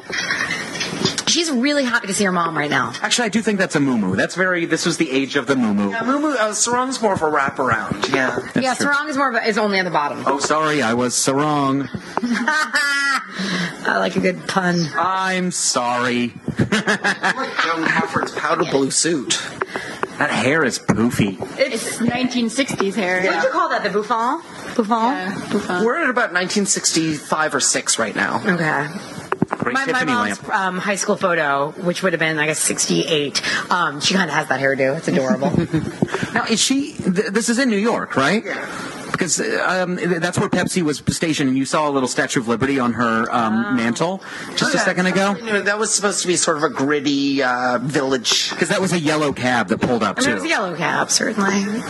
S3: She's really happy to see her mom right now.
S4: Actually, I do think that's a moo That's very, this was the age of the moo
S7: Yeah, moo moo. Uh, sarong's more of a wraparound. Yeah.
S3: yeah, sarong is more of a, is only on the bottom.
S4: Oh, sorry, I was sarong.
S3: I like a good pun.
S4: I'm sorry.
S7: Joan Crawford's powder blue suit.
S4: That hair is poofy.
S5: It's 1960s hair.
S3: What did you call that? The bouffant? Bouffant.
S7: We're at about 1965 or six right now.
S3: Okay.
S4: Great
S3: My, my
S4: Tiffany
S3: mom's
S4: lamp.
S3: um, high school photo, which would have been, I guess, 68, um, she kind of has that hairdo. It's adorable.
S4: Now, is she? Th- this is in New York, right? Yeah. Because uh, um, th- that's where Pepsi was stationed, and you saw a little Statue of Liberty on her
S3: Oh.
S4: um, mantle just a second ago.
S7: You know, that was supposed to be sort of a gritty uh, village.
S4: Because that was a yellow cab that pulled up
S3: I mean,
S4: too.
S3: it was a yellow cab, certainly.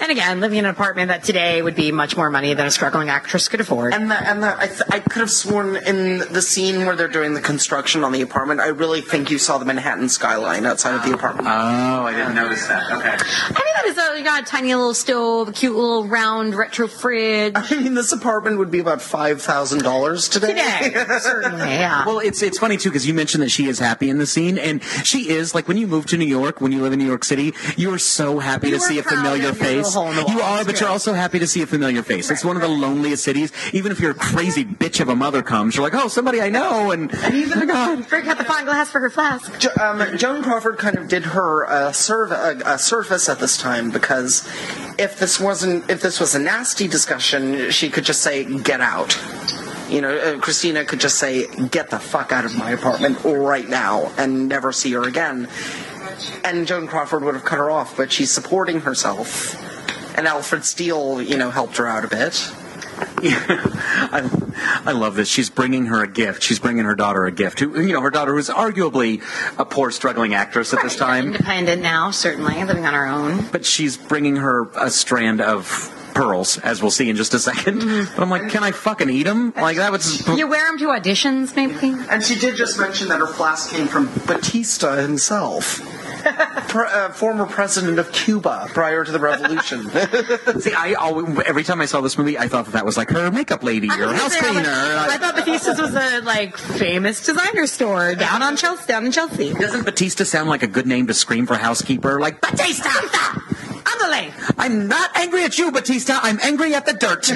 S3: And again, living in an apartment that today would be much more money than a struggling actress could afford.
S7: And the, and the, I, th- I could have sworn in the scene where they're doing the construction on the apartment, I really think you saw the Manhattan skyline outside of the apartment.
S4: Oh, I didn't notice that. Okay.
S3: I mean, that is a, you got a tiny little stove, a cute little round retro fridge.
S7: I mean, this apartment would be about five thousand dollars today.
S3: Today, certainly, yeah.
S4: Well, it's it's funny too because you mentioned that she is happy in the scene, and she is like when you move to New York, when you live in New York City, you are so happy
S3: You
S4: to
S3: are
S4: see a
S3: proud
S4: familiar
S3: of your little
S4: face.
S3: hole in the wall.
S4: You are, but
S3: It's
S4: you're
S3: true.
S4: also happy to see a familiar face. It's one of the loneliest cities. Even if your crazy bitch of a mother comes, you're like, oh, somebody I know, and oh my god,
S3: Break out the fine glass for her flask.
S7: Jo- um, Joan Crawford kind of did her uh, serv- uh, uh, service at this time because if this wasn't if this was a nasty discussion, she could just say get out. You know, uh, Christina could just say get the fuck out of my apartment right now and never see her again. And Joan Crawford would have cut her off, but she's supporting herself. And Alfred Steele, you know, helped her out a bit.
S4: I, I love this. She's bringing her a gift. She's bringing her daughter a gift. Who, you know, her daughter who's arguably a poor, struggling actress at this time,
S3: Independent now, certainly, living on her own.
S4: but she's bringing her a strand of pearls, as we'll see in just a 2nd But I'm like, can I fucking eat them? Like that was.
S3: You wear them to auditions, maybe?
S7: And she did just mention that her flask came from Batista himself. pre- uh, former president of Cuba prior to the revolution.
S4: See, I always, every time I saw this movie, I thought that, that was like her makeup lady or house cleaner.
S3: I thought Batista's was a like famous designer store down on Chelsea, down in Chelsea.
S4: Doesn't Batista sound like a good name to scream for housekeeper? Like Batista, Andale! I'm not angry at you, Batista. I'm angry at the dirt.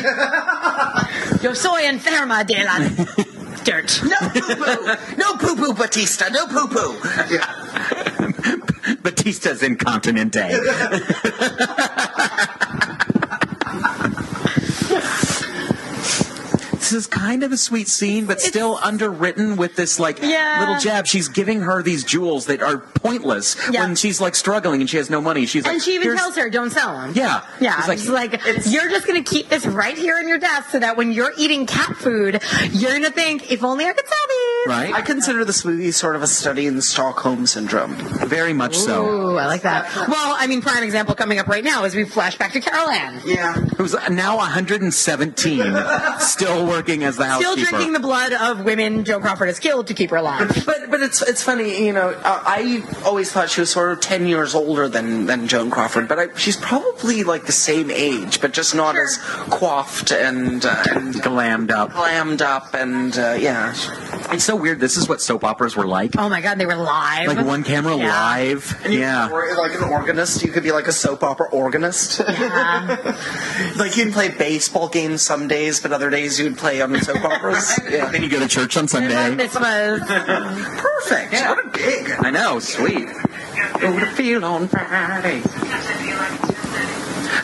S3: Yo soy enferma de la dirt.
S7: No poo poo. No poo poo, Batista. No poo poo.
S4: Batista's incontinent day. this is kind of a sweet scene, but still underwritten with this like
S3: Yeah.
S4: little jab. She's giving her these jewels that are pointless
S3: Yeah.
S4: when she's like struggling and she has no money. She's like,
S3: and she even
S4: "Here's-"
S3: tells her, "Don't sell them."
S4: Yeah.
S3: yeah.
S4: She's like,
S3: She's like, "You're just gonna keep this right here in your desk, so that when you're eating cat food, you're gonna think, if only I could sell these."
S4: Right.
S7: I consider this movie sort of a study in Stockholm syndrome.
S4: very much so.
S3: Ooh, I like that. Well, I mean, prime example coming up right now is we flash back to Carol Ann.
S7: Yeah.
S4: Who's now 117, still working as the
S3: Still
S4: housekeeper.
S3: drinking the blood of women Joe Crawford has killed to keep her alive.
S7: But but it's it's funny, you know. Uh, I always thought she was sort of ten years older than than Joan Crawford, but I, she's probably like the same age, but just not as coiffed and uh, and
S4: glammed up.
S7: glammed up and uh, yeah.
S4: It's so weird. This is what soap operas were like.
S3: Oh my god, they were live.
S4: Like one camera
S3: Yeah.
S4: live. Yeah.
S7: Or like an organist, you could be like a soap opera organist. like you'd play baseball games some days, but other days you'd play on soap operas. Yeah.
S4: Then you go to church on Sunday.
S3: This was
S7: Perfect. What a gig.
S4: I know, sweet.
S7: Go to field on Friday.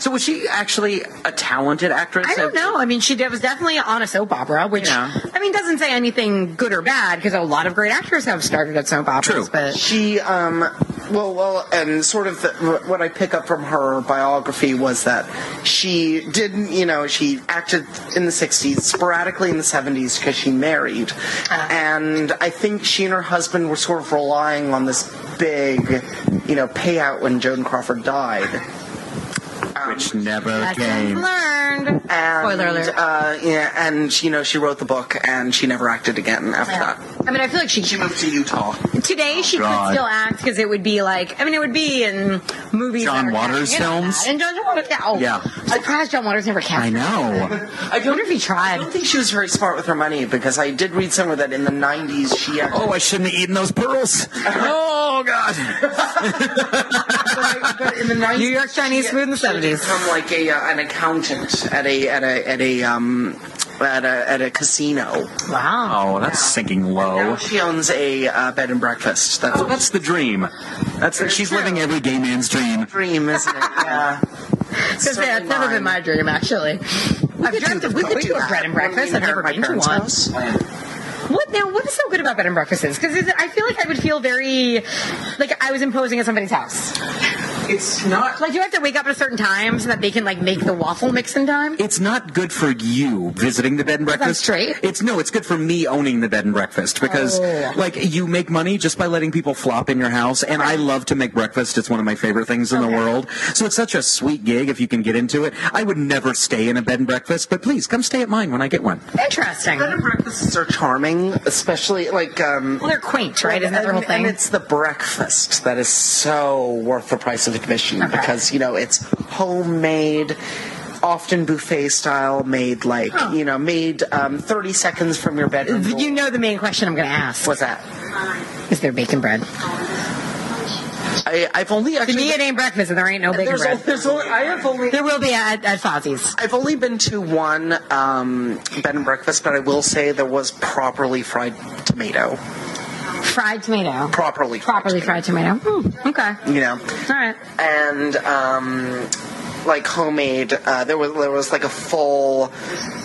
S4: So was she actually a talented actress?
S3: I don't know. I mean, she did- was definitely on a soap opera, which
S4: Yeah.
S3: I mean doesn't say anything good or bad because a lot of great actors have started at soap operas.
S4: True.
S3: But
S7: She, um, well, well, and sort of the, what I pick up from her biography was that she didn't, you know, she acted in the 60s, sporadically in the 70s because she married. And I think she and her husband were sort of relying on this big, you know, payout when Joan Crawford died.
S4: Which never
S3: lessons
S4: came.
S3: learned.
S7: And,
S3: Spoiler alert.
S7: Uh, yeah, and, you know, she wrote the book and she never acted again after that.
S3: I mean, I feel like she
S7: She moved to Utah.
S3: today she
S4: Oh, God.
S3: could still act because it would be like I mean it would be in movies.
S4: John
S3: that are
S4: Waters
S3: cashing in on
S4: films?
S3: that. and John Waters. Yeah, oh,
S4: Yeah.
S3: I'm surprised John Waters never
S4: I
S3: cast.
S4: know.
S3: I wonder if he
S7: I
S3: tried.
S7: don't think she was very smart with her money because I did read somewhere that in the 90s she actually.
S4: Oh, I shouldn't have eaten those pearls. Oh God.
S7: but in the 90s,
S3: New York Chinese food in the
S7: she had
S3: 70s.
S7: Become like a uh, an accountant at a at a at a um at a at a casino.
S3: Wow.
S4: Oh, that's sinking
S7: Now
S3: Oh.
S4: low.
S7: she owns a uh, bed and breakfast. That's
S4: Oh,
S7: a
S4: that's the dream. That's she's living every gay man's dream.
S7: dream, isn't it? Yeah.
S3: Because that's never been my dream actually. I've dreamt of we could do a bread and breakfast. I've never been to one. What now? What is so good about bed and breakfasts? Because I feel like I would feel very, like I was imposing at somebody's house.
S10: It's not.
S3: Like, do I have to wake up at a certain time so that they can like make the waffle mix in time?
S4: It's not good for you visiting the bed and breakfast.
S3: straight?
S4: It's no, it's good for me owning the bed and breakfast because like you make money just by letting people flop in your house and I love to make breakfast. It's one of my favorite things in the world. So it's such a sweet gig if you can get into it. I would never stay in a bed and breakfast, but please come stay at mine when I get one.
S3: Interesting.
S7: Bed and breakfasts are charming, especially like um.
S3: Well, they're quaint, right? Isn't that their whole
S7: and, and
S3: thing?
S7: it's the breakfast that is so worth the price of admission because you know it's homemade, often buffet style, made like you know made um, thirty seconds from your bedroom. door.
S3: You know the main question I'm going to ask:
S7: What's that?
S3: Is there bacon bread?
S7: I, I've only
S3: To
S7: actually.
S3: me, it ain't breakfast, and there ain't no bacon
S7: there's,
S3: bread.
S7: al- there's only, I have only
S3: there will be at, at Fozzie's.
S7: I've only been to one um, bed and breakfast, but I will say there was properly fried tomato.
S3: Fried tomato.
S7: Properly,
S3: Properly fried tomato. Hmm, okay.
S7: you know.
S3: All right.
S7: and um, like homemade. Uh, there was there was like a full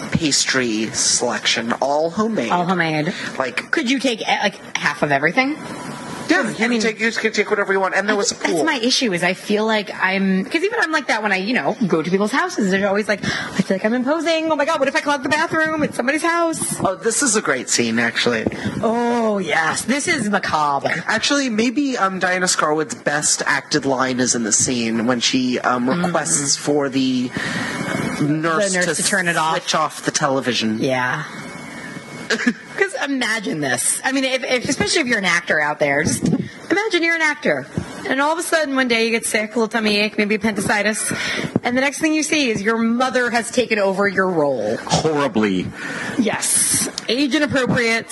S7: pastry selection, all homemade.
S3: All homemade.
S7: Like
S3: Could you take eh, like half of everything?
S7: yeah, you
S3: I mean-
S7: can take you can take whatever you want, and there was a
S3: That's
S7: pool.
S3: my issue. Is I feel like I'm because even I'm like that when I you know go to people's houses. They're always like, I feel like I'm imposing. Oh my god, what if I clog the bathroom? It's somebody's house.
S7: Oh, this is a great scene, actually.
S3: Oh yes, this is macabre.
S7: Actually, maybe um, Diana Scarwood's best acted line is in the scene when she um, requests for the nurse,
S3: Mm. The nurse to turn it off.
S7: switch off the television.
S3: Yeah. Because imagine this. I mean, if, if especially if you're an actor out there, just imagine you're an actor.
S8: And all of a sudden, one day you get sick, little tummy ache, maybe appendicitis, and the next thing you see is your mother has taken over your role.
S4: Horribly.
S8: Yes, age inappropriate,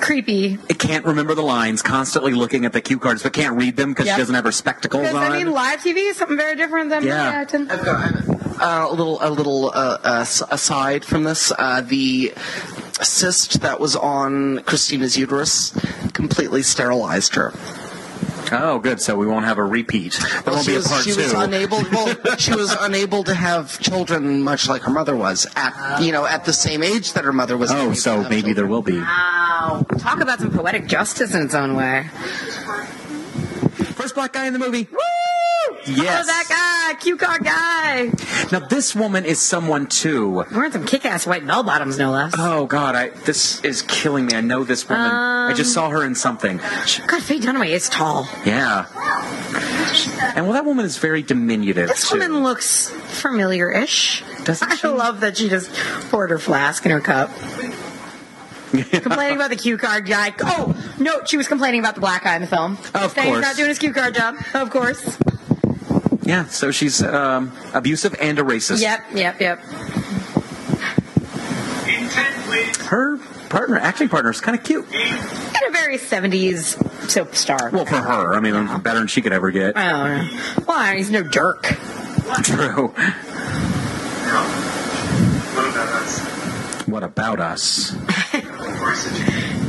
S8: creepy.
S4: It can't remember the lines, constantly looking at the cue cards, but can't read them because
S8: Yep.
S4: she doesn't have her spectacles
S8: Because
S4: on.
S8: I mean, live TV is something very different than
S4: Yeah.
S8: yeah.
S7: I've got- Uh, a little, a little uh, uh, s- aside from this, uh, the cyst that was on Christina's uterus completely sterilized her.
S4: oh, good. So we won't have a repeat. There
S7: Well,
S4: won't be
S7: she
S4: a
S7: was,
S4: part
S7: she
S4: two.
S7: was unable. Well, she was unable to have children, much like her mother was at you know at the same age that her mother was.
S4: oh, so maybe there will be.
S3: Wow. Talk about some poetic justice in its own way.
S8: Oh,
S4: First black guy in the movie.
S3: Woo!
S4: Yes.
S3: Oh, that guy, cute car guy.
S4: Now this woman is someone too.
S3: Wearing some kick-ass white bell bottoms, no less.
S4: Oh God, I this is killing me. I know this woman. I just saw her in something. She-
S3: God, Faye Dunaway is tall.
S4: yeah. And well, that woman is very diminutive.
S3: This
S4: too.
S3: woman looks familiar-ish.
S4: Doesn't
S3: I
S4: she?
S3: love that she just poured her flask in her cup. complaining about the cue card guy. Oh no, she was complaining about the black guy in the film.
S4: Of
S3: Saying
S4: course.
S3: he's not doing his cue card job. Of course.
S4: Yeah. So she's um, abusive and a racist.
S3: Yep, yep, yep.
S4: Her partner, acting partner, is kind of cute.
S3: And a very '70s soap star.
S4: Well, for her, I mean, better than she could ever get.
S3: I don't know. Why? He's no jerk.
S4: True. What about us?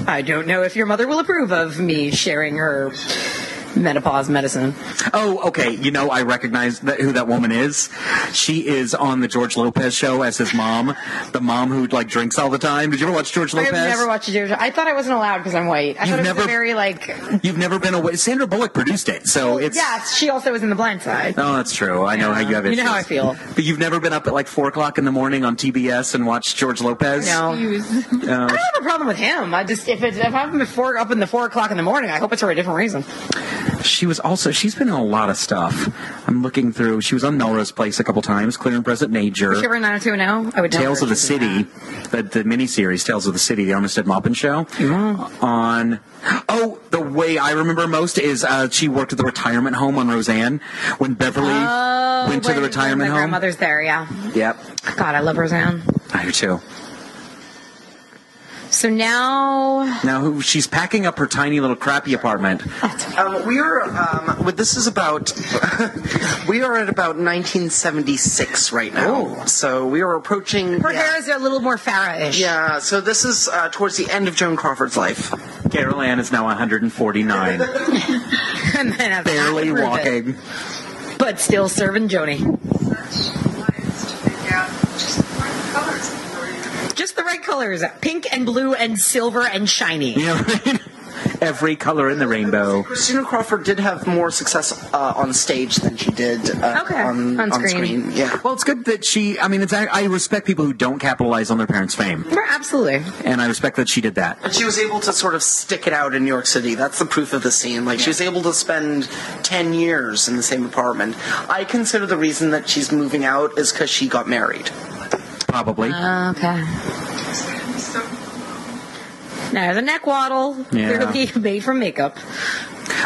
S3: I don't know if your mother will approve of me sharing her menopause medicine.
S4: Oh, okay. You know, I recognize that who that woman is. She is on the George Lopez show as his mom, the mom who like drinks all the time. Did you ever watch George Lopez?
S3: I've never watched a Jewish. I thought I wasn't allowed because I'm white. I thought
S4: You've
S3: it was
S4: never-
S3: a very like.
S4: You've never been away. Sandra Bullock produced it, so it's.
S3: Yes, she also was in The Blind Side.
S4: Oh, that's true. I know how you have
S3: You
S4: issues.
S3: know how I feel.
S4: But you've never been up at like four o'clock in the morning on TBS and watched George Lopez.
S3: No. I
S4: Uh,
S3: don't have a problem with him. I just if it's if I'm before up in the four o'clock in the morning, I hope it's for a different reason.
S4: she was also. She's been in a lot of stuff. I'm looking through. She was on Melrose Place a couple times. Clear and Present Major.
S3: If you were 90210, I would know
S4: Tales
S3: her.
S4: of the City, the, the miniseries Tales of the City, the Armistead Maupin show.
S3: Mm-hmm.
S4: On oh, the way I remember most is uh, she worked at the retirement home on Roseanne when Beverly
S3: Oh,
S4: went to
S3: when- when
S4: the
S3: my
S4: retirement home.
S3: grandmother's there, yeah.
S4: Yep,
S3: God, I love Roseanne.
S4: I do too.
S3: So now,
S4: Now who- she's packing up her tiny little crappy apartment.
S7: Um, we are. Um, well, this is about. we are at about 1976 right
S4: Oh.
S7: now. So we are approaching.
S3: her
S7: yeah.
S3: hair is a little more Farrah-ish.
S7: Yeah, so this is uh, towards the end of Joan Crawford's life.
S4: Carol Ann is now 149,
S3: and then I've
S4: barely
S3: prove it.
S4: walking.
S3: but still serving Joni. Just the right colors: pink and blue and silver and shiny.
S4: You know what I mean? Every color in the rainbow.
S7: Christina Crawford did have more success uh, on stage than she did uh,
S3: Okay,
S7: on,
S3: on screen.
S7: Yeah.
S4: Well, it's good that she. I mean, it's. I, I respect people who don't capitalize on their parents' fame,
S3: Absolutely.
S4: and I respect that she did that.
S7: But she was able to sort of stick it out in New York City. That's the proof of the scene. Like, she was able to spend 10 years in the same apartment. I consider the reason that she's moving out is because she got married.
S4: Probably.
S3: Uh, Okay. Now there's a neck waddle,
S4: Yeah.
S3: clearly made from makeup.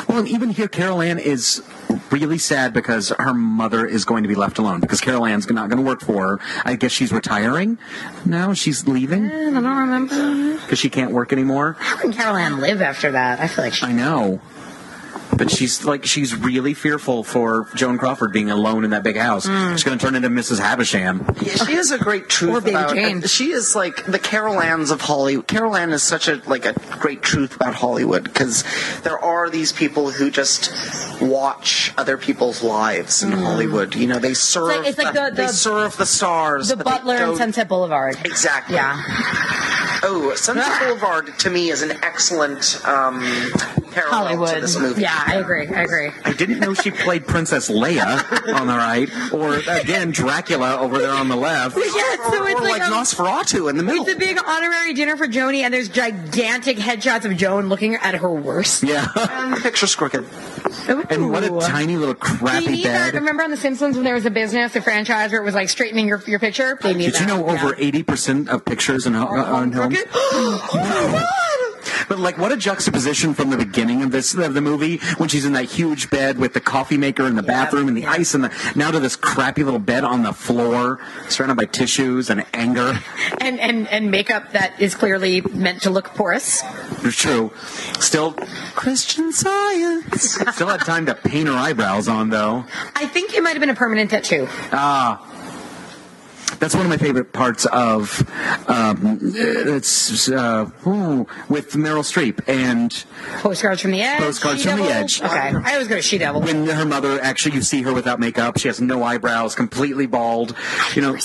S4: Well, and even here, Carol Ann is really sad because her mother is going to be left alone because Carol Ann's not going to work for her. I guess she's retiring now. She's leaving
S3: I don't remember.
S4: because she can't work anymore.
S3: How can Carol Ann live after that? I feel like she.
S4: I know. But she's like she's really fearful for Joan Crawford being alone in that big house. She's going to turn into Mrs. Havisham.
S7: Yeah, she is a great truth
S3: Or Baby
S7: about.
S3: Jane.
S7: She is like the Carol Ann's of Hollywood. Carol Ann is such a like a great truth about Hollywood because there are these people who just watch other people's lives in Hollywood. You know, they serve.
S3: like- Mm. it's like the-
S7: they
S3: the-
S7: serve the stars.
S3: The
S7: but they
S3: Butler and
S7: don't-
S3: Sunset Boulevard.
S7: Exactly.
S3: Yeah.
S7: Oh, Sunset Boulevard to me is an excellent um, parallel to
S3: Hollywood.
S7: this movie.
S3: Yeah, I agree. I agree.
S4: I didn't know she played Princess Leia on the right, or again Dracula over there on the left.
S3: Yeah, so
S7: Or,
S3: it's
S7: or like, um,
S3: like, a,
S7: Nosferatu in the middle.
S3: it's a big honorary dinner for Joni, and there's gigantic headshots of Joan looking at her worst.
S4: Yeah.
S7: And the picture's crooked.
S4: And what a
S3: Ooh.
S4: tiny little
S3: They
S4: crappy
S3: need that.
S4: bed.
S3: Remember on The Simpsons when there was a business, a franchise where it was like straightening your, your picture? Oh, They need
S4: Did
S3: that.
S4: you know over
S3: Yeah.
S4: eighty percent of pictures in ho- uh, on homes?
S3: oh my god!
S4: uh, But like, what a juxtaposition from the beginning of this of the movie when she's in that huge bed with the coffee maker in the bathroom and the ice and the now to this crappy little bed on the floor surrounded by tissues and anger.
S3: and, and and makeup that is clearly meant to look porous.
S4: It's true. Still, Christian Science. Still had time to paint her eyebrows on though.
S3: I think it might have been a permanent tattoo.
S4: Ah. That's one of my favorite parts of um, it's uh, ooh, with Meryl Streep and
S3: Postcards from the Edge.
S4: Postcards from the
S3: She-Devil?
S4: Edge.
S3: Okay, I always go to She Devil.
S4: When her mother actually, you see her without makeup. She has no eyebrows, completely bald. You know.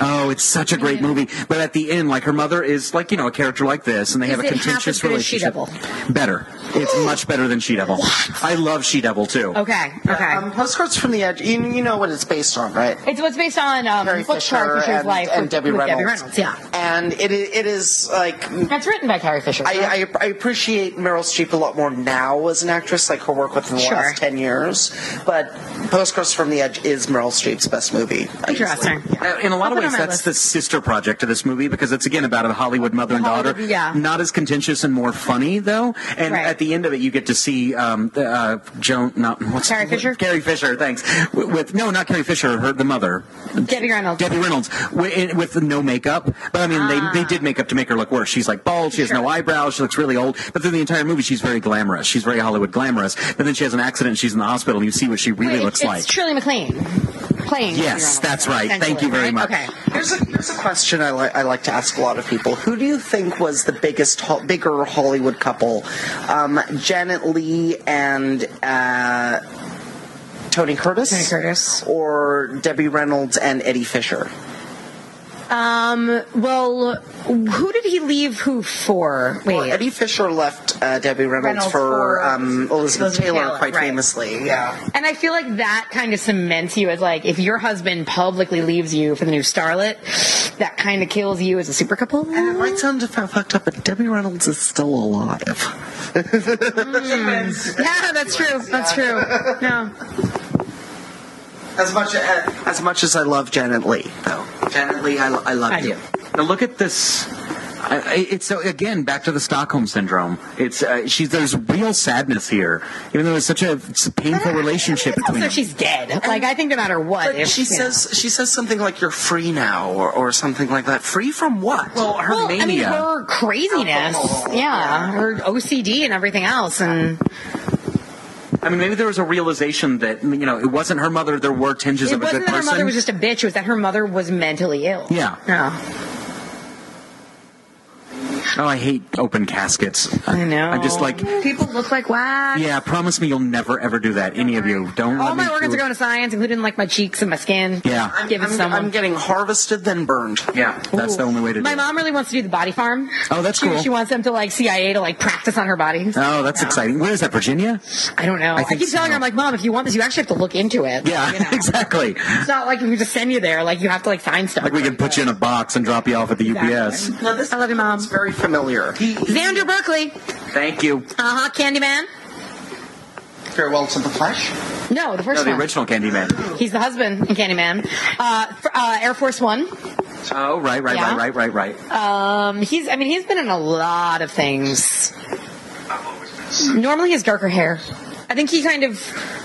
S4: Oh, it's such a great movie. But at the end, like her mother is like you know a character like this, and they
S3: Is
S4: have a
S3: it half as
S4: contentious
S3: good as
S4: relationship.
S3: She-Devil?
S4: Better. It's much better than She Devil. I love She Devil too.
S3: Okay, okay.
S7: Um, Postcards from the Edge. You, you know what it's based on, right?
S3: it's what's based on um, Butch Carr Fisher's
S7: and,
S3: life
S7: and
S3: with,
S7: Debbie,
S3: with
S7: Reynolds.
S3: Debbie Reynolds. Yeah,
S7: and it i- it is like
S4: Hmm.
S3: that's written by Carrie Fisher.
S4: uh,
S7: I, I, I appreciate Meryl Streep a lot more now as an actress, like her work within the
S3: Sure.
S7: last ten years. But Postcards from the Edge is Meryl Streep's best movie.
S3: interesting.
S4: Uh, In a lot
S3: I'll put
S4: of
S3: it
S4: ways,
S3: on my list.
S4: that's the sister project to this movie because it's again about a Hollywood mother and daughter.
S3: Hollywood- yeah.
S4: Not as contentious and more funny though. And
S3: Right.
S4: at the end of it, you get to see um, the, uh, Joan. Not what's
S3: Carrie Fisher?
S4: Carrie Fisher. Thanks. With, with no, not Carrie Fisher. Her the mother.
S3: Debbie Reynolds.
S4: Debbie Reynolds with, with no makeup, but I mean
S3: Ah.
S4: they, they did makeup to make her look worse. She's like bald, she has no eyebrows, she looks really old. But then the entire movie she's very glamorous, she's very Hollywood glamorous. But then she has an accident, she's in the hospital, and you see what she really
S3: Wait,
S4: looks
S3: it's
S4: like.
S3: Shirley MacLaine playing. Debbie
S4: Yes,
S3: Reynolds,
S4: that's right. Thank
S3: essentially,
S4: you very
S3: right?
S4: much.
S3: Okay.
S7: Here's a, here's a question I, li- I like to ask a lot of people. Who do you think was the biggest, ho- bigger Hollywood couple? Um, Janet Lee and uh, Tony Curtis? Tony
S3: Curtis.
S7: Or Debbie Reynolds and Eddie Fisher?
S3: Um. Well, who did he leave who for? Wait.
S7: Well, Eddie Fisher left uh, Debbie Reynolds,
S3: Reynolds
S7: for,
S3: for uh,
S7: um, Elizabeth,
S3: Elizabeth
S7: Taylor,
S3: Taylor,
S7: quite
S3: right.
S7: famously. Yeah.
S3: And I feel like that kind of cements you as like if your husband publicly leaves you for the new starlet, that kind of kills you as a super couple.
S7: It might sound f- fucked up, but Debbie Reynolds is still alive.
S3: Yeah, that's true. That's true. No.
S7: As much as, as much as I love Janet Lee, though. Janet Lee, I, lo- I love
S3: I
S7: you.
S3: do.
S4: Now look at this. I- I- It's so again back to the Stockholm syndrome. It's uh, she's there's real sadness here, even though it's such a, it's a painful relationship between
S3: Also,
S4: them.
S3: she's dead. Like I think no matter what,
S7: But
S3: if,
S7: she
S3: you know.
S7: says she says something like "You're free now" or, or something like that. Free from what?
S4: Well, her
S3: Well, I mean,
S4: mania.
S3: her craziness, yeah, her OCD and everything else, and
S4: I mean, maybe there was a realization that you know it wasn't her mother. There were tinges
S3: it
S4: of a good
S3: wasn't that her
S4: person.
S3: mother was just a bitch. It was that her mother was mentally ill.
S4: Yeah.
S3: Yeah.
S4: oh, I hate open caskets.
S3: I know.
S4: I'm just like,
S3: people look like wax.
S4: yeah. Promise me you'll never ever do that. Any of you, don't.
S3: All
S4: let me
S3: my organs
S4: do
S3: are going to science, including like my cheeks and my skin.
S4: Yeah.
S7: I'm,
S3: Give it
S7: I'm-
S3: someone.
S7: I'm getting harvested then burned.
S4: Yeah, that's the only way to.
S3: My
S4: do
S3: mom really wants to do the body farm.
S4: Oh, that's
S3: she,
S4: cool.
S3: She wants them to like CIA to like practice on her body.
S4: It. Oh, that's exciting. Where is that, Virginia?
S3: I don't know. I,
S4: think
S3: keep telling
S4: so.
S3: her, I'm like, mom, if you want this, you actually have to look into it.
S4: Yeah,
S3: You know?
S4: exactly.
S3: It's not like we just send you there. Like you have to like sign stuff.
S4: Like we can put you in a box and drop you off at the UPS.
S7: No, this
S3: I love you, mom.
S7: is very familiar. He,
S3: Xander Berkeley.
S4: Thank you.
S3: Uh huh. Candyman.
S7: farewell to the flesh.
S3: No, the
S4: No,
S3: first
S4: Oh, the
S3: one.
S4: original Candyman.
S3: He's the husband in Candyman. Uh, f- uh, Air Force One.
S4: Oh, right, right,
S3: Yeah.
S4: right, right, right, right.
S3: Um, he's. I mean, he's been in a lot of things.
S12: I've always been so
S3: Normally, he has darker hair. I think he kind of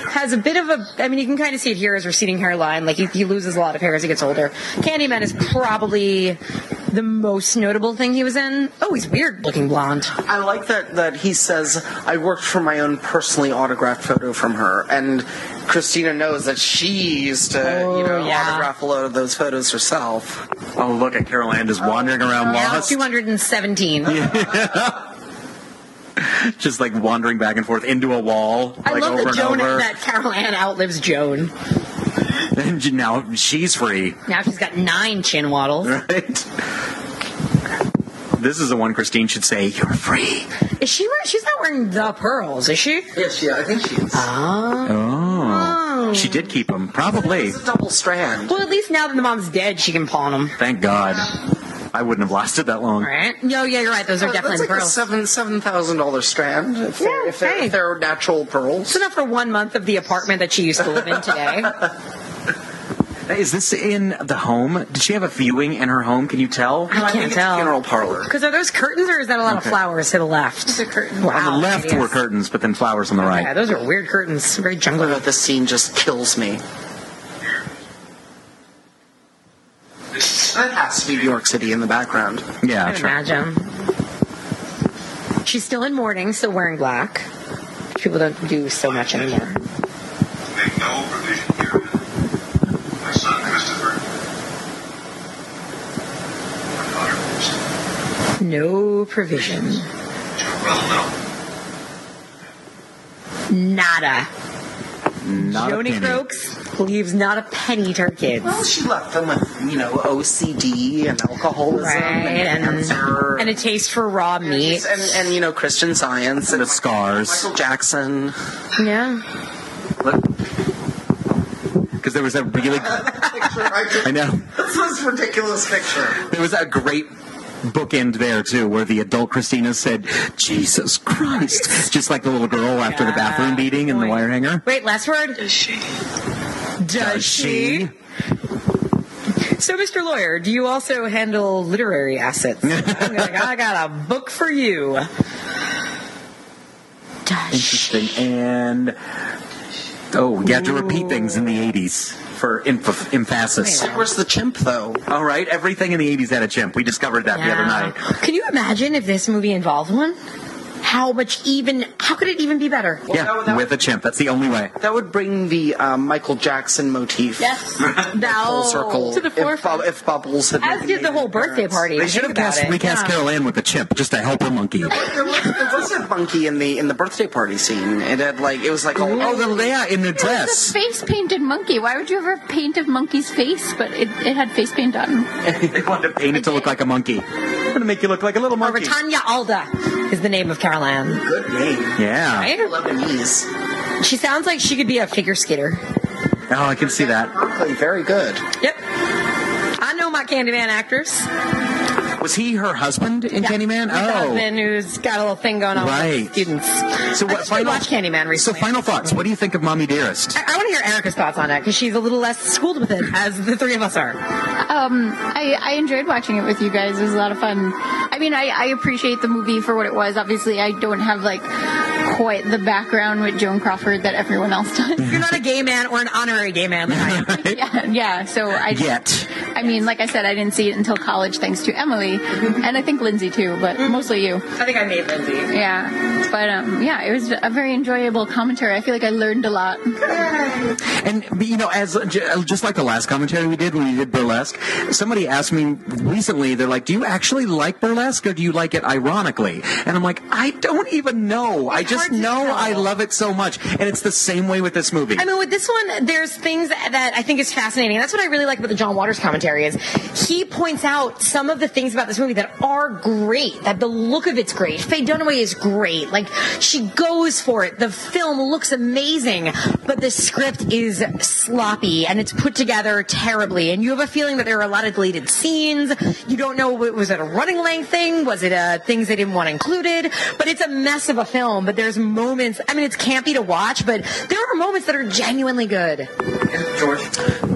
S3: has a bit of a. I mean, you can kind of see it here as receding hairline. Like he, he loses a lot of hair as he gets older. Candyman is probably the most notable thing he was in. Oh, he's weird looking blonde.
S7: I like that that he says I worked for my own personally autographed photo from her, and Christina knows that she used to you know
S3: yeah.
S7: autograph a lot of those photos herself.
S4: Oh, look at Carol Ann just wandering around
S3: Now
S4: lost,
S3: two hundred and seventeen.
S4: just like wandering back and forth into a wall,
S3: I
S4: like
S3: love
S4: over
S3: that
S4: and
S3: Joan
S4: over.
S3: that Carol Ann outlives Joan.
S4: And now she's free,
S3: Now she's got nine chin waddles.
S4: right? This is the one Christine should say, "You're free."
S3: Is she wearing? She's not wearing the pearls, is she?
S7: Yes, yeah, I think she is.
S4: Oh, she did keep him, probably.
S7: It's a double strand.
S3: Well, at least now that the mom's dead, she can pawn them.
S4: Thank God. I wouldn't have lasted that long.
S3: All right. No, yeah, you're right. Those are definitely
S7: That's
S3: the
S7: like a
S3: pearls.
S7: seven seven thousand dollar strand. If they're,
S3: Yeah,
S7: if, they're,
S3: hey.
S7: if they're natural pearls.
S3: It's enough for one month of the apartment that she used to live in today.
S4: Is this in the home? Did she have a viewing in her home? Can you tell?
S3: I can't tell.
S4: funeral parlor.
S3: Because are those curtains or is that a lot
S4: Okay.
S3: of flowers to the left?
S5: It's a curtain.
S4: on the left
S3: yes.
S4: were curtains, but then flowers on the right.
S3: Yeah, those are weird curtains. Very jungle.
S7: this scene just kills me. That has to be New York City in the background.
S4: Yeah,
S3: I would imagine. She's still in mourning, still wearing black. People don't do so much anymore.
S9: Make no provision here. My son Christopher. My daughter Christopher.
S3: No provision.
S9: Too well known.
S3: Nada.
S4: Not a
S3: Joni
S4: penny.
S3: Crokes leaves not a penny to her kids.
S7: Well, she left them with, you know, OCD and alcoholism
S3: Right,
S7: and
S3: and,
S7: cancer.
S3: and a taste for raw meat.
S7: and, and, you know, Christian science.
S4: The
S7: And
S4: scars,
S7: Michael Jackson.
S3: Yeah.
S4: because there was that really. I know.
S7: This was a ridiculous picture.
S4: There was a great bookend there too where the adult christina said jesus christ just like the little girl after the bathroom beating in the wire hanger
S3: Wait, last word.
S9: Is she?
S3: Does she? So, Mr. Lawyer, do you also handle literary assets? You're like, I got a book for you. Does she?
S4: interesting and oh you had to repeat things in the 80s for emph- emphasis
S7: Where's the chimp, though?
S4: all right everything in the 80s had a chimp we discovered that the other
S3: Yeah.
S4: night
S3: Can you imagine if this movie involved one? How much even? How could it even be better?
S4: yeah with a chimp that's the only way
S7: That would bring the um, Michael Jackson motif
S5: Yes.
S7: full
S3: Thou
S7: circle.
S3: Oh, to the
S7: if,
S3: forefront.
S7: Bub- if Bubbles had
S3: As
S7: been
S3: did the
S7: made
S3: whole
S7: an
S3: birthday
S7: appearance.
S3: party.
S4: they should have cast recast carol ann with a chimp just to help her monkey
S7: There was, there was a monkey in the in the birthday party scene. It had like it was like all-
S4: oh the yeah in the
S5: It's a
S4: dress
S5: face painted monkey. Why would you ever paint a monkey's face? But it, it had face paint on.
S4: they wanted to paint it to look like a monkey i'm gonna make you look like a little monkey
S3: Tanya Alda is the name of Carol Ann.
S7: good name.
S4: yeah
S7: Lebanese.
S3: She sounds like she could be a figure skater.
S4: Oh, I can see that.
S7: Berkeley, very good.
S3: Yep. I know my Candyman actors.
S4: Was he her husband in Candyman?
S3: My
S4: oh,
S3: husband who's got a little thing going on with
S4: Right.
S3: his students.
S4: so
S3: I
S4: what?
S3: actually
S4: Final
S3: watched Candyman recently.
S4: So, final thoughts. What do you think of Mommy Dearest?
S3: I, I want to hear Erica's thoughts on it because she's a little less schooled with it as the three of us are.
S5: Um, I, I enjoyed watching it with you guys. It was a lot of fun. I mean, I, I appreciate the movie for what it was. Obviously, I don't have like quite the background with Joan Crawford that everyone else does.
S3: You're not a gay man or an honorary gay man like I am.
S5: yeah, yeah. So I
S4: Yet,
S5: I mean, like I said, I didn't see it until college, thanks to Emily, and I think Lindsay too, but mostly you.
S3: I think I made Lindsay.
S5: Yeah, but um, yeah, it was a very enjoyable commentary. I feel like I learned a lot.
S4: and you know, as j- uh, just like the last commentary we did when we did burlesque, somebody asked me recently. They're like, "Do you actually like burlesque, or do you like it ironically?" And I'm like, "I don't even know. I just
S3: hard to
S4: know
S3: tell.
S4: I love it so much." And it's the same way with this movie.
S3: I mean, with this one, there's things that I think is fascinating. That's what I really like about the John Waters commentary is he points out some of the things about this movie that are great. That the look of it's great. Faye Dunaway is great. Like she goes for it. The film looks amazing, but the script is sloppy and it's put together terribly. And you have a feeling that there are a lot of deleted scenes. You don't know what- was it a running length thing? Was it a things they didn't want included? But it's a mess of a film. But there's moments. I mean, it's campy to watch, but there are moments that are genuinely good.
S7: George.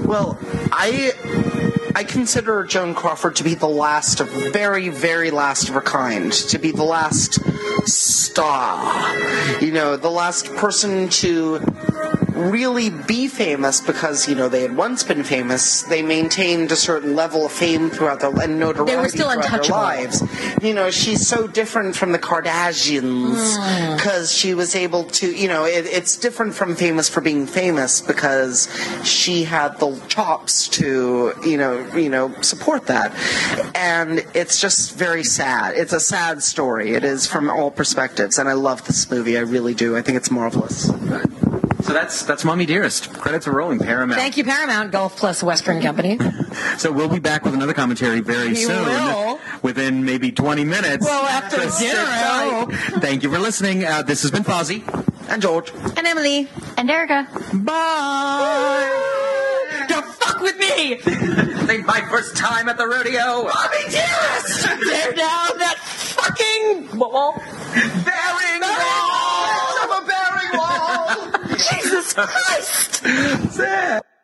S7: Well, I I consider Joan Crawford to be the last of very, very last of her kind, to be the last star. You know, the last person to really be famous because, you know, they had once been famous. They maintained a certain level of fame throughout their and notoriety
S3: still
S7: throughout
S3: untouchable.
S7: Their lives. You know, she's so different from the Kardashians because she was able to, you know, it, it's different from famous for being famous because she had the chops to, you know, you know, support that. And it's just very sad. It's a sad story. It is from all perspectives, and I love this movie. I really do. I think it's marvelous.
S4: so that's that's Mommy Dearest. Credits are rolling. Paramount.
S3: Thank you, Paramount Golf Plus Western Company.
S4: So we'll be back with another commentary very soon.
S3: will.
S4: Within maybe 20 minutes.
S3: Well, after
S4: Just
S3: dinner,
S4: sit
S3: I
S4: tight. Thank you for listening. Uh, this has been Fozzie.
S7: And George.
S3: and Emily,
S5: And Erica,
S4: Bye.
S3: don't fuck with me.
S13: They my first time at the rodeo.
S3: Mommy dearest, tear down that fucking wall.
S13: Bearing wall! I'm a bearing wall!
S3: Jesus Christ.
S13: That's it.